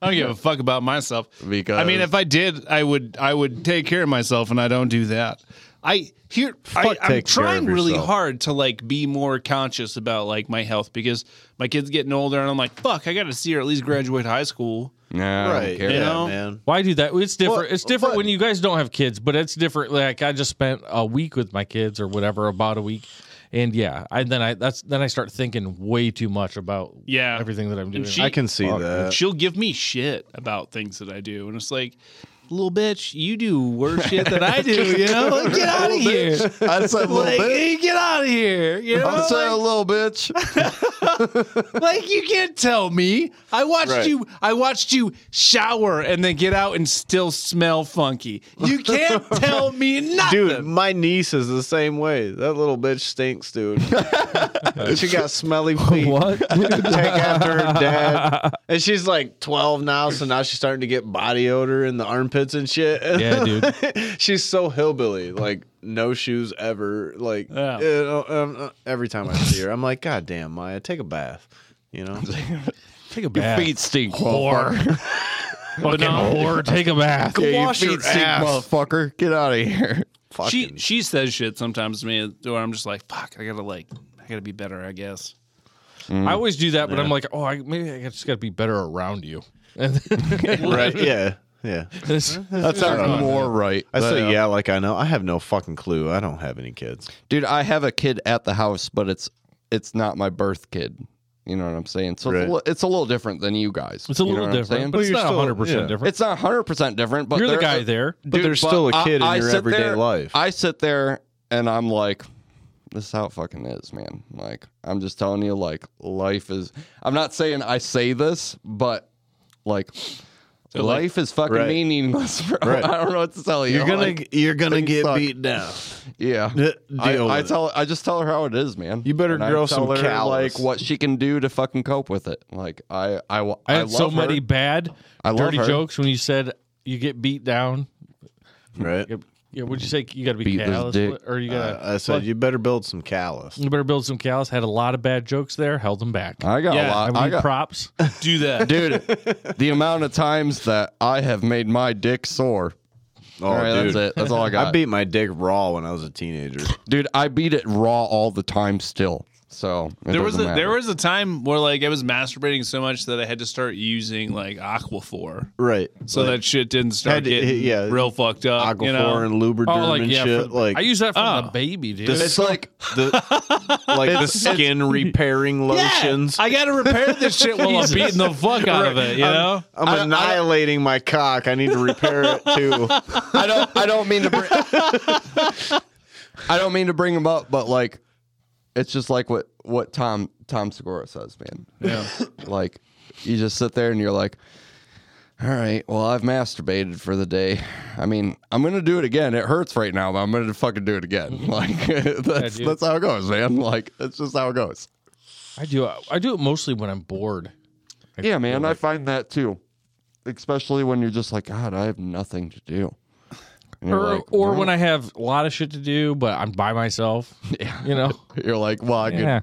I don't give a fuck about myself. because I mean, if I did, I would I would take care of myself, and I don't do that. I here I, Fuck take I'm care of trying really yourself. hard to like be more conscious about like my health because my kid's getting older, and I'm like, fuck, I got to see her at least graduate high school. no, I don't Right, care. You yeah, know? man. Why do that? It's different. Well, it's different but- when you guys don't have kids, but it's different. Like I just spent a week with my kids or whatever, about a week, and yeah, I then I that's then I start thinking way too much about Yeah. everything that I'm doing. she- I can see that. She'll give me shit about things that I do, and it's like, little bitch, you do worse shit than I do. You know, Like, get out of here. I said a Like, little bitch. hey, get out of here. You know, I said like- a little bitch. Like you can't tell me. I watched Right. you. I watched you shower and then get out and still smell funky. You can't tell me nothing. Dude, my niece is the same way. That little bitch stinks, dude. she got smelly feet. What? Take after her dad. And she's like 12 now, so now she's starting to get body odor in the armpits and shit. Yeah, dude. she's so hillbilly, like no shoes ever. Like Yeah. you know, um, uh, every time I see her, I'm like, God damn, Maya, take a bath. You know, take a Your bath. feet stink, Whore. motherfucker. Fucking whore, take a bath. Yeah, your Wash your feet stink, ass. motherfucker. Get out of she here. fucking. she says shit sometimes to me, or I'm just like, fuck. I gotta like, I gotta be better. I guess. I always do that, but I'm like, oh, I, maybe I just got to be better around you. And right? Yeah. Yeah. That sounds more right. I But, say uh, yeah, like I know. I have no fucking clue. I don't have any kids. dude. I have a kid at the house, but it's it's not my birth kid. You know what I'm saying? So Right. it's, a li- it's a little different than you guys. It's a You know little what I'm saying? different, but it's you're not still- 100% yeah. different. It's not 100% different, but You're the there- guy there. But there's still a kid in your sit everyday there- life. I sit there and I'm like, this is how it fucking is, man. Like, I'm just telling you, like, life is. I'm not saying I say this, but like, like- life is fucking Right. meaningless, bro. Right. I don't know what to tell you. You're gonna Like, you're gonna things get suck. beat down. yeah. I, Deal I with it. tell, I just tell her how it is, man. You better And I grow tell some her, callus. like what she can do to fucking cope with it. Like, I, I, I, I had love so her. many bad I love dirty her. jokes when you said you get beat down. right. Yeah, would you say you got to be Beat this callous, dick. or you got Uh, to? I said you better build some Mm. callus. you better build some callous. Had a lot of bad jokes there, held them back. I got a Yeah, lot. I would I need got, props. Do that. dude. the amount of times that I have made my dick sore. Oh, all right, dude. that's it. That's all I got. I beat my dick raw when I was a teenager. dude. I beat it raw all the time still. So it There was a, doesn't there matter. was a time where like I was masturbating so much that I had to start using like Aquaphor, right. so that shit didn't start Had to- getting yeah. real fucked up. Aquaphor You know? and Lubriderm Oh, like, and yeah, shit. for- like I use that from Oh. the baby, dude. Does- It's like the like the skin repairing lotions. I gotta repair this shit while I'm beating the fuck out of it. Um, You know, I'm annihilating my cock. I need to repair it too. I don't I don't mean to bring I don't mean to bring him up, but like it's just like what what Tom Tom Segura says, man. Yeah. like you just sit there and you're like, all right, well I've masturbated for the day. I mean, I'm gonna do it again. It hurts right now, but I'm gonna fucking do it again. Like that's dude. that's how it goes, man. Like that's just how it goes. I do. I do it mostly when I'm bored. Yeah, man, I find that too. Especially when you're just like, God, I have nothing to do. And you're or like, or well, when I have a lot of shit to do, but I'm by myself. You know. you're like, well, I could Yeah.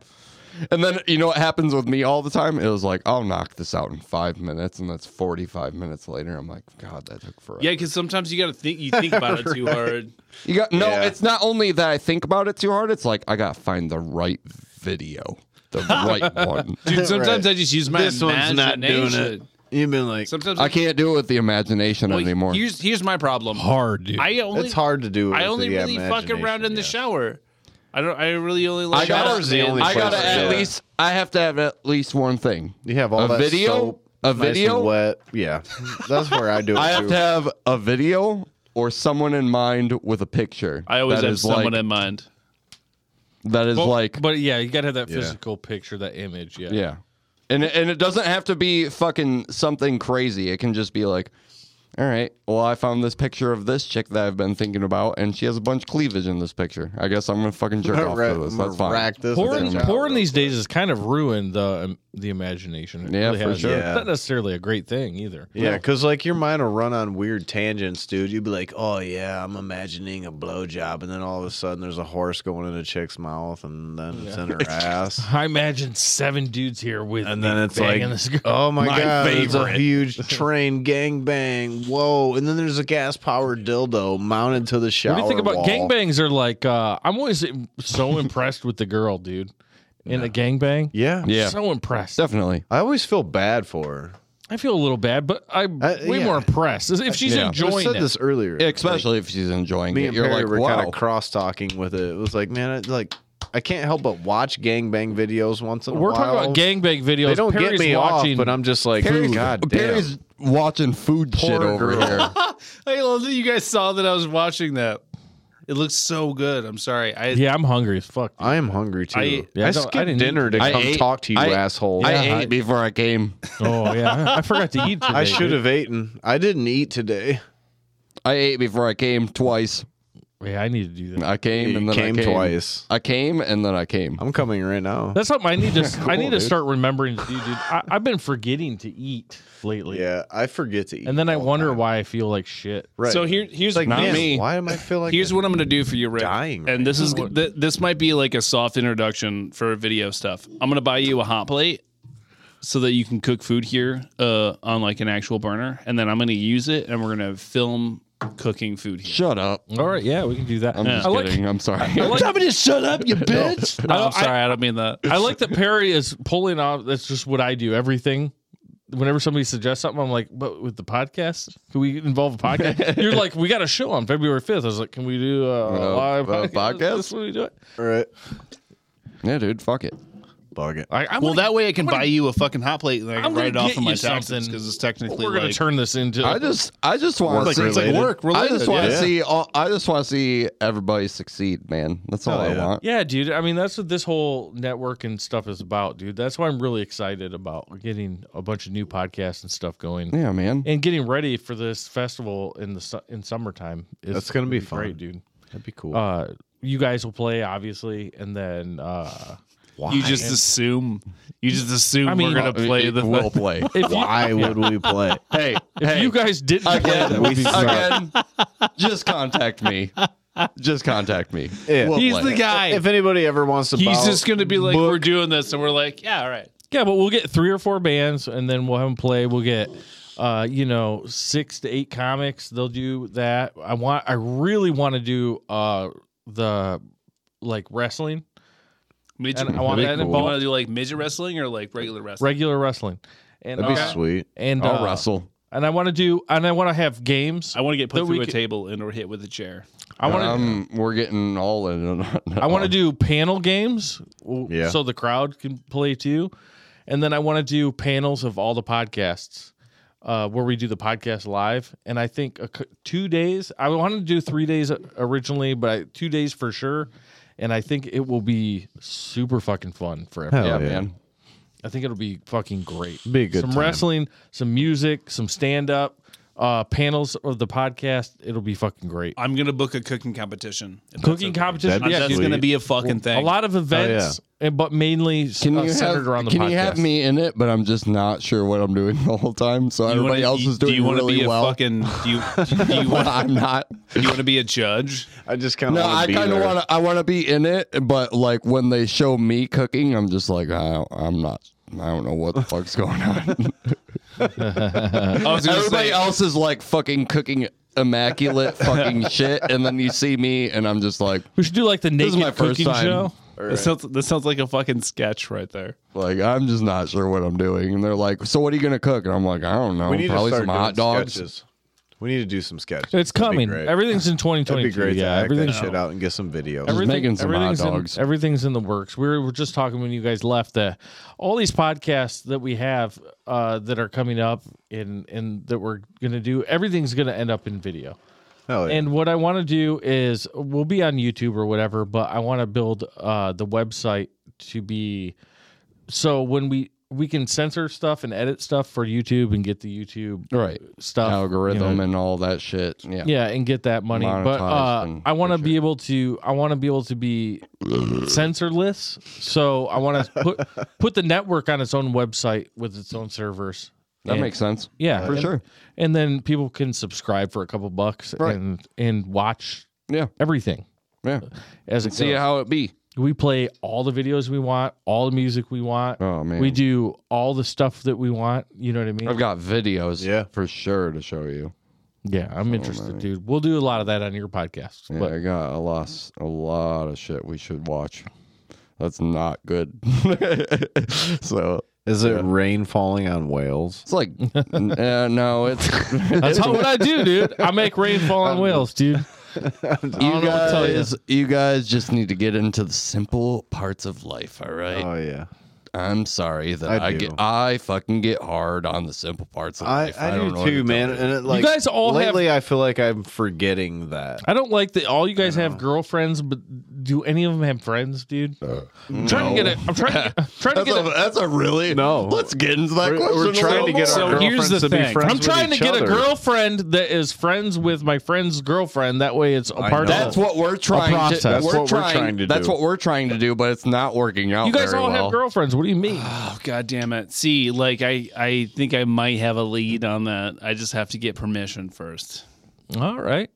And then you know what happens with me all the time? It was like, I'll knock this out in five minutes, and that's forty-five minutes later. I'm like, God, that took forever. yeah, because sometimes you gotta think. You think about it too hard. You got no, Yeah. it's not only that I think about it too hard, it's like I gotta find the right video. The right one. Dude, sometimes I just use my This one's not doing it. imagination. You've been like Sometimes I can't do it with the imagination well, anymore. Here's here's my problem. Hard, dude. I only it's hard to do. I with only the really fuck imagination, around in the yeah. shower. I don't. I really only. Like I gotta, Shower's the only I gotta place, at yeah. least I have to have at least one thing. You have all a that video, soap, a nice and video. wet. Yeah, that's where I do it. I have too. to have a video or someone in mind with a picture. I always that have is someone like, in mind. that is But- like but yeah, you gotta have that physical picture, that image. Yeah. Yeah. And and it doesn't have to be fucking something crazy. It can just be like, all right, well, I found this picture of this chick that I've been thinking about, and she has a bunch of cleavage in this picture. I guess I'm gonna fucking jerk off Right, to this. I'm That's gonna fine. rack this Porn, thing up. porn these days has kind of ruined the um, the imagination. It Yeah, for has. sure. It's not necessarily a great thing either. Yeah, because like your mind will run on weird tangents, dude. You'd be like, "Oh yeah, I'm imagining a blowjob," and then all of a sudden there's a horse going in a chick's mouth, and then it's in her ass, I imagine seven dudes here with and then it's like, banging this girl. "Oh my, My god, it's a favorite. huge train gangbang!" Whoa! And then there's a gas powered dildo mounted to the shower. What do you think about wall. gangbangs? Are like uh, I'm always so impressed with the girl, dude, in a gangbang. Yeah, Yeah, so impressed. definitely. I always feel bad for her. I feel a little bad, but I'm Uh, way yeah. more impressed if she's Yeah. I enjoying said it. this earlier. Especially if she's enjoying me it. and You're Perry like, were kind wow. of cross talking with it. It was like, man, I, like I can't help but watch gangbang videos once in a We're while. talking about gangbang videos. They don't Perry's get me watching, off, but I'm just like, Perry's, God Perry's watching food shit Poor over girl. here. I love that you guys saw that I was watching that. It looks so good. I'm sorry. I yeah, I'm hungry as fuck. I am hungry too. I- I, Yeah, I don't- I skipped didn't dinner to I come ate- talk to you, I- asshole. I Yeah, ate I- before I came. Oh yeah, I forgot to eat today. I should have eaten. I didn't eat today. I ate before I came twice. dude. Yeah, I need to do that. I came and You then came I came twice. I came and then I came. I'm coming right now. That's something I need to. I need to dude. start remembering to do, dude. I, I've been forgetting to eat lately, Yeah, I forget to eat. and then I all the wonder time. why I feel like shit. Right. So here, here's like, not man, me. Why am I feel like Here's a- what I'm gonna do for you, Rick. dying right and this is th- this might be like a soft introduction for video stuff. I'm gonna buy you a hot plate so that you can cook food here uh, on like an actual burner, and then I'm gonna use it, and we're gonna film cooking food here. Shut up. All right, yeah, we can do that. I'm just I like- kidding. I'm sorry. Somebody just shut up, you bitch. No, I'm sorry, I, don't mean that. I like that Perry is pulling off. That's just what I do. Everything whenever somebody suggests something, I'm like, but with the podcast, can we involve a podcast? You're like, we got a show on February 5th. I was like, can we do a Uh, live uh, podcast? podcast? That's when we do it. All right. Yeah, dude, fuck it. Bug it. I, I'm well, gonna, that way I can buy you a fucking hot plate and I I'm can gonna write it off get on my you taxes something. because it's technically we're gonna like- turn this into. I just, I just want Work to see. it's like related. work I related. just want to yeah. see. All, I just want to see everybody succeed, man. That's all Hell I yeah. want. yeah, dude. I mean, that's what this whole networking stuff is about, dude. That's why I'm really excited about getting a bunch of new podcasts and stuff going. Yeah, man. and getting ready for this festival in the su- in summertime is That's gonna be gonna great, fun. dude. That'd be cool. Uh, you guys will play obviously, and then uh, Why? You just assume. You just assume I mean, we're gonna uh, play the. will play. if, you, Why would we play? hey, if you guys didn't play, again, again, just contact me. Just contact me. Yeah. We'll He's play. the guy. If anybody ever wants to, He's bow- just gonna be like, book- we're doing this, and we're like, yeah, all right. yeah, but we'll get three or four bands, and then we'll have them play. We'll get. Uh, you know, six to eight comics. They'll do that. I want. I really want to do uh the like wrestling, Midget, and I want that You want involved to do like midget wrestling or like regular wrestling? regular wrestling, and That'd be uh, sweet. and I'll uh, wrestle. And I want to do. And I want to have games. I want to get That put we through a could- table and or hit with a chair. I want to. Um, we're getting all in. it. I want to do panel games w- um, Yeah. so the crowd can play too. And then I want to do panels of all the podcasts uh, where we do the podcast live. And I think a, cou- two days, I wanted to do three days originally, but I, two days for sure. And I think it will be super fucking fun for everyone. Hell Yeah, man. I think it'll be fucking great. Be a good some time. wrestling, some music, some stand up, uh, panels of the podcast. It'll be fucking great. I'm gonna book a cooking competition. If that's Cooking okay. competition. That'd be yeah, That's sweet. gonna be a fucking thing. a lot of events, and, but mainly s- Can uh, you centered have, around the can podcast. you have me in it? But I'm just not sure what I'm doing the whole time. So You wanna- everybody else you- is doing do you wanna really be well. A fucking, do you do you but want, I'm not. do you want to be a judge? I just kind No, of. I kind of want to. I want to be in it, but like when they show me cooking, I'm just like, I don't, I'm not. I don't know what the fuck's going on. I was gonna Everybody say, else is like fucking cooking immaculate fucking shit, and then you see me, and I'm just like, We should do like the naked is my first cooking time. show. this sounds, this sounds like a fucking sketch right there. like I'm just not sure what I'm doing. And they're like, so what are you gonna cook? And I'm like, I don't know. We need Probably to some start doing hot dogs. sketches. We need to do some sketches. It's That'd be coming. great. Everything's in 2022. That'd be great yeah, to act that everything's shit out and get some videos. everything- making some hot everything's in- dogs. everything's in the works. We were, we were just talking when you guys left that all these podcasts that we have uh, that are coming up and and that we're gonna do. Everything's gonna end up in video. Hell yeah. And what I want to do is we'll be on YouTube or whatever, but I want to build uh, the website to be so when we we can censor stuff and edit stuff for YouTube and get the YouTube Right. stuff Algorithm you know, and all that shit. Yeah. yeah, and get that money. But Monetized uh, and I want to for be sure. able to I want to be able to be censorless. So I want to put put the network on its own website with its own servers. That And- makes sense. yeah For and- sure. And then people can subscribe for a couple bucks Right. and and watch Yeah. everything Yeah. as it See goes. how it be. we play all the videos we want, all the music we want. Oh man. we do all the stuff that we want. You know what I mean? I've got videos. Yeah. For sure to show you. yeah, I'm interested, dude. We'll do a lot of that on your podcast. Oh, Yeah, But I got a lot, a lot of shit we should watch. That's not good. so Is it rain falling on whales? it's like, n- uh, no, it's that's not what I do, dude. I make rain fall on whales, dude. you know what to tell you. guys. You guys just need to get into the simple parts of life. All right. Oh yeah. I'm sorry that I I, do. get, I fucking get hard on the simple parts of I, life. I, don't know do what to too, tell man. you. And it, like guys all have- lately, I feel like I'm forgetting that. I don't like that all you guys have girlfriends, but do any of them have friends, dude? I'm trying to get a. I'm trying to get, trying to Uh, That's get a, a that's a really No. Let's get into that We're, question. we're a trying little to get more. our So here's girlfriends to the be thing. friends. I'm with trying to each get a other. girlfriend that is friends with my friend's girlfriend. That way, it's a part know. of That's what we're trying to. process. That's what we're trying to That's do. what we're trying to do, but it's not working out. You guys very all well. have girlfriends. What do you mean? Oh god damn it! See, like I, I think I might have a lead on that. I just have to get permission first. all right.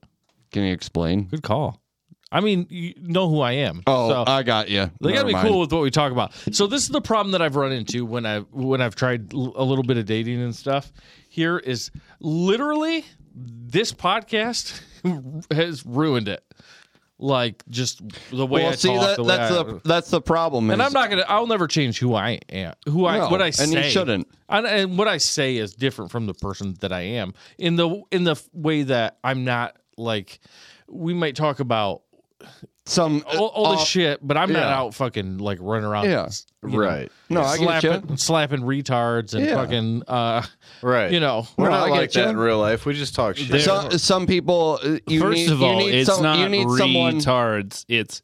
Can you explain? Good call. I mean, you know who I am. Oh, so I got you. they got to be cool with what we talk about. So this is the problem that I've run into when I when I've tried l- a little bit of dating and stuff. Here is literally this podcast has ruined it. like just the way well, I see, talk. that, the way that's I- the that's the problem. Is, and I'm not gonna. I'll never change who I am. Who I No, what I and say. you shouldn't. And, and what I say is different from the person that I am. In the in the way that I'm not like. We might talk about some all, all this Uh, off- shit, but I'm not yeah. out fucking like running around. Yeah. you know, right. No, I get you. slapping, slapping retards and Yeah. fucking, uh, Right. you know, we're No, I not get like that you. in real life. We just talk shit. Some, some people. uh, You First need, of all, you need it's some, not you need someone retards. It's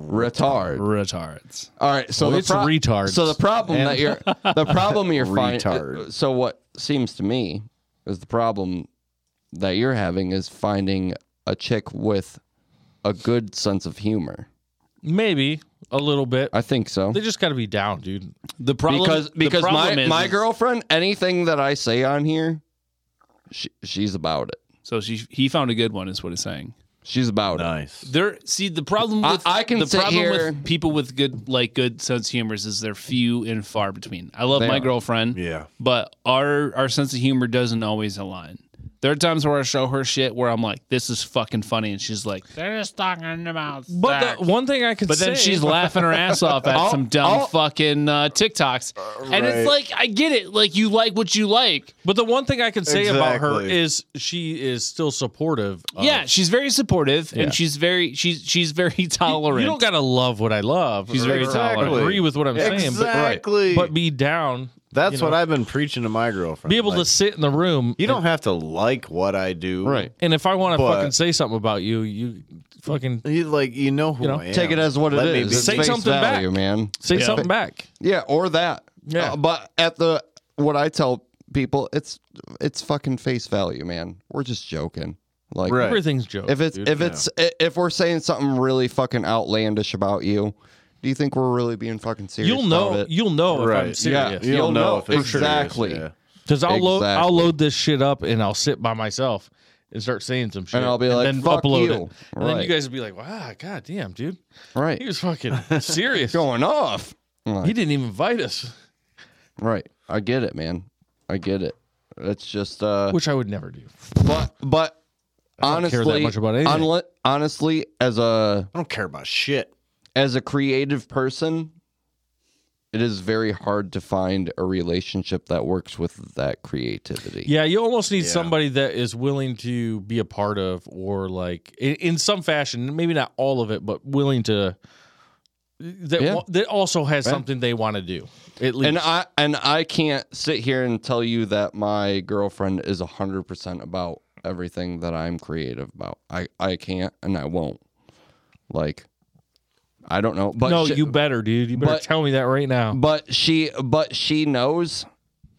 retard. retards. All right, so Well, the it's retards. So the problem that you're the problem you're finding. Retard. So what seems to me is the problem that you're having is finding a chick with a good sense of humor. maybe a little bit. I think so. They just got to be down, dude. The problem because the because my, problem is- my girlfriend, anything that I say on here, she, she's about it. So she he found a good one is what it's saying. She's about it. Nice. There, see the problem. I- With, I can the sit problem here- with people with good like good sense of humor is they're few and far between. I love They my are. girlfriend, Yeah. but our our sense of humor doesn't always align. There are times where I show her shit where I'm like, "This is fucking funny," and she's like, They're just talking about But the, one thing I could but say, then she's laughing her ass off at some dumb fucking uh, TikToks, and right. it's like, I get it. Like you like what you like. but the one thing I can say about her Exactly. is she is still supportive. Of, yeah, she's very supportive, and she's very she's she's very tolerant. you don't got to love what I love. She's very or tolerant. Agree with what I'm saying, but- Exactly. but be down. That's you know, what I've been preaching to my girlfriend. Be able to Like, sit in the room. You don't have to like what I do. Right. And if I want to But- fucking say something about you, you fucking You, like you know who You know, I am. Take it as what Let it me is. be- It's Say face something back. value, man. say Yeah. something back. Yeah, or that. Yeah. Uh, but at the what I tell people, it's it's fucking face value, man. We're just joking. Like Right. Everything's joke. if it's dude, if yeah. it's i- if we're saying something really fucking outlandish about you, do you think we're really being fucking serious? you'll know. about it? You'll know if I'm Right. serious. Yeah. You'll You'll know know if it's serious, exactly. yeah. Because I'll load I'll Exactly. load this shit up and I'll sit by myself and start saying some shit. I'll be like, then "Fuck upload you." it. And then you Right. guys will be like, wow, god damn, dude. right. He was fucking serious. going off. He didn't even invite us. Right. I get it, man. I get it. It's just uh Which I would never do. but but don't care honestly that much about anything. onle- honestly as a I don't care about shit. as a creative person it is very hard to find a relationship that works with that creativity. Yeah, you almost need somebody that is willing to be a part of or like in, in some fashion, maybe not all of it, but willing to that Yeah. wa- that also has something they want to do. At least And I and I can't sit here and tell you that my girlfriend is 100% about everything that I'm creative about. I I can't and I won't. Like I don't know, but no, she- you better, dude. You better but- tell me that right now. but she but she knows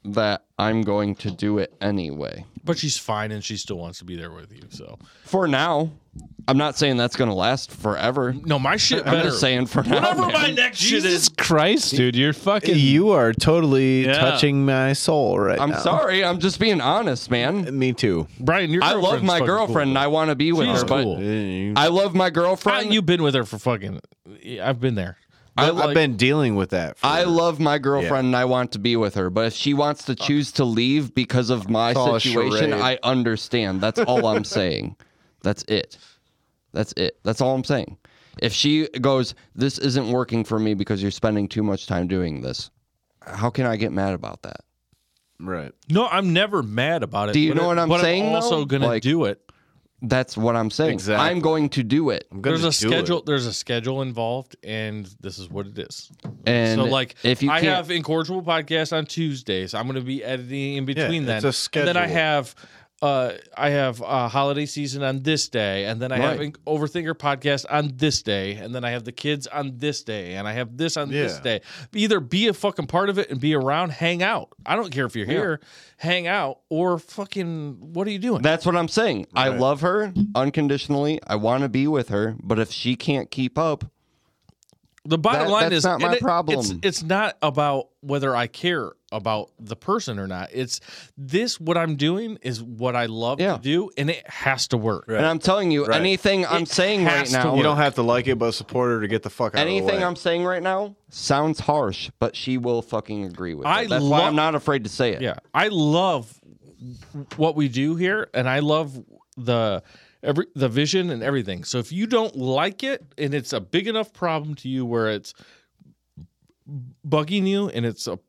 that I'm going to do it anyway. But she's fine, and she still wants to be there with you. So For now, I'm not saying that's going to last forever. no, my shit I'm better. just saying for now. Whatever man. my next shit is, Jesus Christ, dude, you're fucking. You are totally Yeah. touching my soul right I'm now. sorry. I'm just being honest, man. Me too. Brian. Your I love girlfriend's my fucking girlfriend. and Cool, I want to be with She's her, but cool. I love my girlfriend. and you've been with her for fucking. I've been there. I, I I've like- been dealing with that. For, I love my girlfriend and I want to be with her, but if she wants to choose to leave because of my all a situation, charade. I understand. That's all I'm saying. That's it. That's it. That's all I'm saying. If she goes, this isn't working for me because you're spending too much time doing this, how can I get mad about that? right. No, I'm never mad about it. Do you but know it- what I'm but saying, I'm also though? gonna Like- do it. That's what I'm saying. Exactly. I'm going to do it. I'm gonna There's a do it. schedule. There's a schedule involved, and this is what it is. And so, like, if you I can't, have incorrigible podcast on Tuesdays, I'm going to be editing in between Yeah, then. it's a And then I schedule. have, uh, I have uh, holiday season on this day, and then I have Right. in- Overthinker podcast on this day, and then I have the kids on this day, and I have this on this Yeah. day. Either be a fucking part of it and be around, hang out. I don't care if you're here, hang out, or fucking what are you doing? That's what I'm saying. I love her unconditionally. I want to be with her, but if she can't keep up, The bottom That- line that's is not my and problem. It's, it's not about whether I care about the person or not. It's this what I'm doing is what I love Yeah. to do, and it has to work. and I'm telling you, Right. anything I'm It saying right has to now, You don't have to like it, but support her to get the fuck out of the anything way. I'm saying right now sounds harsh, but she will fucking agree with I it. That's why lo- I'm not afraid to say it. Yeah, I love what we do here, and I love the every the vision and everything. So if you don't like it and it's a big enough problem to you where it's bugging you and it's a,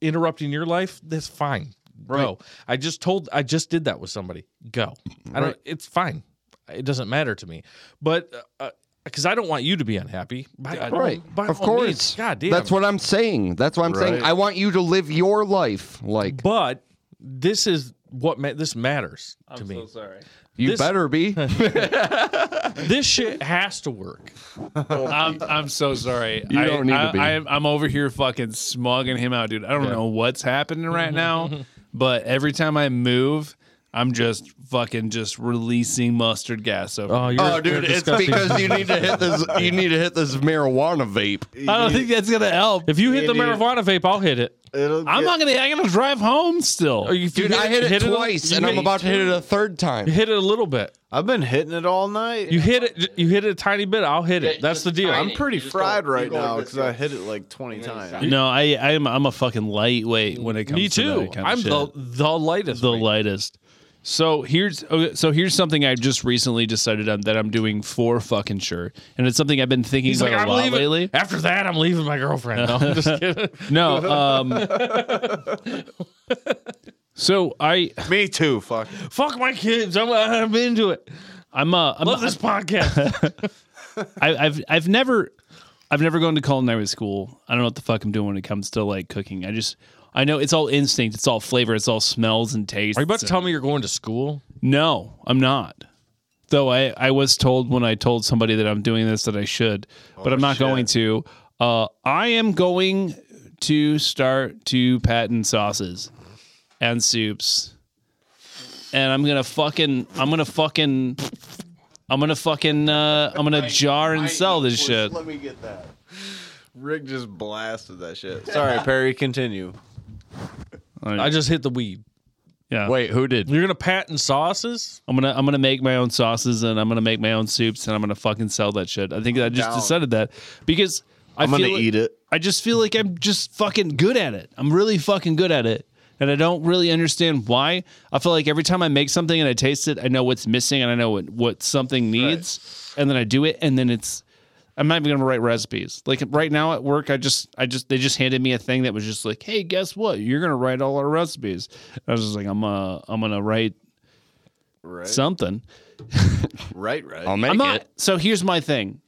interrupting your life, that's fine. Bro, I just told I just did that with somebody. Go. I don't it's fine. It doesn't matter to me. But uh, because I don't want you to be unhappy, by, by all- right. by of all course. means. God damn. That's what I'm saying. That's what I'm saying. Right. I want you to live your life. Like But this is what ma- this matters to me. sorry. you this- better be. This shit has to work. I'm, I'm so sorry. You I, don't need to I, be. I, I'm over here fucking smugging him out, dude. I don't know what's happening right now, but every time I move, I'm just fucking just releasing mustard gas. Over. Oh, you're, oh, dude, it's because you need to hit this. You need to hit this marijuana vape. I don't think that's gonna help. If you hit the Idiot. marijuana vape, I'll hit it. It'll I'm get- not gonna. I'm gonna drive home still. Or if you Dude, I hit it, a- twice, you and I'm hit- about to hit it a third time. hit it a little bit. I've been hitting it all night. You hit it. You hit it a tiny bit. I'll hit it. That's the deal. I'm I'm pretty fried right now because I hit it like 20 times. no, I I'm I'm a fucking lightweight when it comes. me to too. that kind of I'm shit. the the lightest. the weight. lightest. So here's okay, so here's something I just recently decided on that I'm doing for fucking sure, and it's something I've been thinking He's about like, a I'm lot leaving. lately. After that, I'm leaving my girlfriend. No, I'm just kidding. No, um, so I Me too. Fuck. Fuck my kids. I'm, I'm into it. I'm uh, I'm, Love this podcast. I, I've I've never I've never gone to culinary school. I don't know what the fuck I'm doing when it comes to like cooking. I just I know it's all instinct, it's all flavor, it's all smells and taste. Are you about to tell me you're going to school? No, I'm not. Though I, I was told when I told somebody that I'm doing this that I should, but I'm not going to. Uh, I am going to start to patent sauces and soups. And I'm gonna fucking I'm gonna fucking I'm gonna fucking uh, I'm gonna jar and sell this shit. me get that. Rick just blasted that shit. Sorry, Perry. Continue. I just hit the weed. Yeah. Wait, who did? You're gonna patent sauces? I'm gonna I'm gonna make my own sauces and I'm gonna make my own soups and I'm gonna fucking sell that shit. I think I just down. decided that because I I'm gonna feel like- eat it. I just feel like I'm just fucking good at it. I'm really fucking good at it. And I don't really understand why. I feel like every time I make something and I taste it, I know what's missing and I know what, what something needs. And then I do it and then it's I'm not even gonna write recipes. Like right now at work, I just I just they just handed me a thing that was just like, hey, guess what? You're gonna write all our recipes. I was just like, I'm uh I'm gonna write Right. something. right. Right. I'll make I'm not. it. So here's my thing.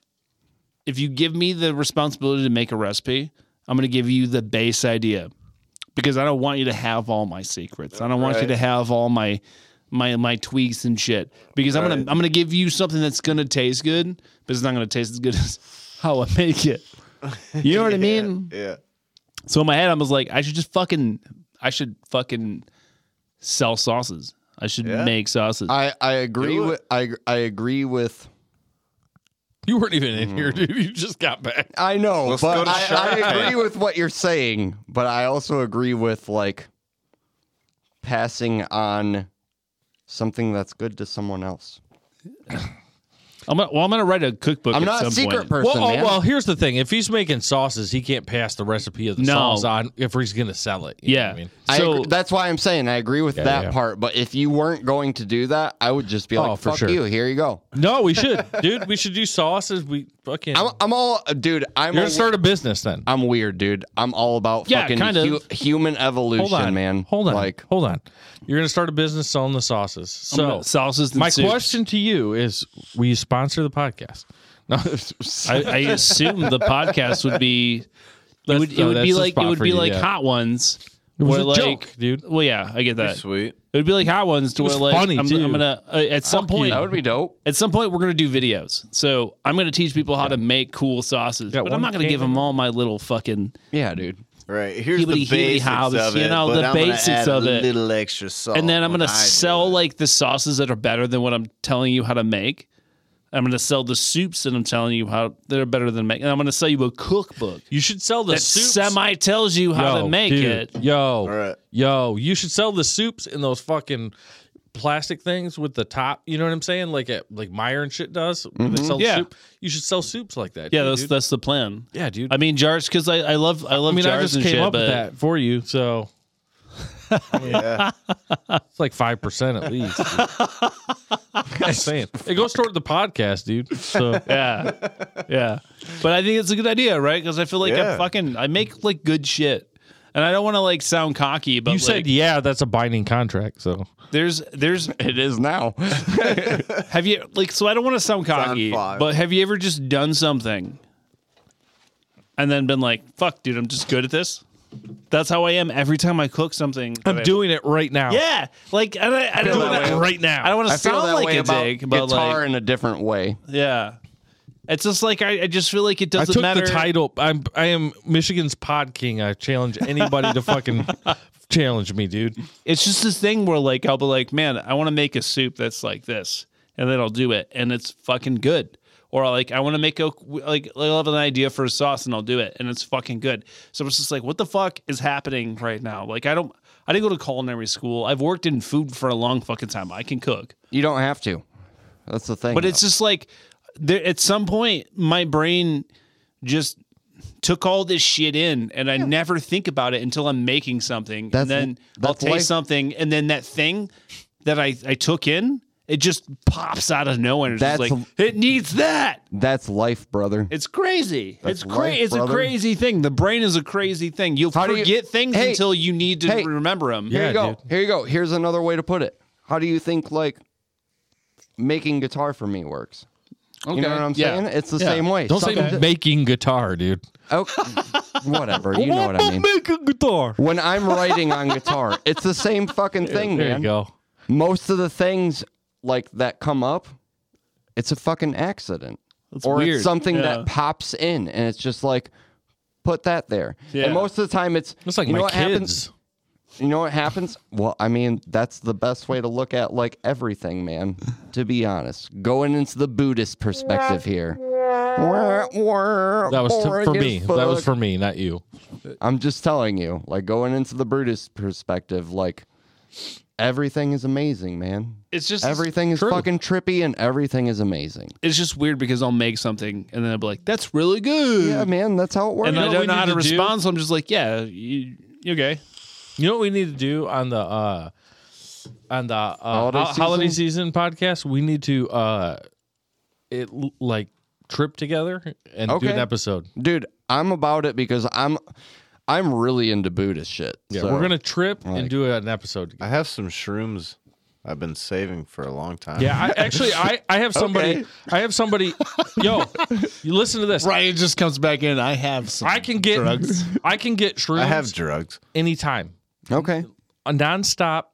If you give me the responsibility to make a recipe, I'm going to give you the base idea because I don't want you to have all my secrets. I don't want you Right. to have all my my my tweaks and shit because I'm going to I'm going to give you something that's going to taste good, but it's not going to taste as good as how I make it. You know what I mean? yeah. So in my head, I was like, I should just fucking, I should fucking sell sauces. I should Yeah. make sauces. I I agree Do it. with I I agree with. You weren't even in here, Mm-hmm. dude. You just got back. I know, Let's go but to Shark I, I Tank. agree with what you're saying. But I also agree with like passing on something that's good to someone else. I'm gonna, well, I'm gonna write a cookbook. I'm at not a some secret point. person, Well, oh, man. well, here's the thing. If he's making sauces, he can't pass the recipe of the No. sauce on if he's going to sell it. You know Yeah. what I mean, I So agree- that's why I'm saying I agree with that yeah. part. But if you weren't going to do that, I would just be like, Oh, for "Fuck sure. you, here you go." no, we should, dude. We should do sauces. We fucking. I'm, I'm all, dude. I'm you're a, gonna start a business then. I'm weird, dude. I'm all about Yeah, fucking kind of. hu- human evolution, Hold on, man. Hold on, like hold on. You're gonna start a business selling the sauces. I'm So gonna- sauces. And my soups. question to you is: Will you sponsor the podcast? No, I, I assume the podcast would be. It would, it no, would that's be the like it spot would for be you, like yeah. hot ones. It was a joke, dude. Well, yeah, I get that. Sweet. It would be like hot ones to was where like funny, I'm, too. I'm gonna uh, at some point that would be dope. at some point we're gonna do videos. So I'm gonna teach people how to make cool sauces, Yeah, but I'm one not gonna give can- them all my little fucking. Yeah, dude. Right. Here's Hibbity, the hibbity, basics hobbs, of it. you know, but the I'm gonna basics add of a it. little extra Oh, salt. and then I'm when gonna I do sell it. like the sauces that are better than what I'm telling you how to make. I'm gonna sell the soups that I'm telling you how that are better than make, and I'm gonna sell you a cookbook. you should sell the that soups. semi tells you how to make dude. it. Yo, Alright. yo, you should sell the soups in those fucking plastic things with the top. You know what I'm saying? Like at, like Meyer and shit does. They sell Yeah. soup. You should sell soups like that. Yeah, too, that's dude. that's the plan. yeah, dude. I mean jars because I, I love I love I mean, jars I just and came shit, up but with that for you, so Yeah. it's like five percent at least. dude. Just saying. It goes toward the podcast, dude. So Yeah, yeah. But I think it's a good idea, right? Because I feel like Yeah. I fucking I make like good shit, and I don't want to like sound cocky, but you like, said, yeah, that's a binding contract. So there's there's It is now. have you like so I don't want to sound cocky, fire. but have you ever just done something and then been like, fuck, dude, I'm just good at this. That's how I am every time I cook something. that I'm I- doing it right now. Yeah, like and I, I don't doing it wanna, right now. I don't want I to feel sound that like way a about dig, but guitar like in a different way. yeah, it's just like I, I just feel like it I doesn't took matter. the title. I'm I am Michigan's pod king. I challenge anybody to fucking challenge me, dude. it's just this thing where like I'll be like, man, I want to make a soup that's like this, and then I'll do it, and it's fucking good. Or like I want to make a like I'll have an idea for a sauce and I'll do it, and it's fucking good. So it's just like, what the fuck is happening right now? Like I don't, I didn't go to culinary school. I've worked in food for a long fucking time. I can cook, You don't have to. That's the thing. but it's just like there, at some point my brain just took all this shit in and I never think about it until I'm making something. That's- and then I'll that's taste life. something and then that thing that I, I took in, it just pops out of nowhere. It's just That's- like it needs that. that's life, brother. It's crazy. it's That's crazy. life, It's a brother. crazy thing. The brain is a crazy thing. You'll How do you- forget things Hey, until you need to hey, remember them. Here Yeah, you go. dude. Here you go. Here's another way to put it. How do you think like making guitar for me works? You know what I'm saying? It's the same way. Don't Something say making guitar, dude. Oh, whatever. You know what I mean. Making guitar. When I'm writing on guitar, it's the same fucking thing, There man. you go. Most of the things like that come up, it's a fucking accident. or weird. it's something Yeah. that pops in and it's just like put that there. Yeah. And most of the time it's It's like you know my what kids. happens? You know what happens? Well, I mean, that's the best way to look at like everything, man. To be honest, going into the Buddhist perspective here. That That was t- for me. That was for me, not you. I'm just telling you, like going into the Buddhist perspective, like everything is amazing, man. It's just Everything is fucking trippy and everything is amazing. it's just weird because I'll make something and then I'll be like, that's really good. Yeah, man, that's how it works. and I what we don't know how need to, to do? respond, so I'm just like, yeah, you, you okay? You know what we need to do on the uh on the uh, Holiday holiday, holiday season podcast? We need to uh it l- like trip together and do an Okay. episode. Dude, I'm about it because I'm I'm really into Buddhist shit. Yeah, so- we're gonna trip and do an episode. Together. I have some shrooms I've been saving for a long time. Yeah, I, actually, I I have somebody. I have somebody. Yo, you listen to this. Ryan just comes back in. I have some. I can get drugs. I can get shrooms I have drugs. anytime, Okay. a nonstop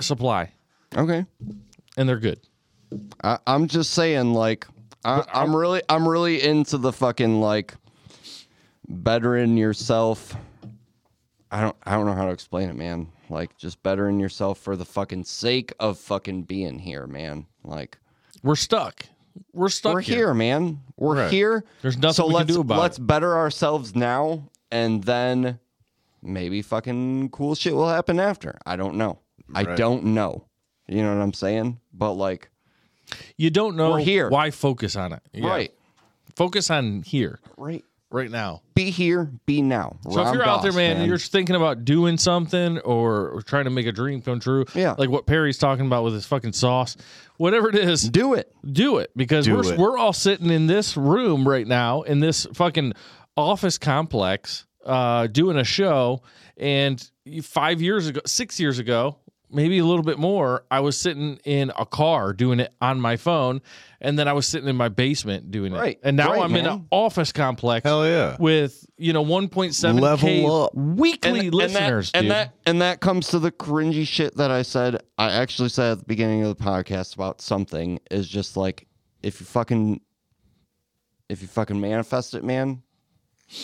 supply, Okay. and they're good. I, I'm just saying, like, I, I'm really, I'm really into the fucking like bettering yourself. I don't, I don't know how to explain it, man. Like, just bettering yourself for the fucking sake of fucking being here, man. Like, We're stuck. We're stuck. we're here, man. We're Right. here. There's nothing so we can let's, do about Let's better ourselves now, and then maybe fucking cool shit will happen after. I don't know. I Right. don't know. You know what I'm saying? But like, You don't know We're here. Why focus on it? Yeah. right, Focus on here right. right now. be here, be now. So if Ram you're out there, Dass, man, and you're thinking about doing something or, or trying to make a dream come true, Yeah. like what Perry's talking about with his fucking sauce, whatever it is, do it. do it because Do we're it. we're all sitting in this room right now in this fucking office complex uh doing a show and 5 years ago 6 years ago maybe a little bit more I was sitting in a car doing it on my phone and then I was sitting in my basement doing it Right, and now right, I'm in an man. office complex Hell yeah. with you know 1.7 Level up. weekly listeners that, dude. and that and that comes to the cringy shit that I said. I actually said at the beginning of the podcast about something is just like if you fucking if you fucking manifest it, man.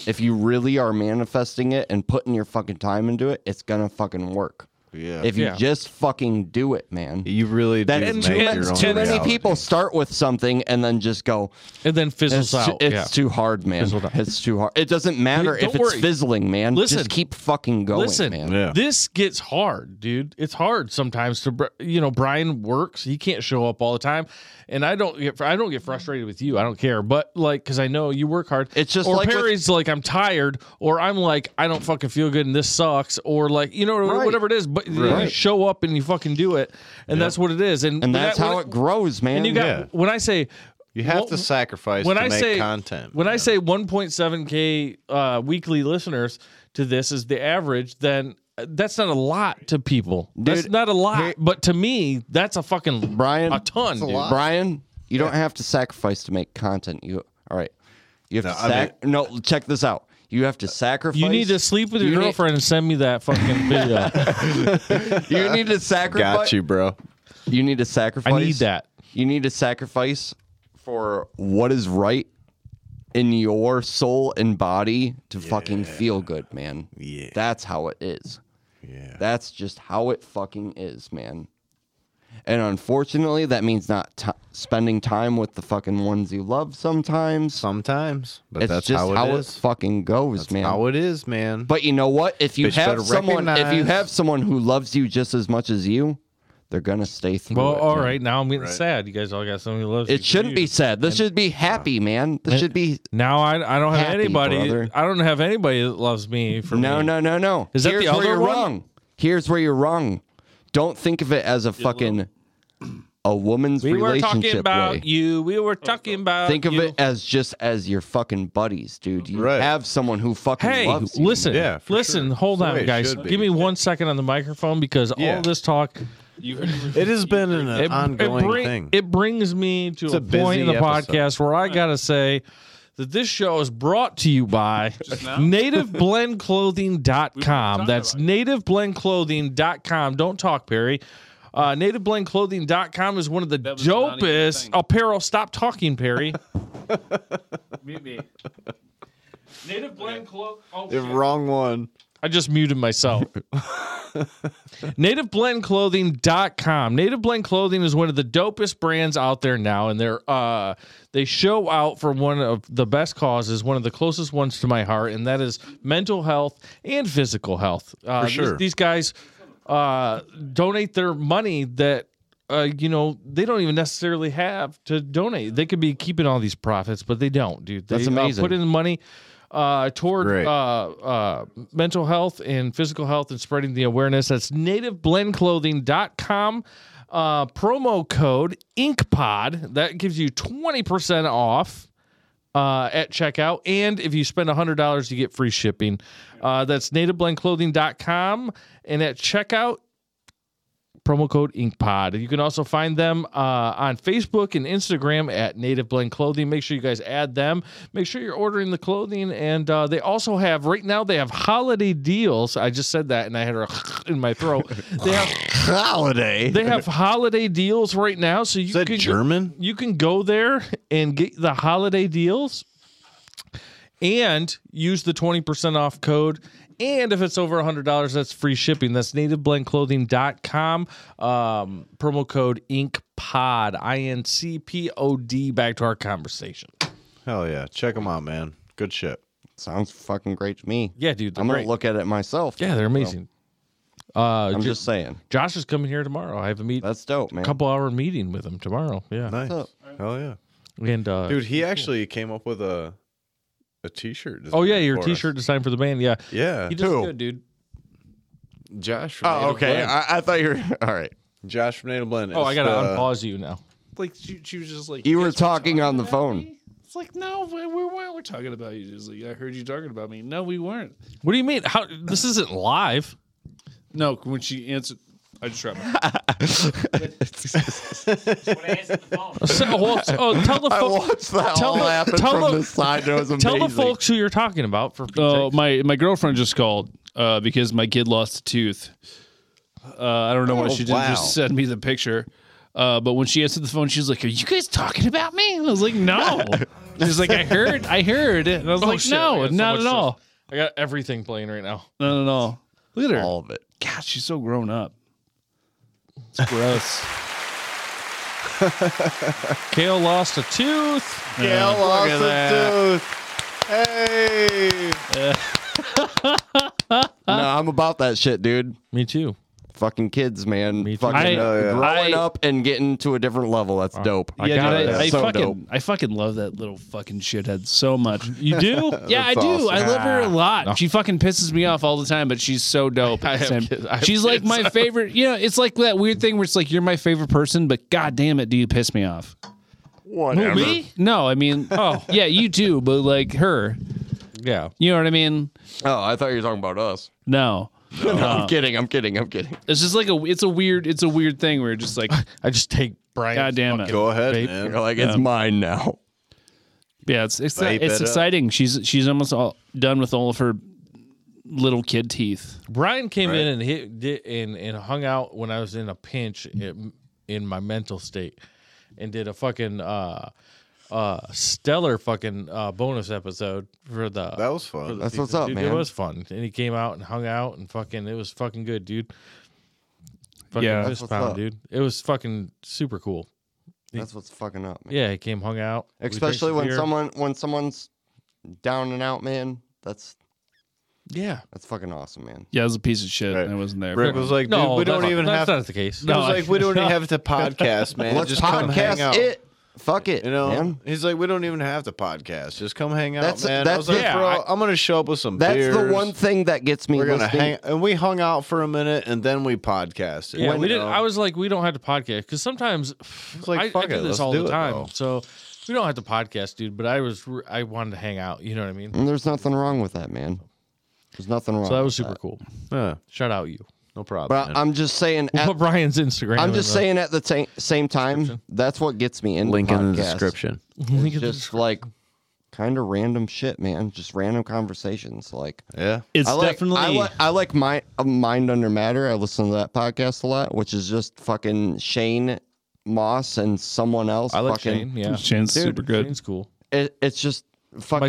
If you really are manifesting it and putting your fucking time into it, it's gonna fucking work. Yeah. If you Yeah. just fucking do it, man. you really That do and make too, your own too many reality. people start with something and then just go, and then fizzles It's, too, out it's yeah. too hard, man. It's too hard. It doesn't matter Dude, if don't it's worry. fizzling, man. Listen. just keep fucking going, Listen, Oh, man. Yeah. this gets hard, dude. It's hard sometimes to br- you know Brian works. He can't show up all the time, and I don't get fr- I don't get frustrated with you. I don't care, but like because I know you work hard. It's just or like with- Perry's like I'm tired, or I'm like I don't fucking feel good and this sucks, or like you know Right. whatever it is. but you show up and you fucking do it, and that's what it is. And and that's that- how when- it grows, man. And you got Yeah. when I say You have Well, to sacrifice when to I make say content. When I say 1.7k uh, weekly listeners to this is the average, then uh, that's not a lot to people. that's Dude, not a lot, here- but to me, that's a fucking Brian, a ton. dude. Brian, you don't have to sacrifice to make content. You all right? You have to I sac- no. Check this out. You have to sacrifice. You need to sleep with your You need- girlfriend and send me that fucking video. You need to sacrifice. Got you, bro. You need to sacrifice. I need that. You need to sacrifice for what is right in your soul and body to fucking feel good, man. Yeah. That's how it is. Yeah. That's just how it fucking is, man. And unfortunately, that means not ti spending time with the fucking ones you love sometimes. Sometimes, but it's that's just how how, it it, is. fucking goes, man. How it is, man. But you know what? If you Bitch better have someone, if you recognize- have someone who loves you just as much as you, they're gonna stay through. Well, it, all man. right, now I'm getting sad. You guys all got somebody who loves you. uh, It shouldn't be sad. This should be happy, man. This should be Now I, I don't have Happy, anybody. brother. I don't have anybody that loves me for no, me. no, no, no. Is that Here's the where other you're one? wrong. Here's where you're wrong. Don't think of it as a fucking a woman's We were relationship talking about way. you. We were talking about Think of you. it as just as your fucking buddies, dude. You Right. have someone who fucking Hey, loves you. listen. Yeah, for listen. sure. Hold That's the way on, it guys. should be. Give me one second on the microphone because Yeah. all this talk it has been an it, it ongoing bring- thing. It brings me to It's a, a point in the busy episode. podcast where I gotta say that this show is brought to you by nativeblendclothing.com. That's nativeblendclothing.com. Don't talk, Perry. Uh, nativeblendclothing.com is one of the was not even a dopest thing. apparel. Stop talking, Perry. Mute me. Native blend clothing. The wrong one. I just muted myself. NativeBlendClothing.com. Native Blend Clothing is one of the dopest brands out there now, and they're uh, they show out for one of the best causes, one of the closest ones to my heart, and that is mental health and physical health. Uh, these- sure. These, guys uh, donate their money that. Uh, you know they don't even necessarily have to donate. They could be keeping all these profits, but they don't, dude. They, That's uh, amazing. put in money uh, toward Great. uh, uh, mental health and physical health and spreading the awareness. That's nativeblendclothing.com. Uh, promo code InkPod. That gives you 20% off uh, at checkout. And if you spend $100, you get free shipping. Uh, that's nativeblendclothing.com. And at checkout, promo code InkPod. You can also find them uh, on Facebook and Instagram at Native Blend Clothing. Make sure you guys add them. Make sure you're ordering the clothing, and uh, they also have right now they have holiday deals. I just said that, and I had a in my throat. They have Holiday. they have holiday deals right now, so you Is that can German? you can go there and get the holiday deals and use the 20% off code. And if it's over $100, that's free shipping. That's nativeblendclothing.com. Um, promo code INCPOD, I N C P O D. Back to our conversation. Hell yeah. Check them out, man. Good shit. Sounds fucking great to me. Yeah, dude. They're I'm great. gonna look at it myself. yeah, they're amazing. uh, I'm Jo- just saying. Josh is coming here tomorrow. I have a meet, That's dope, man. couple hour meeting with him tomorrow. Yeah. Nice. up? Hell yeah. And, uh, Dude, he actually came up with a a t-shirt. oh, yeah, design your for us. t shirt design for the band. Yeah. Yeah. He does good, dude. Josh from Oh, Native okay. Blend. I, I thought you were all right. Josh from Native Blend. Oh, I is got to the- unpause you now. Like she, she was just like You guys were talking on the phone. It's like no, we we weren't. We're talking about you. Just like I heard you talking about me. No, we weren't. What do you mean? How this isn't live? No, when she answered, I just tried. My- So- well, oh, tell the I fol- watched that tell all the- happen tell from the- the, side. It was amazing. tell the folks who you're talking about. For oh, my my girlfriend just called uh, because my kid lost a tooth. Uh, I don't know why Oh, she didn't just wow. send me the picture. Uh, but when she answered the phone, she's like, "Are you guys talking about me?" And I was like, "No." She's like, "I heard, I heard," and Oh, I was like, shit, I "No, got so not much at all, I got everything playing right now. not at all." Look at her. all of it. God, she's so grown up. It's gross. Kale lost a tooth. Yeah, lost a tooth. Hey. No, I'm about that shit, dude. Me too. fucking kids, man. Me too. I- Fucking uh, I- growing up and getting to a different level. That's dope. I got it. I So fucking dope. I fucking love that little fucking shithead so much. You do? yeah, I That's do. I awesome. love her a lot. No. She fucking pisses me off all the time, but she's so dope. I have Sam. kids- I have she's like kids. my favorite. You know, it's like that weird thing where it's like you're my favorite person, but god damn it, do you piss me off? Who, me? No, I mean, oh yeah, you do, but like her. Yeah. You know what I mean? Oh, I thought you were talking about us. No, No, I'm kidding. I'm kidding. I'm kidding. it's just like a. It's a weird. It's a weird thing where you're just like, I just take Brian. god damn it. Go ahead, Babe. man. You're like, it's mine now. Yeah, it's it's, Vape it it's up. exciting. She's she's almost all done with all of her little kid teeth. Brian came in and hit did, and and hung out when I was in a pinch in, in my mental state, and did a fucking uh, uh, stellar fucking uh, bonus episode for the. That was fun. That's what's up, dude, It man. was fun, and he came out and hung out and fucking. It was fucking good, dude. Fucking Yeah. fist That's what's pound, up. dude. It was fucking super cool. That's what's fucking up. Man. Yeah, he came, hung out. We drank Especially some when beer. someone when someone's down and out, man. That's Yeah. that's fucking awesome, man. Yeah, it was a piece of shit. Right. I wasn't there. Rick was like, dude, No, we don't that's- even that's have. not the case. he was like, we don't even have to podcast, man. Let's Just come hang podcast out. it. Fuck it, You know, man. he's like, we don't even have to podcast. Just come hang out, That's- man. I that's was like, the- bro, I, am gonna show up with some That's beers. the one thing that gets me. We're gonna listening. hang, and we hung out for a minute, and then we podcasted. Yeah, you we didn't. know? I was like, we don't have to podcast because sometimes like, I, I fuck do it, this let's all do the it, time. though. so we don't have to podcast, dude. But I was re- I wanted to hang out. You know what I mean? And there's nothing wrong with that, man. There's nothing wrong. So that was with super cool. Yeah, Shout out you. no problem. But man. I'm just saying. At, Put Brian's Instagram. I'm in just the- saying at the ta- same time, that's what gets me into link in the podcasts. description. It's just like kind of random shit, man. Just random conversations. Like Yeah, It's I like, definitely. I, li- I like my uh, mind under matter. I listen to that podcast a lot, which is just fucking Shane Moss and someone else. I like fucking, Shane. Yeah, Shane's super good. Shane's cool. It, it's just fucking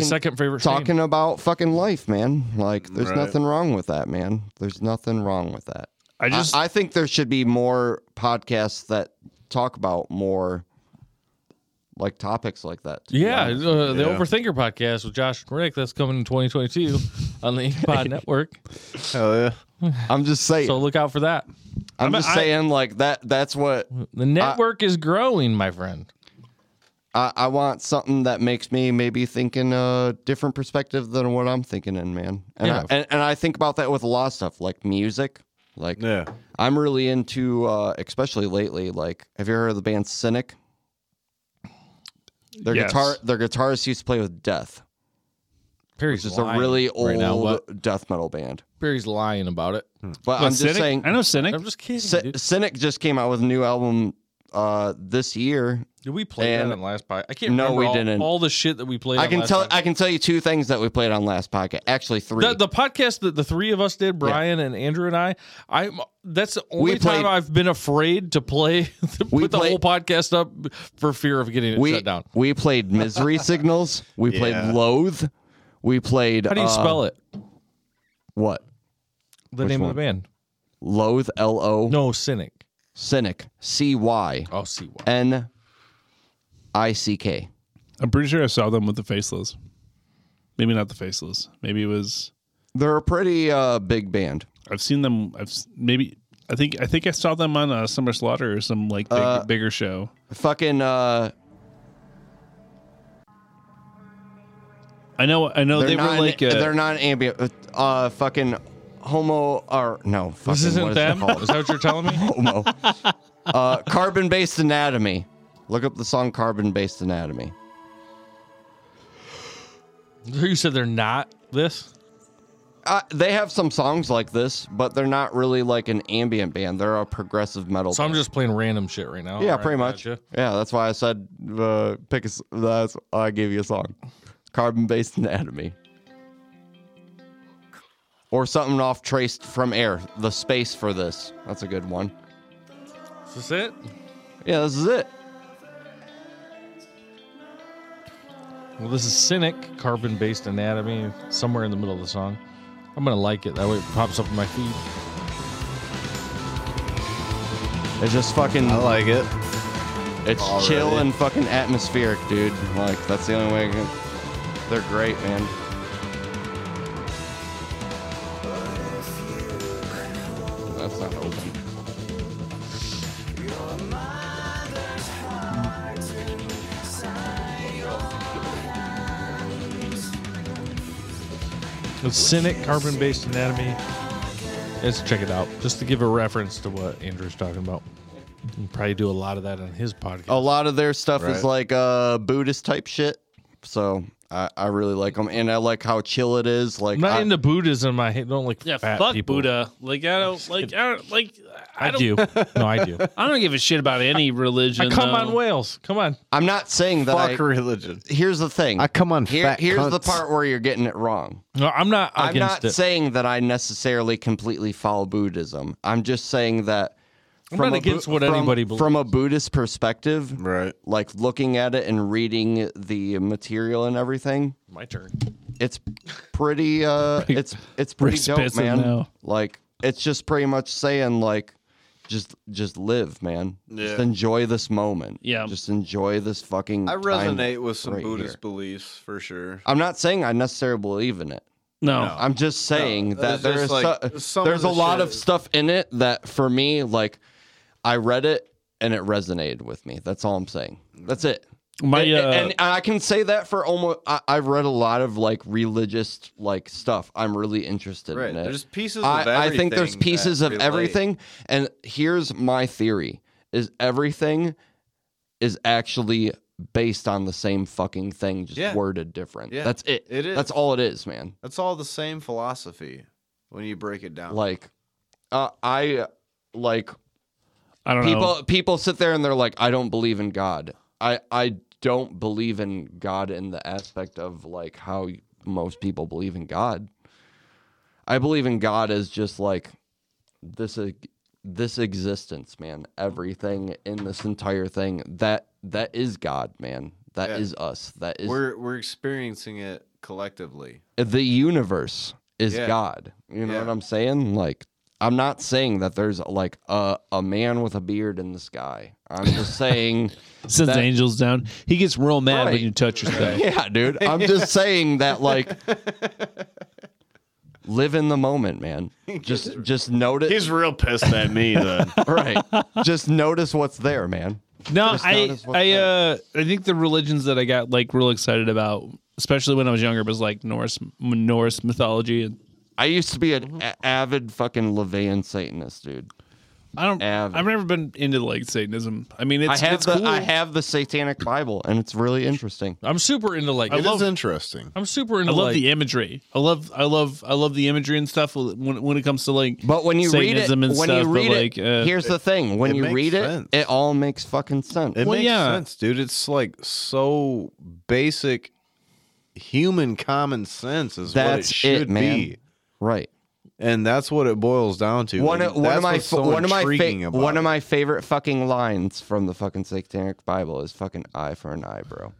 My second favorite. Shane. talking about fucking life, man. Like there's Right. nothing wrong with that, man. There's nothing wrong with that. I just I, I think there should be more podcasts that talk about more like topics like that. to be Yeah, honest. uh, the Yeah. Overthinker podcast with Josh and Rick. That's coming in 2022 on the Pod Network. hell yeah. I'm just saying. So look out for that. I'm, just saying like that. That's what The network is growing, my friend. I, I want something that makes me maybe think in a different perspective than what I'm thinking in, man. And, Yeah. I, and, and I think about that with a lot of stuff, like music. Like, Yeah. I'm really into, uh, especially lately. Like, have you heard of the band Cynic? Their Yes. guitar, their guitarist used to play with Death, Perry's which is lying a really right old now, but death metal band. Perry's lying about it. But What, I'm just Cynic? saying, I know Cynic. I'm just kidding. Cy- dude. Cynic just came out with a new album uh, this year, Did we play And- that on last podcast? I can't No, remember we all, didn't. all the shit that we played. I on can last tell. podcast. I can tell you two things that we played on last podcast. Actually, three. the, the podcast that the three of us did, Brian and Andrew and I, I that's the only played- time I've been afraid to play to We put the played- whole podcast up for fear of getting it we shut down. we played misery signals. We Yeah. played loathe. We played. uh, How do you spell it? What The name of the band? loathe? L O No, Cynic. cynic. C Y Oh, see what? N I C K. I'm pretty sure I saw them with the faceless. Maybe not the faceless. Maybe it was. They're a pretty uh, big band. I've seen them. I've s- maybe. I think. I think I saw them on uh, Summer Slaughter or some like big, Uh, bigger show. Fucking uh, I know. I know they're they not were like. uh, they're not ambient. Uh, fucking homo or no? Fucking, This what isn't is them. It called? Is that what you're telling me? homo. uh, Carbon Based Anatomy. Look up the song Carbon Based Anatomy. you said they're not this. Uh, they have some songs like this, but they're not really like an ambient band. They're a progressive metal. So I'm band. just playing random shit right now. yeah, All right, pretty much. gotcha. Yeah, that's why I said uh, pick. A, s- that's why I gave you a song, Carbon Based Anatomy, or something off Traced from Air. The space for this. That's a good one. Is this it? Yeah, this is it. Well, this is Cynic, Carbon Based Anatomy, somewhere in the middle of the song. I'm gonna like it. That way it pops up in my feed. It's just fucking. I like it. It's chill and fucking atmospheric, dude. Like that's the only way. I can... They're great, man. That's not open. It's Cynic Carbon Based Anatomy. Let's check it out just to give a reference to what Andrew's talking about. You can probably do a lot of that on his podcast. A lot of their stuff Right. is like uh, Buddhist type shit. So I, I really like them, and I like how chill it is. Like I'm not I- into Buddhism. I hate- don't like Yeah, fat fuck people. Buddha. Like I don't like I don't like I, I don't do. No, I do. I don't give a shit about any religion. Come though. on, Wales. Come on. I'm not saying that. I, Fuck religion. here's the thing. I come on Here, fat here's the cunts. part where you're getting it wrong. No, I'm not I'm against not it. saying that I necessarily completely follow Buddhism. I'm just saying that. I'm not against what anybody believes. From a Buddhist perspective, Right. like looking at it and reading the material and everything, My turn. it's pretty uh it's it's pretty Rick's dope pissing man now. like it's just pretty much saying like just just live man just enjoy this moment Yeah. just enjoy this fucking I time resonate with some right Buddhist here. beliefs for sure. i'm not saying i necessarily believe in it No. i'm just saying No, that it's there just is like, su- some of there's a the lot shit of is- stuff in it that for me like i read it and it resonated with me that's all i'm saying that's it My and, uh, and I can say that for almost. I, I've read a lot of like religious like stuff. I'm really interested Right. in it. There's pieces I, of I everything. think there's that pieces of relate. everything. And here's my theory: is everything is actually based on the same fucking thing, just Yeah. worded different. Yeah. That's it. It is. That's all it is, man. That's all the same philosophy when you break it down. Like, uh, I like I don't know. people people sit there and they're like i don't believe in god i i don't believe in god in the aspect of like how most people believe in god i believe in god as just like this e- this existence man everything in this entire thing that that is god man That is Yeah. us that is we're we're experiencing it collectively. the universe is Yeah. God. You know Yeah. what I'm saying? Like, I'm not saying that there's like a, a man with a beard in the sky. I'm just saying, Since that- angels down, he gets real mad Right. when you touch your stuff. yeah, dude. I'm just saying that, like, live in the moment, man. Just, just notice. real pissed at me then. right. Just notice what's there, man. No, Just I notice what's I there. uh I think the religions that I got like real excited about, especially when I was younger, was like Norse Norse mythology and I used to be an Mm-hmm. a- avid fucking Levian Satanist, dude. I don't Avid. I've never been into like Satanism. I mean it's I have it's the cool. I have the Satanic Bible, and it's really interesting. I'm super into like love- interesting. I'm super I into love like the imagery. I love I love I love the imagery and stuff when when it comes to like But when you Satanism read and it, when stuff, you but, read like, it, uh, here's the thing: when it you makes read sense. it, it all makes fucking sense. It Well, makes yeah. sense, dude. It's like so basic human common sense is what it That's it, should man. be. right. And that's what it boils down to. One and of, one that's of my what's so one of my intriguing fa- about one of it. my favorite fucking lines from the fucking Satanic Bible is fucking eye for an eye, bro.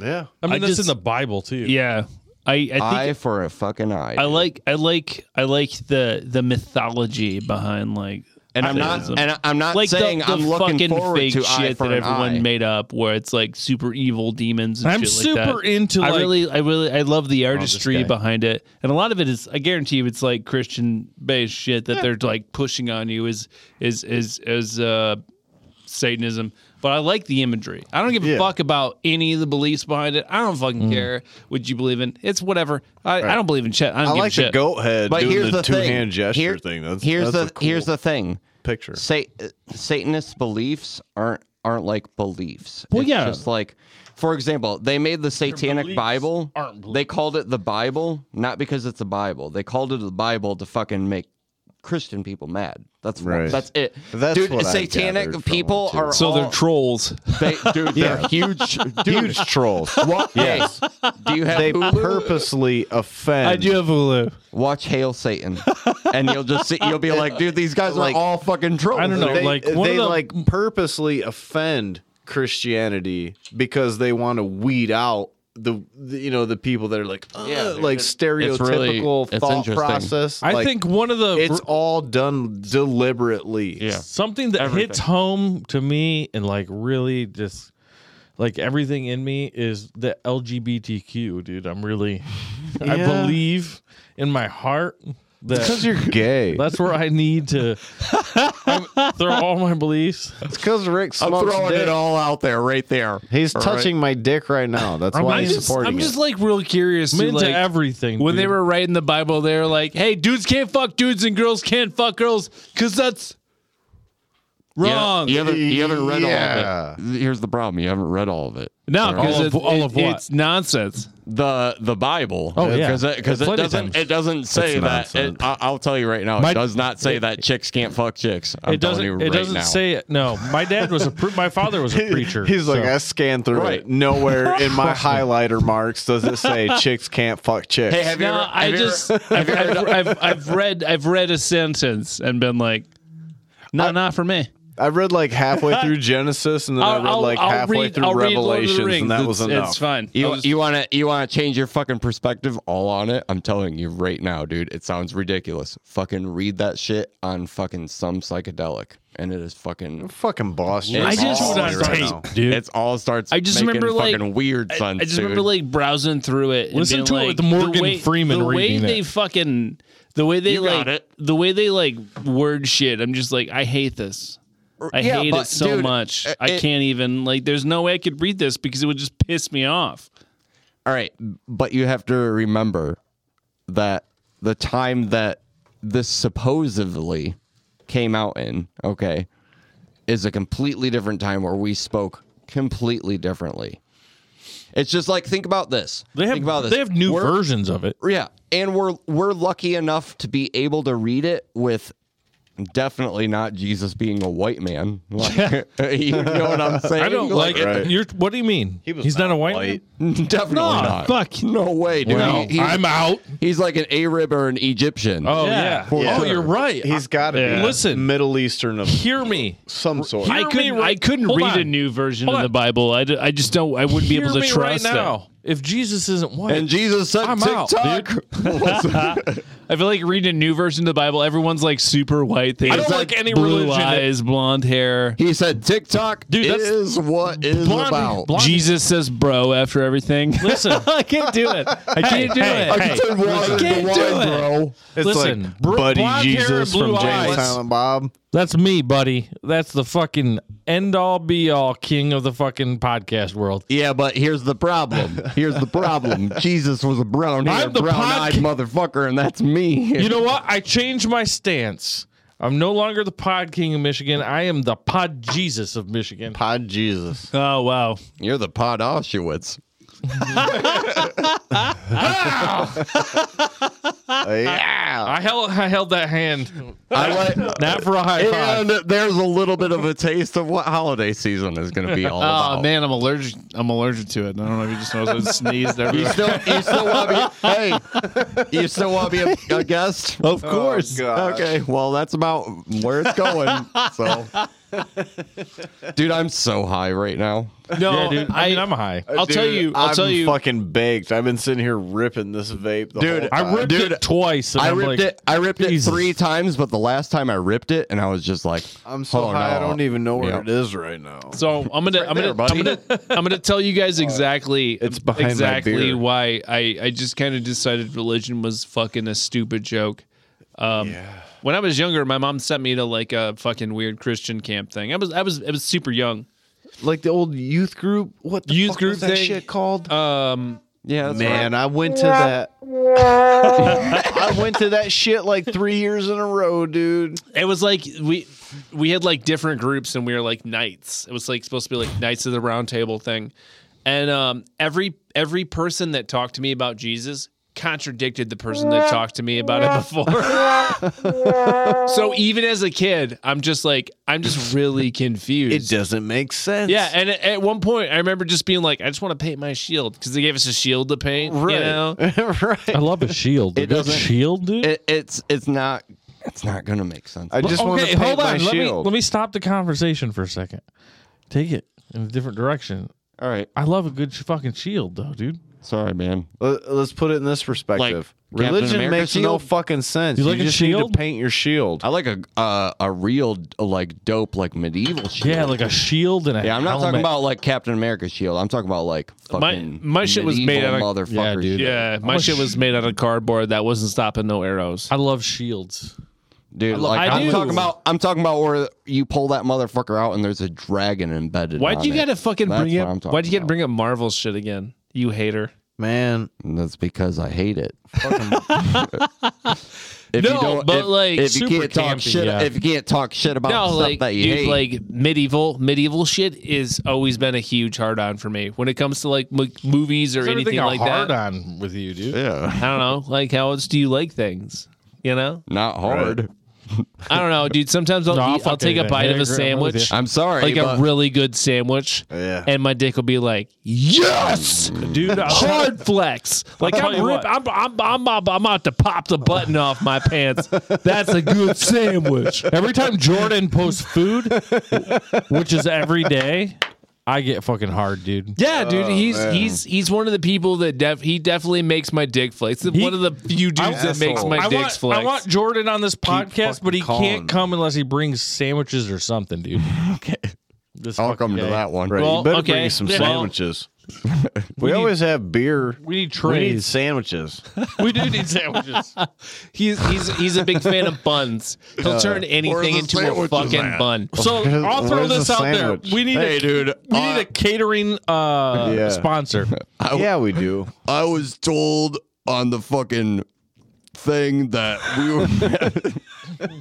Yeah. I mean I that's just- in the Bible too. yeah. I I think Eye for a fucking eye. I dude. like I like I like the the mythology behind like and I'm not Satanism. and I- I'm not like saying the, the I'm looking fucking forward fake to eye shit for that an everyone eye. made up, where it's like super evil demons. And I'm shit like super that. into like I really, I really, I love Oh, the artistry guy. behind it, and a lot of it is. I guarantee you, it's like Christian-based shit that they're like pushing on you is is is is uh, Satanism. But I like the imagery. I don't give a Yeah. fuck about any of the beliefs behind it. I don't fucking Mm. care what you believe in. It's whatever. I, I don't believe in shit. I, don't I give like a the shit. goat head But doing here's the, the two thing. hand gesture Here- thing. That's, that's here's the a cool here's the thing. picture. Sa- uh, Satanist beliefs aren't aren't like beliefs. Well, It's yeah. just like, for example, they made the Satanic Bible. They called it the Bible not because it's a Bible. They called it the Bible to fucking make Christian people mad. That's Right. that's it. That's dude, what I gathered Satanic from people it, too. are so all, they're trolls. they, dude. They're huge. Dude, Huge trolls. yes. do you have They Hulu? purposely offend. have Hulu. watch Hail Satan, and you'll just see, you'll be like, dude, these guys Like- are all fucking trolls. I don't know, they, like one they of the, like purposely offend Christianity because they want to weed out the, the- you know the people that are like "Ugh," Yeah, dude, like it's- it's really- stereotypical it's thought interesting. process. I Like, think one of the it's all done deliberately. Yeah. something that hits home to me and like really just like everything in me is the LGBTQ, dude. I'm really I Yeah. believe in my heart That, Because you're gay. that's where I need to I'm- throw all my beliefs. That's because Rick I'm smokes throwing dick. it all out there, right there. He's All right. touching my dick right now. That's why I'm he's just, supporting I'm it. just like real curious. I'm to, into like, everything. when they dude. were writing the Bible, they were like, "Hey, dudes can't fuck dudes and girls can't fuck girls because that's wrong." You haven't, you haven't read Yeah. all of it. Here's the problem: you haven't read all of it. No, All because of- it's, all of it- what? it's nonsense. The the Bible. Oh, yeah. because it, 'cause it Plenty of doesn't times. it doesn't say That's that. It, I, I'll tell you right now, My- it does not say that chicks can't fuck chicks. I'm it doesn't. telling you it right doesn't now. say it. No, my dad was a. Pre- my father was a preacher. He's like, so- I scanned through Right. it. Nowhere in my highlighter marks does it say chicks can't fuck chicks. Hey, have you No, ever, I have you ever- just I've, I've, I've, I've read I've read a sentence and been like, "No, not for me." I read like halfway through Genesis, and then i read like halfway through I'll read Lord of the Revelations, Rings. and that was it's, enough. It's fine. You, I'll just- you wanna you wanna change your fucking perspective all on it? I'm telling you right now, dude. It sounds ridiculous. Fucking read that shit on fucking some psychedelic, and it is fucking. Fucking boss. shit. I It's just all put here on right tape, now. dude. It's all starts. I just making remember, like- fucking weird I, sons. I just remember dude. like browsing through it. And Listen being to it like, with Morgan the way, Freeman The way reading they it. fucking the way they You like got it. the way they like word shit. I'm just like, I hate this. I yeah, hate but, it so dude, much. uh, I it- can't even like. There's no way I could read this because it would just piss me off. All right, but you have to remember that the time that this supposedly came out in, okay, is a completely different time where we spoke completely differently. It's just like think about this. They have. think about this. They have new We're- versions of it. Yeah, and we're we're lucky enough to be able to read it with definitely not Jesus being a white man. Like, you know what I'm saying? I don't like. it. right. You're. What do you mean? He was He's not, not a white. white. Definitely No, not. fuck. No way, dude. No, He- he's- I'm out. He's like an Arab or an Egyptian. Oh Yeah. yeah. For Oh, sure. you're right. He's got to be Listen. Middle Eastern of Hear me. some sort. Hear I couldn't. me right- I couldn't Hold read on. a new version Hold of the on. Bible. I, d- I just don't. I wouldn't be Hear able to me trust right it. now. If Jesus isn't white, And Jesus said I'm out, TikTok. I feel like reading a new version of the Bible. Everyone's like super white. They I don't have like any blue religion that- eyes, blonde hair. he said TikTok Dude, that's- is what is blonde- about. blonde- Jesus says "bro" after everything. listen, I can't do it. I can't do hey, it. I said water can't to wine, do it. bro. It's listen, like bro- Buddy blonde hair Jesus and from blue James eyes. Silent Bob. that's me, buddy. That's the fucking end all be all king of the fucking podcast world. Yeah, but here's the problem. Here's the problem. Jesus was a brown haired, I'm the brown eyed podca- motherfucker, and that's me. You know what? I changed my stance. I'm no longer the pod king of Michigan. I am the pod Jesus of Michigan. Pod Jesus. Oh wow. You're the pod Auschwitz. yeah. I held I held that hand. I like Not for a high five. And there's a little bit of a taste of what holiday season is going to be all about. Oh man, I'm allergic. I'm allergic to it. I don't know if you just noticed. I sneezed You everywhere. still, you still want to be, hey, you still want to be a, a guest? Of course. Oh, gosh. okay, well, that's about where it's going. So, dude, I'm so high right now. No, Yeah, dude. I, mean, I'm high. I'll tell you. I'll am tell you. Fucking baked. I've been sitting here ripping this vape. The Dude, whole I time. ripped dude, it twice. and I I'm ripped like, it. I ripped Jesus. it three times, but the last time I ripped it, and I was just like, I'm so oh, high. no. I don't even know where Yeah. it is right now. So I'm gonna I'm gonna, I'm gonna I'm gonna tell you guys exactly It's behind my exactly beard. why I I just kind of decided religion was fucking a stupid joke. Um, When I was younger, my mom sent me to like a fucking weird Christian camp thing. I was I was I was super young. Like the old youth group. What the Youth fuck group was that thing. shit called? Um, Yeah, that's Man, I went to that. I went to that shit like three years in a row, dude. it was like we we had like different groups and we were like knights. It was like supposed to be like knights of the round table thing. And um, every every person that talked to me about Jesus contradicted the person that talked to me about it before. so even as a kid, I'm just like I'm just really It confused. doesn't make sense. yeah, and at- at one point I remember just being like, I just want to paint my shield because they gave us a shield to paint. You Right. know? I right. love a shield. A It good doesn't- shield, dude. It, it's it's not it's not gonna make sense. I just want to okay, paint hold my on. Let me, shield. let me stop the conversation for a second. Take it in a different direction. All right, I love a good sh- fucking shield, though, dude. sorry, man. Let- Let's put it in this perspective. Captain Religion America makes no shield? fucking sense. You, like a just need shield? to paint your shield. I like a uh, a real like dope like medieval shield. Yeah, like a shield and a Yeah, I'm not talking helmet. about like Captain America's shield. I'm talking about like fucking my shit was made medieval out motherfucker. Yeah, dude. shit. Yeah, Oh, my shit was made out of cardboard. That wasn't stopping no arrows. I love shields. dude. Like I I'm do. talking about I'm talking about where you pull that motherfucker out and there's a dragon embedded. Why'd on you it. gotta fucking That's bring what I'm up? talking Why'd you gotta about. bring up Marvel's shit again? You hater. Man, And That's because I hate it. if No, but, like, if you super can't talk campy, shit, yeah. if you can't talk shit about No, stuff like that you dude, hate, like medieval medieval shit is always been a huge hard on for me when it comes to like m- movies or anything like hard that. on with you, dude. yeah, I don't know. Like how else do you like things? You know, not hard. I don't know, dude. Sometimes I'll No, I'll eat, I'll fuck take a anything. bite Yeah, of a agree. I'm with you. sandwich, I'm sorry, like a but- really good sandwich, Yeah. and my dick will be like, yes, Mm. dude. I'll tell- hard flex. Like tell I'm, you rip, what. I'm, I'm, I'm, I'm, I'm about to pop the button off my pants. That's a good sandwich. Every time Jordan posts food, which is every day, I get fucking hard, dude. Yeah, dude, he's he's he's one of the people that def he definitely makes my dick flex. He's one of the few dudes that makes my Oh. I dick want, flex. I want Jordan on this podcast, fucking but he calling. can't come unless he brings sandwiches or something, dude. okay. This I'll fucking come to guy. that one. Right. Well, you better okay. bring some Well- sandwiches. we always have beer. We need We need trays. sandwiches. We do need sandwiches. he's he's he's a big fan of buns. He'll turn anything into a fucking bun. So I'll throw Where's the this out sandwich? there. We need Hey, a, dude, We uh, need a catering uh, Yeah. sponsor. yeah, we do. I was told on the fucking thing that we were,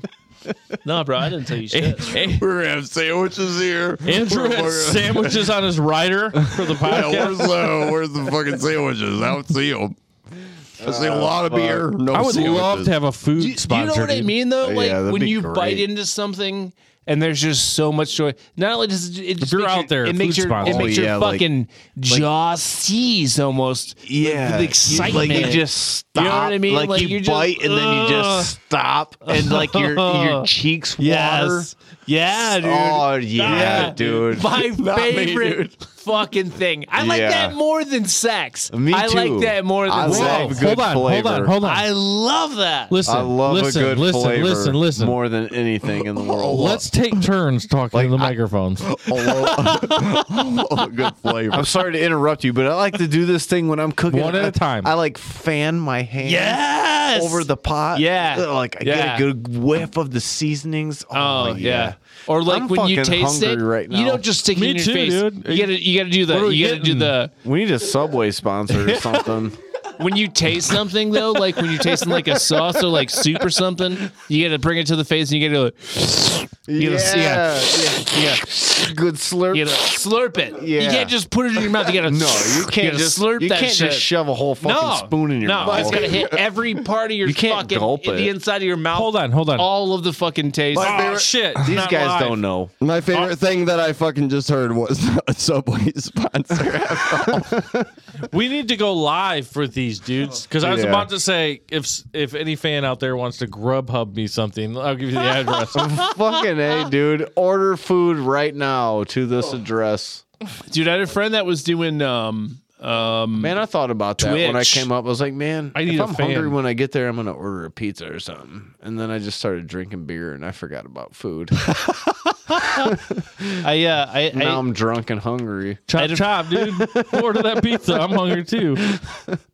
No, bro, I didn't tell you shit. we were gonna have sandwiches here. Andrew has sandwiches on his rider for the Yeah, podcast. where's the where's the fucking sandwiches? I don't see them. I see a lot of beer. No I would sandwiches. love to have a food Do you, do you sponsor. know what I dude. mean though? Yeah, Like that'd when be you bite great. into something and there's just so much joy. Not only does it, it just you're makes your- out there, it makes food your it sponsor. makes Oh, yeah, your like- fucking jaw seize almost. Yeah, the you- excitement. Like you just stop. You know what I mean? Like, Like, you you're just, Oh, bite and then you just stop, and like your your cheeks water. Yes. Yeah, dude. Oh yeah, Stop. dude. My me, favorite fucking thing. I like Yeah. that more than sex. Me I like too. that more than I sex. love good hold on, flavor. hold on, hold on. I love that. Listen, I love listen, a good listen, flavor. listen, listen. More than anything in the world. Let's take turns talking to the microphones. good flavor. I'm sorry to interrupt you, but I like to do this thing when I'm cooking. One at I- a time. I like fan my hand. Yes. over the pot. Yeah. Ugh, Like I Yeah. get a good whiff of the seasonings. Oh, yeah. Or like I'm when you fucking taste it, hungry right you now. don't just stick Me it in your too, face. dude. You gotta you gotta do the are we you gotta do getting? the We need a Subway sponsor or something. when you taste something though, like when you're tasting like a sauce or like soup or something, you gotta bring it to the face and you gotta You gotta- yeah. yeah, yeah. Good slurp. you gotta slurp it. You Yeah. can't just put it in your mouth. You gotta no, you can't gotta just slurp You that can't shit. just shove a whole fucking no, spoon in your no, mouth. it's gotta hit every part of your You can't fucking gulp the it. inside of your mouth. Hold on, hold on. all of the fucking taste. Oh, shit. These not guys live. don't know. My favorite thing that I fucking just heard was a Subway sponsor. We need to go live for these dudes because I was Yeah. about to say if if any fan out there wants to Grubhub me something, I'll give you the address. fucking hey, dude. Order food right now to Oh. this address. dude, I had a friend that was doing um um Man, I thought about that when I Twitch. came up. I was like, man, I need if a I'm fan. hungry when I get there, I'm gonna order a pizza or something. And then I just started drinking beer and I forgot about food. I uh I, I now I'm drunk and hungry. chop chop, dude. Order that pizza. I'm hungry too.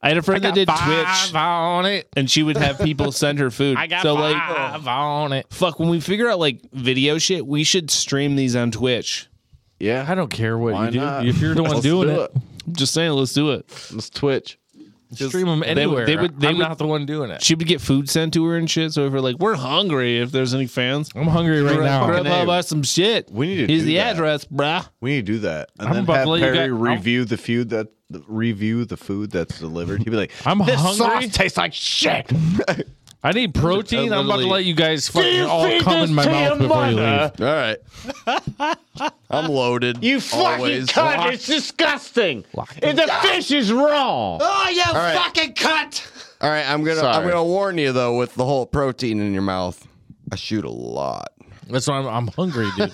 I had a friend that did Five Twitch, on it. and she would have people send her food. I got so like, five on it. fuck. When we figure out like video shit, we should stream these on Twitch. Yeah, I don't care what Why you do. not? If you're the one Let's doing do it, Just saying, let's do it. Let's Twitch. Just stream them they would- anywhere. they would- they I'm would- not the one doing it. She would get food sent to her and shit. So if we're like, we're hungry. If there's any fans, I'm hungry right now. grab up us some shit. We need to Here's do the that. address, bruh. We need to do that, and I'm then about to have let you Perry guys- I'm- review the food that the, review the food that's delivered. He'd be like, I'm this hungry. Sauce tastes like shit. I need protein. I'm about to literally- let you guys fucking all come in my mouth before you leave. All right. I'm loaded. You fucking always. cunt! It's disgusting. And the fish is raw. All right, I'm gonna I'm Sorry. gonna warn you though with the whole protein in your mouth. I shoot a lot. That's why I'm, I'm hungry, dude.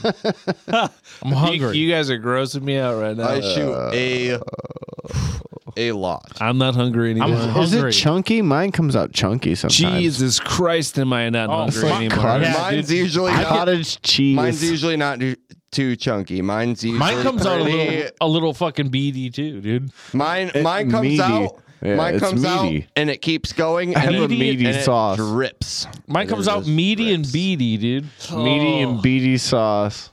I'm hungry. You, you guys are grossing me out right now. I shoot a a lot. I'm not hungry anymore. Is it chunky? Mine comes out chunky sometimes. Jesus Christ, am I not hungry fuck. anymore? Cottage, Yeah, mine's usually not. cottage cheese. Mine's usually not do- too chunky. Mine's usually Mine comes out a pretty- little, a little fucking beady too, dude. Mine mine comes meaty. out. Yeah, mine it's comes meaty. out and it keeps going. I and have a it- meaty and it sauce. drips. Mine comes out meaty and beady, dude. meaty and beady sauce.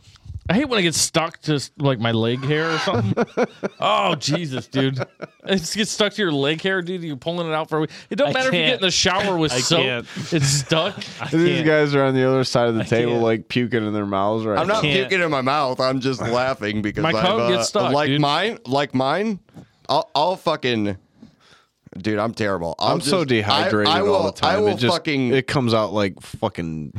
I hate when I get stuck to like my leg hair or something. oh Jesus, dude! It just gets stuck to your leg hair, dude. You're pulling it out for a week. It don't I matter if you get in can't. the shower with I soap. can't. It's stuck. These guys are on the other side of the table, can't. like puking in their mouths right I'm not now. can't- puking in my mouth. I'm just laughing because My I've, tongue uh, gets stuck, like dude. mine, like mine. I'll, I'll fucking, dude. I'm terrible. i I'm so dehydrated I, I will, all the time. I will it just fucking. it comes out like fucking.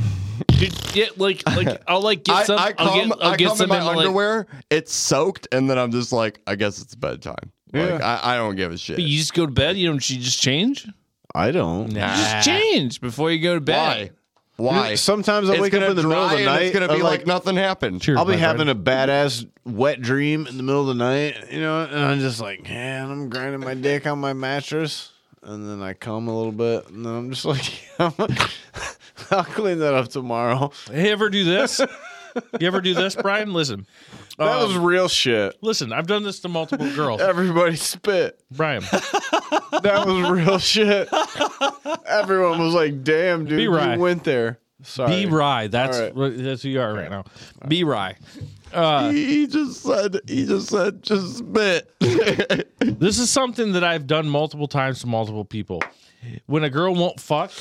Dude, yeah, like, like I'll like I, get some. I come, will get, I'll I get come some in my like- underwear. it's soaked, and then I'm just like, I guess it's bedtime. Like I, I don't give a shit. you just go to bed. You don't. You just change. I don't. Just change before you go to Why? bed. Why? Sometimes I It's wake up gonna in the middle of dry the and night. It's gonna be I'm like, nothing happened. I'll be having a badass wet dream in the middle of the night, you know, and I'm just like, man, I'm grinding my dick on my mattress. And then I come a little bit, and then I'm just like, I'll clean that up tomorrow. You ever do this? You ever do this, Brian? Listen, That Um, was real shit. listen. I've done this to multiple girls, Everybody spit. Brian. That was real shit. Everyone was like, damn, dude, Be right. you went there. Sorry. B Rye. That's All right. what- that's who you are right now. B Rye. He just said. He just said. Just spit. This is something that I've done multiple times to multiple people. When a girl won't fuck,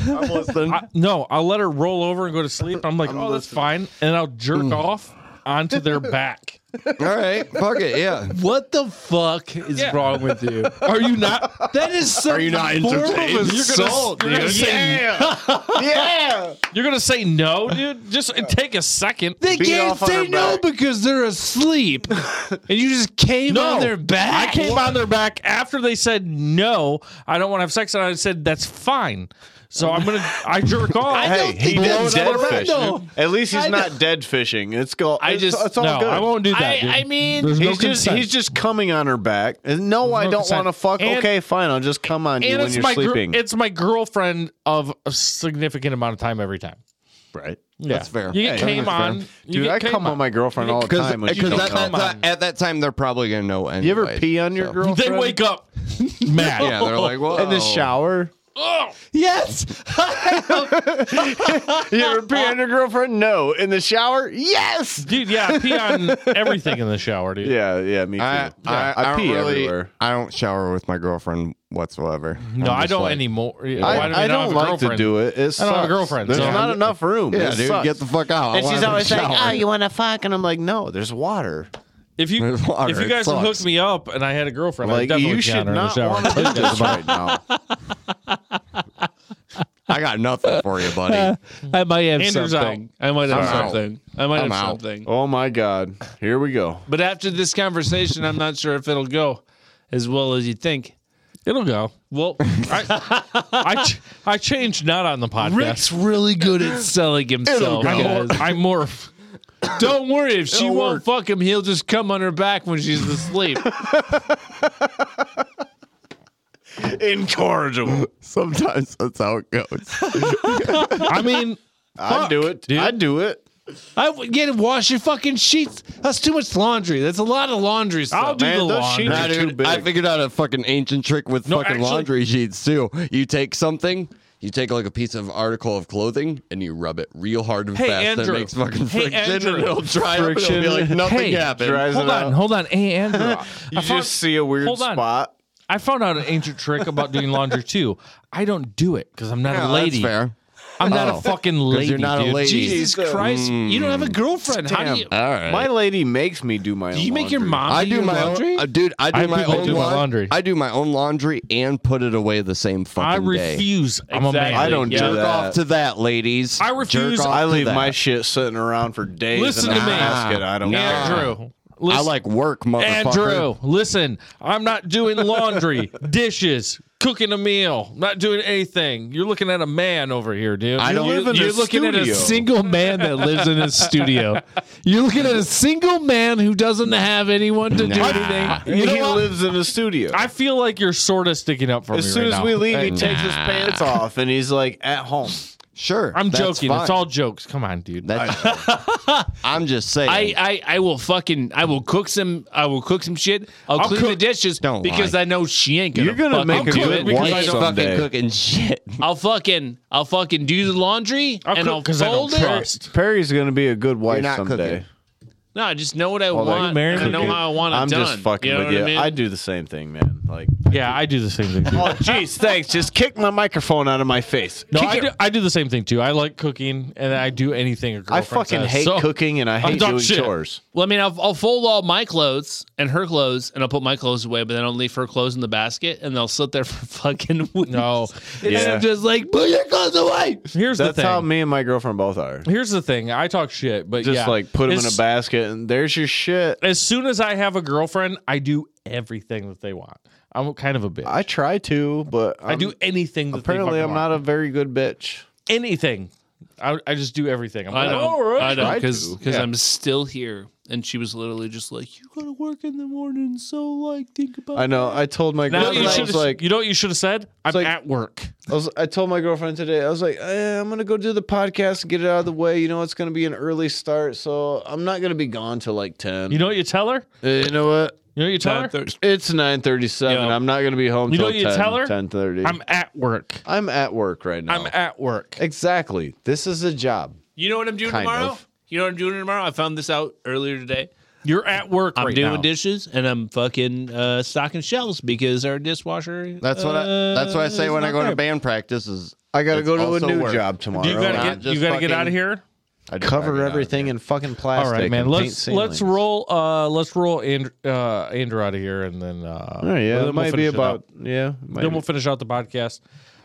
I'm listening. I, no, I'll let her roll over and go to sleep. I'm like, oh, that's fine, and I'll Mm. jerk off onto their back. All right, fuck it, yeah. What the fuck is Yeah. wrong with you? Are you not? That is some Are you not form of assault, You're gonna, dude. say, Yeah. you're gonna say no, dude. Just take a second. They Beat can't off on say her no back. because they're asleep, and you just came No. on their back. I came on their back after they said no. I don't want to have sex, and I said that's fine. So I'm gonna I jerk off. Hey, he did it dead up. fish. No. dude. At least he's I not dead fishing. It's go. I it's, just- it's all no, good. I won't do that. dude. I, I mean, There's no He's just consent. he's just coming on her back. And no, I don't consent. want to fuck. And- okay, fine. I'll just come on you and when it's you're my gr- sleeping. it's my girlfriend of a significant amount of time every time. right. Yeah. That's fair. You get Hey, came that's fair. on, you Dude, get I came come on my girlfriend all the time when she Because don't at, come. that- that- at that time, they're probably gonna know anyway. You ever pee on your so- They girlfriend? wake up mad. Yeah, they're like, well, in the shower. Yes, You ever pee on your girlfriend? No. In the shower? Yes. Dude, yeah, I pee on everything in the shower, dude. Yeah, yeah, me too. I, I, I don't pee really, everywhere. I don't shower with my girlfriend whatsoever. No, I don't like, anymore. I, Why do we I not have don't a like to girlfriend? do it. It I don't have a sucks. girlfriend, There's so- not enough room. Yeah, It dude, sucks. get the fuck out. I and wanna she's have a always like, shower. "Oh, you want to fuck?" And I'm like, "No, there's water." If you There's water, if you it guys had sucks. hooked me up and I had a girlfriend, I'd Like, definitely you pee on should her in the not shower. want to do this right now. I got nothing for you, buddy. I might have Andrew's something. I might have I'm out. something. I might I'm have out. something. Oh my God! Here we go. But after this conversation, I'm not sure if it'll go as well as you think. It'll go. Well, I ch- I changed not on the podcast. Rick's really good at selling himself. I guys. mor- I morph. Don't worry, if she won't fuck him, he'll just come on her back when she's asleep. Incorrigible. Sometimes that's how it goes. I mean, I'd do it. I'd do it. I would get him wash your fucking sheets. That's too much laundry. That's a lot of laundry stuff. I'll do Man, the those laundry. sheets Nah, are too dude, I big. figured out a fucking ancient trick with No, fucking actually- laundry sheets too. You take something, you take like a piece of article of clothing, and you rub it real hard and Hey, fast. and Andrew. it makes fucking Hey, friction, Andrew. and it'll dry Friction. up. And it'll be like nothing Hey, happened. Dries Hold it on, out. hold on, hey, Andrew. You just see a weird hold on. spot. I found out an ancient trick about doing laundry too. I don't do it because I'm not Yeah, a lady. That's fair. I'm not a Oh. fucking lady. you're not a dude. lady. Mm. Jesus Jesus. Christ. You don't have a girlfriend. How do you? All right. My lady makes me do my own. Do you make your laundry. mom? I do your my laundry? own, uh, dude. I do I my do- I own do my laun- laundry. I do my own laundry and put it away the same I fucking day. refuse. I'm a man. Exactly. I don't Yeah. do Jerk off that. to that, ladies. I Jerk refuse- off I to leave my that. shit sitting around for days. Listen in a to me. basket. I don't. care. Andrew. Listen, I like work, motherfucker. Andrew. Listen, I'm not doing laundry, dishes, cooking a meal, not doing anything. You're looking at a man over here, dude. I don't live in You're a looking studio. at a single man that lives in his studio. You're looking at a single man who doesn't have anyone to do anything. he lives in a studio. I feel like you're sort of sticking up for me as soon right as now. we leave, Hey, he takes his pants off and he's like at home. Sure. I'm that's joking. fine. It's all jokes. Come on, dude. That's, I'm just saying. I, I, I will fucking I will cook some I will cook some shit. I'll, clean the dishes Don't because lie. I know she ain't gonna. You're gonna fucking make a do good it. wife I ain't someday. fucking cooking shit. I'll fucking I'll fucking do the laundry and I'll cook 'cause I don't fold it. trust. Perry's gonna be a good wife not someday. cooking. No, I just know what I Hold on. want. Mary and I know Cooking. how I want it I'm done. just fucking you know with what you. I mean? I do the same thing, man. Like, yeah, I do the same thing. Too. oh, jeez, thanks. Just kick my microphone out of my face. No, I do, I do the same thing too. I like cooking, and I do anything a I girlfriend fucking says. hate So- cooking and I hate done doing shit. chores. Well, I mean, I'll, I'll fold all my clothes and her clothes, and I'll put my clothes away, but then I'll leave her clothes in the basket, and they'll sit there for fucking weeks. No, and Yeah. I'm just like, put your clothes away. here's the That's thing. how me and my girlfriend both are. here's the thing. I talk shit, but Just yeah, like put them in a It's- basket and there's your shit. As soon as I have a girlfriend, I do everything that they want. I'm kind of a bitch. I try to, but I do I'm- anything. That Apparently, they I'm not a very good bitch. anything. I, I just do everything. I'm I like, "Oh, know, "All right." I know, I because do, yeah. I'm still here. And she was literally just like, "You gotta work in the morning, so like, think about." I know. I told my Now girlfriend. you I should was like, you know what you should have said? I'm like- at work. I, was, I told my girlfriend today, I was like, eh, I'm going to go do the podcast and get it out of the way. You know, it's going to be an early start, so I'm not going to be gone till like 10. You know what you tell her? Uh, you know what? You know what you tell her? It's 9.37. Yeah. I'm not going to be home You know till what you 10, tell her? 10.30. I'm at work. I'm at work right now. I'm at work. exactly. This is a job. You know what I'm doing Kind tomorrow? of. You know what I'm doing tomorrow? I found this out earlier today. You're at work I'm right doing now. dishes and I'm fucking uh, stocking shelves because our dishwasher. That's what I. That's what I say uh, when is not I go there. to band practice. Is I got to It's go to a also new work. job tomorrow. Do you gotta Not get you just gotta get out of fucking- here? I do cover gotta get out of everything here. in fucking All plastic. right, man. and paint Let's let's ceilings. roll. Uh, let's roll Andrew, uh, Andrew out of here, and then uh, Oh, yeah, then it might be finish up. about yeah. it might then be- we'll finish out the podcast.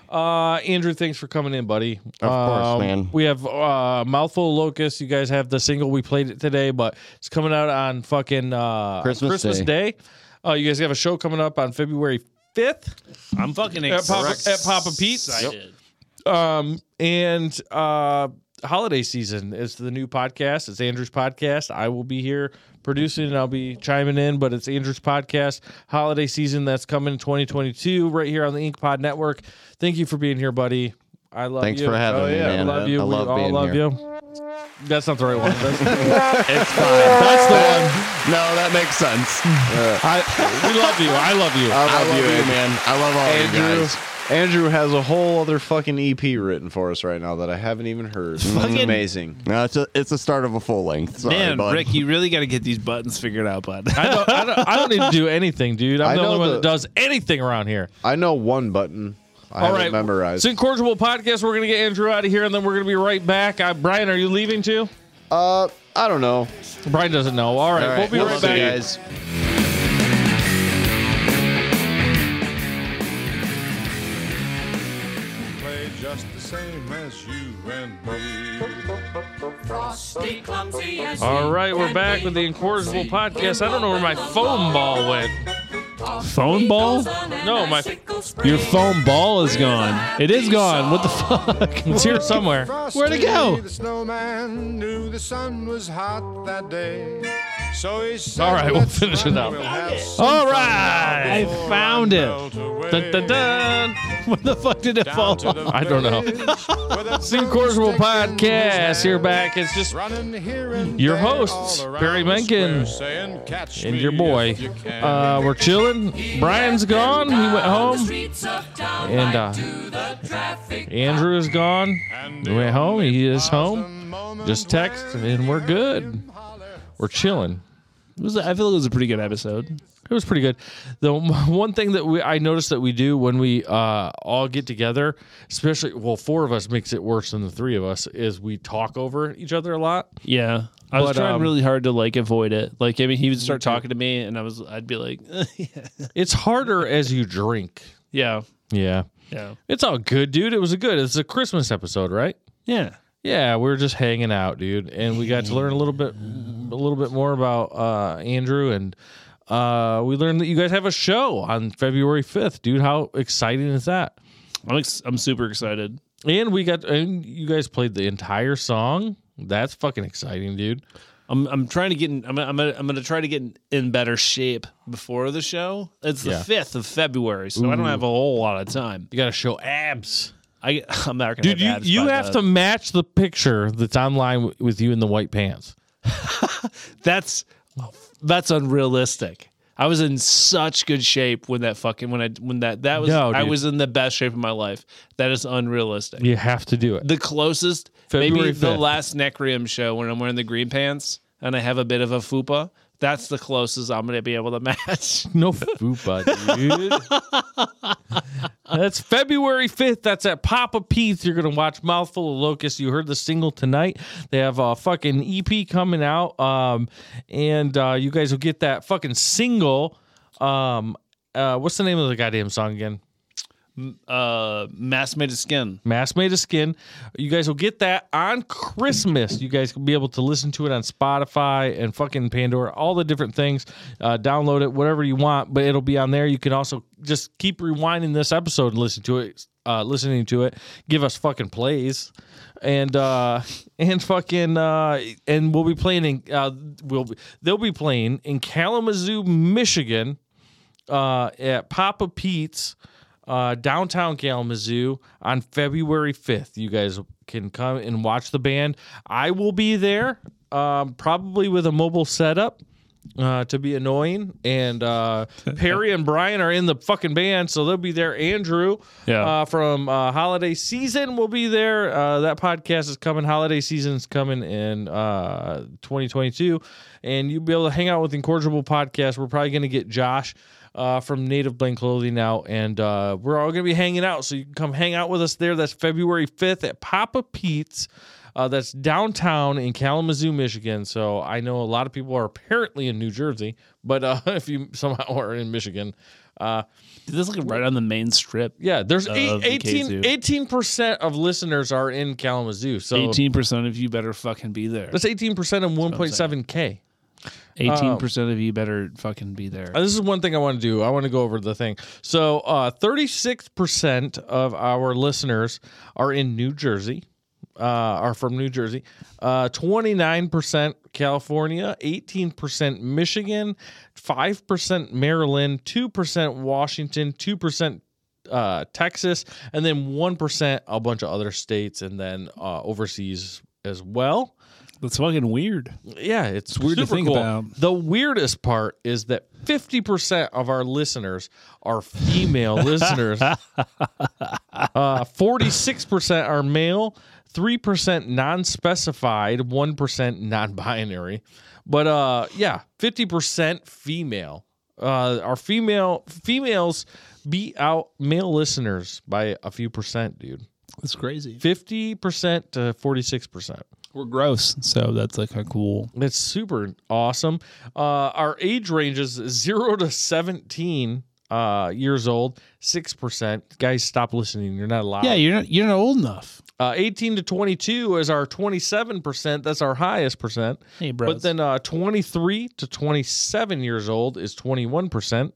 Uh, Andrew, thanks for coming in, buddy. Um, Of course, man. We have uh, mouthful of locust. You guys have the single we played it today, but it's coming out on fucking uh, Christmas Day. Uh, you guys have a show coming up on February fifth I'm fucking at Papa, excited. at Papa Pete's. Um, and uh, holiday season is the new podcast. It's Andrew's podcast. I will be here producing and I'll be chiming in, but it's Andrew's podcast, holiday season that's coming in 2022 right here on the Ink Pod Network. Thank you for being here, buddy. I love Thanks you. for having Oh, me, yeah, man. Love you. I we love all being love here. you. That's not the right one. That's- It's fine. That's the one. No, that makes sense. we love you. I love you. I love, I love you, you, Andrew. man. I love all you Andrew, guys. Andrew has a whole other fucking EP written for us right now that I haven't even heard. Fucking amazing. No, it's a, it's the start of a full length. Sorry, Man, bud. Rick, you really got to get these buttons figured out, bud. I don't, I, don't, I don't need to do anything, dude. I'm I the only know one the- that does anything around here. I know one button. I All haven't right, memorized. It's incorrigible podcast. We're gonna get Andrew out of here, and then we're gonna be right back. Uh, Brian, are you leaving too? uh, I don't know. Brian doesn't know. All right, All we'll be we'll right see back. you guys. play just the same as you and me. Frosty, clumsy as All right, we're back with the incorrigible podcast. I don't know where my phone ball went. Phone ball? No, my- Your phone ball is gone. It is gone. What the fuck? It's here somewhere. Where'd it go? Frosty The snowman knew the sun was hot that day. So he said, All right, we'll "Let's finish it run, up. we'll have some All fun right. before I found it. melt away." Dun, dun, dun. What the fuck did it Down fall to the off? I don't know. village with a It's the incorrigible broomstick in his podcast. Here hand. back. It's just Running here and Your there hosts, all around Perry the square, Mencken saying, "Catch and me your boy. if you can." Uh, we're chilling. Brian's gone. He went home. And, and uh, uh, Andrew is gone. And He the went home. He is home. only moment Just text, and we're good. We're chilling. It was- I feel like it was a pretty good episode. It was pretty good. The one thing that we I noticed that we do when we uh, all get together, especially well, four of us makes it worse than the three of us, is we talk over each other a lot. Yeah. I was But, trying um, really hard to like avoid it. Like I mean, he would start talking to me, and I was, I'd be like, It's harder as you drink. yeah, Yeah, yeah, it's all good, dude. It was a good. It's a Christmas episode, right? yeah. Yeah, we were just hanging out, dude, and we got to learn a little bit, a little bit more about uh, Andrew and uh, we learned that you guys have a show on February 5th. Dude, how exciting is that? I'm, ex- I'm super excited. And we got, and you guys played the entire song. That's fucking exciting, dude. I'm I'm trying to get in, I'm I'm gonna, I'm gonna try to get in, in better shape before the show. It's the Yeah. fifth of February, so I don't have a whole lot of time. You got to show abs. I I'm not gonna. Dude, you, have abs you by have the- to match the picture that's online w- with you in the white pants. That's that's unrealistic. I was in such good shape when that fucking when I when that that was No, I dude. was in the best shape of my life. That is unrealistic. You have to do it. The closest February maybe the 5th. last Necrium show when I'm wearing the green pants and I have a bit of a fupa. That's the closest I'm gonna be able to match. No fupa, dude. That's February 5th. That's at Papa Pete's. You're going to watch Mouthful of Locusts. You heard the single tonight. They have a fucking EP coming out. Um, and uh, you guys will get that fucking single. Um, uh, what's the name of the goddamn song again? Uh, mass-made of skin. Mask Made of Skin. You guys will get that on Christmas. You guys will be able to listen to it on Spotify and fucking Pandora, all the different things. Uh, download it, whatever you want, but it'll be on there. You can also just keep rewinding this episode and listen to it. Uh, listening to it, give us fucking plays, and uh, and fucking uh, and we'll be playing in uh, we'll be, they'll be playing in Kalamazoo, Michigan, uh, at Papa Pete's uh, downtown Kalamazoo on February 5th. You guys can come and watch the band. I will be there, um, probably with a mobile setup uh, to be annoying. And uh, Perry and Brian are in the fucking band, so they'll be there. Andrew Yeah. uh, from uh, Holiday Season will be there. Uh, that podcast is coming. Holiday Season is coming in uh, 2022. And you'll be able to hang out with Incorrigible Podcast. We're probably going to get Josh uh, from Native Blank Clothing now, and uh, we're all going to be hanging out. So you can come hang out with us there. That's February 5th at Papa Pete's. Uh, that's downtown in Kalamazoo, Michigan. So I know a lot of people are apparently in New Jersey, but uh, if you somehow are in Michigan, uh, Dude, this is like right on the main strip. yeah, there's Of eight, the 18, KZoo. 18% of listeners are in Kalamazoo. So Eighteen percent of you better fucking be there. that's 18% of 1.7K. Eighteen percent of you better fucking be there. Uh, This is one thing I want to do. I want to go over the thing. So, uh, 36% of our listeners are in New Jersey, uh, are from New Jersey, uh, 29% California, 18% Michigan, 5% Maryland, 2% Washington, 2% uh, Texas, and then 1% a bunch of other states and then uh, overseas as well. That's fucking weird. Yeah, it's, weird to super think cool. about. The weirdest part is that 50% of our listeners are female listeners. Uh, 46% are male, 3% non-specified, 1% non-binary. But uh yeah, 50% female. Uh our female females beat out male listeners by a few percent, dude. That's crazy. 50% to 46%. We're gross, so that's like a cool. That's super awesome. Uh, our age range is zero to seventeen uh, years old, six percent. Guys, stop listening. You're not allowed. Yeah, you're not you're not old enough. Uh, eighteen to twenty-two is our twenty-seven percent. That's our highest percent. Hey, bro. But then uh, twenty-three to twenty-seven years old is twenty-one percent.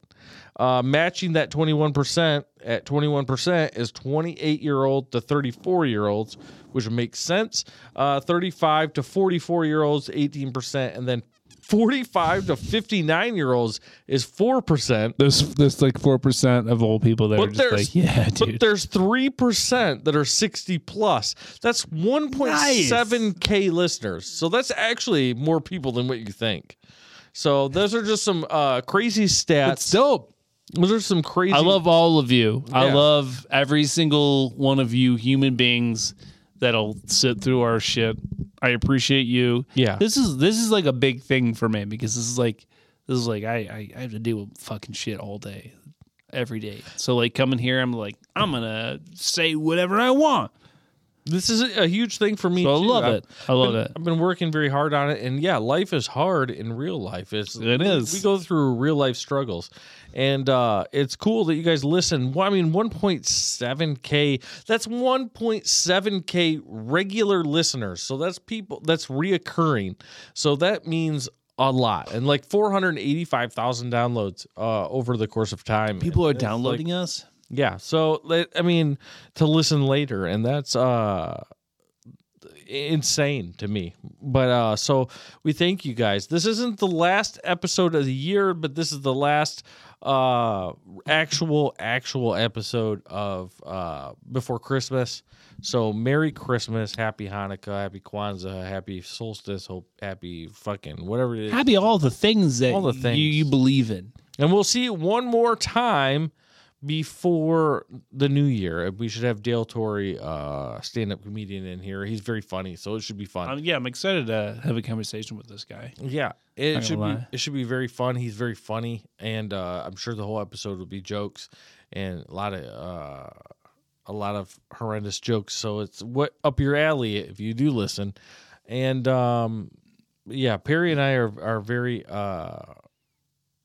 Uh, matching that twenty-one percent at twenty-one percent is twenty-eight-year-old to thirty-four-year-olds, which makes sense. Uh, Thirty-five to forty-four-year-olds, eighteen percent, and then. 45 to 59 year olds is 4%. there's there's like four percent of old people that But are just there's- like, yeah, But dude. there's three percent that are sixty plus. That's one point seven k listeners. So that's actually more people than what you think. So those are just some uh, crazy stats. dope. Those are some crazy. I love all of you. I Yeah. love every single one of you human beings that'll sit through our shit. I appreciate you. Yeah. This is this is like a big thing for me because this is like this is like I I, I have to deal with fucking shit all day. Every day. So like coming here, I'm like, I'm gonna say whatever I want. This is a huge thing for me. So I too. love I've it. I love been- it. I've been working very hard on it, and yeah, life is hard in real life. It's It is. We go through real life struggles, and uh, it's cool that you guys listen. Well, I mean, 1.7k. That's 1.7k regular listeners. So that's people. That's reoccurring. So that means. a lot, and like 485,000 downloads uh, over the course of time. People are And it's like- downloading us. yeah. So li- I mean, to listen later, and that's uh insane to me. But uh so we thank you guys. This isn't the last episode of the year, but this is the last uh actual actual episode of uh before Christmas. So Merry Christmas, Happy Hanukkah, Happy Kwanzaa, Happy Solstice, hope happy fucking whatever it is. Happy all the things that All the things. You, you believe in. And we'll see it one more time before the new year. We should have Dale Torrey, uh, stand up comedian, in here. He's very funny, so it should be fun. Um, yeah, I'm excited to have a conversation with this guy. yeah, it gonna should be lie. it should be very fun. He's very funny, and uh, I'm sure the whole episode will be jokes and a lot of uh, a lot of horrendous jokes. So it's what up your alley if you do listen. And um, yeah, Perry and I are are very uh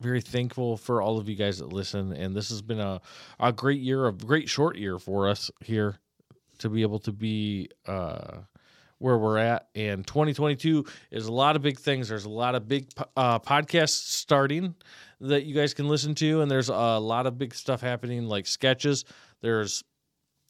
very thankful for all of you guys that listen. And this has been a, a great year, a great short year for us here to be able to be uh where we're at. And 2022 is a lot of big things. There's a lot of big po- uh, podcasts starting that you guys can listen to, and there's a lot of big stuff happening, like sketches. There's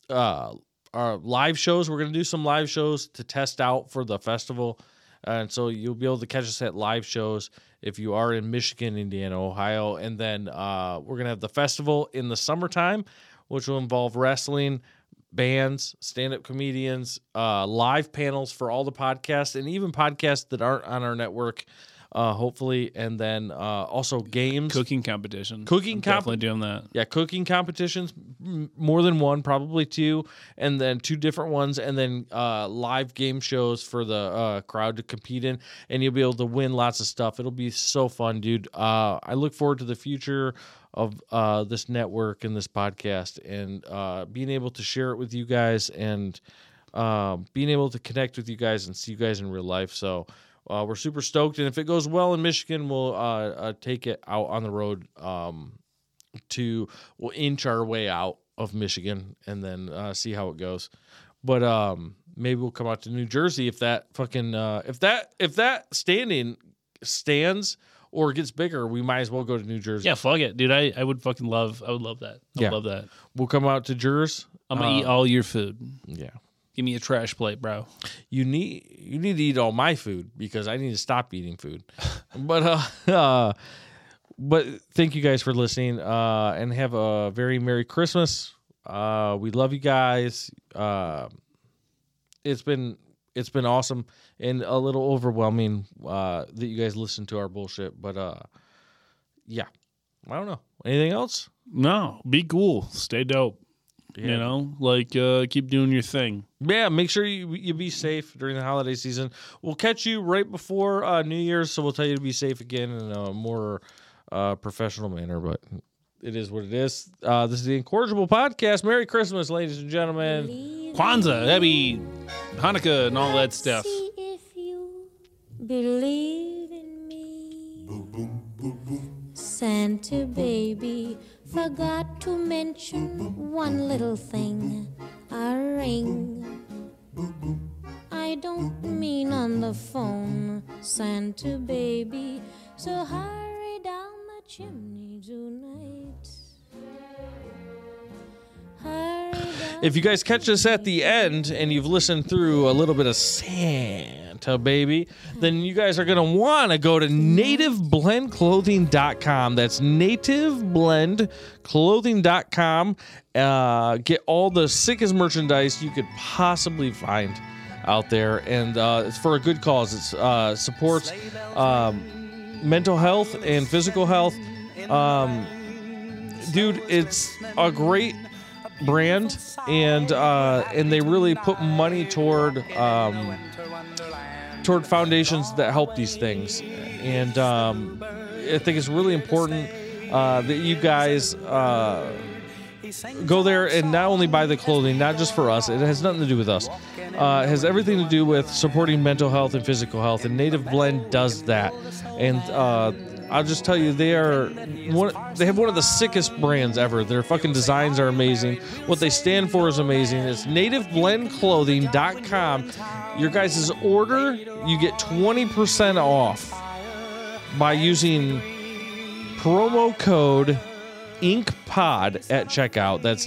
uh, our live shows. We're gonna do some live shows to test out for the festival, and so you'll be able to catch us at live shows if you are in Michigan, Indiana, Ohio, and then uh, we're gonna have the festival in the summertime, which will involve wrestling. Bands, stand up comedians, uh, live panels for all the podcasts and even podcasts that aren't on our network, uh, hopefully. And then uh, also games. Cooking competition. Cooking I'm comp- Definitely doing that. Yeah, cooking competitions, m- more than one, probably two, and then two different ones, and then uh, live game shows for the uh, crowd to compete in, and you'll be able to win lots of stuff. It'll be so fun, dude. Uh, I look forward to the future of uh, this network and this podcast, and uh, being able to share it with you guys, and um, being able to connect with you guys and see you guys in real life. So. Uh, we're super stoked, and if it goes well in Michigan, we'll uh, uh, take it out on the road um, to we'll inch our way out of Michigan and then uh, see how it goes. But um, maybe we'll come out to New Jersey if that fucking uh, if that if that standing stands or gets bigger, we might as well go to New Jersey. Yeah, fuck it, dude. I, I would fucking love. I would love that. I Yeah. would love that. We'll come out to Jers. I'm gonna eat all your food. Yeah. Give me a trash plate, bro. You need you need to eat all my food because I need to stop eating food. but uh, uh but thank you guys for listening uh and have a very merry christmas. Uh we love you guys. Uh it's been it's been awesome and a little overwhelming uh that you guys listen to our bullshit, but uh yeah. I don't know. Anything else? No, be cool. Stay dope. Yeah. You know, like uh, keep doing your thing. Yeah, make sure you, you be safe during the holiday season. We'll catch you right before uh, New Year's, so we'll tell you to be safe again in a more uh, professional manner, but it is what it is. Uh, this is the Incorrigible Podcast. Merry Christmas, ladies and gentlemen. Kwanzaa, that'd be Hanukkah and all that stuff. See if you believe in me. Santa baby forgot to mention one little thing a ring. I don't mean on the phone, Santa baby. So hurry down the chimney tonight. Hurry down If you guys catch us at the end and you've listened through a little bit of Santa Baby, then you guys are going to want to go to nativeblendclothing.com. That's nativeblendclothing.com. Uh, get all the sickest merchandise you could possibly find out there. And uh, it's for a good cause. It's uh, supports um, mental health and physical health. Um, dude, it's a great brand and uh, and they really put money toward um, toward foundations that help these things and um, I think it's really important uh, that you guys uh, go there and not only buy the clothing not just for us it has nothing to do with us uh, it has everything to do with supporting mental health and physical health and native blend does that and uh, I'll just tell you, they are one. They have one of the sickest brands ever. Their fucking designs are amazing. What they stand for is amazing. It's nativeblendclothing.com. Your guys' order, you get 20% off. by using promo code InkPod at checkout. That's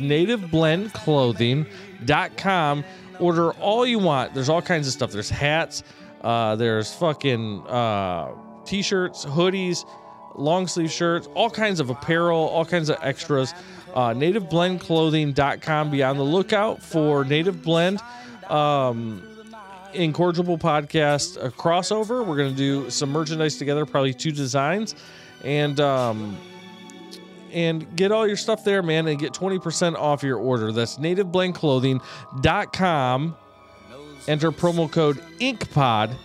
nativeblendclothing.com. Order all you want. There's all kinds of stuff. There's hats, uh, there's fucking uh, t shirts, hoodies, long sleeve shirts, all kinds of apparel, all kinds of extras. Uh, nativeblendclothing.com. Be on the lookout for Native Blend. Um, Incorrigible podcast a crossover. We're gonna do some merchandise together, probably two designs, and um, and get all your stuff there, man, and get twenty percent off your order. That's nativeblendclothing.com. Enter promo code InkPod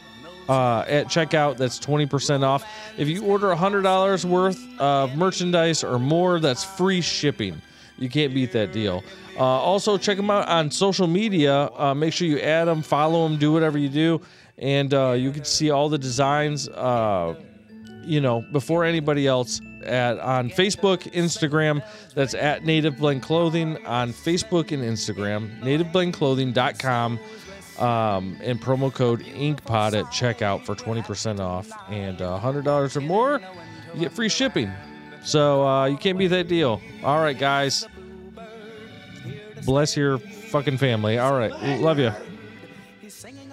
uh, at checkout. That's twenty percent off. If you order hundred dollars worth of merchandise or more, that's free shipping. You can't beat that deal. Uh, also, check them out on social media. Uh, make sure you add them, follow them, do whatever you do, and uh, you can see all the designs. Uh, you know, before anybody else at on Facebook, Instagram. That's at Native Blend Clothing on Facebook and Instagram. NativeBlendClothing.com. Um, and promo code InkPod at checkout for 20% off and uh, $100 or more. You get free shipping. So uh, you can't beat that deal. All right, guys. Bless your fucking family. All right. Love you. He's singing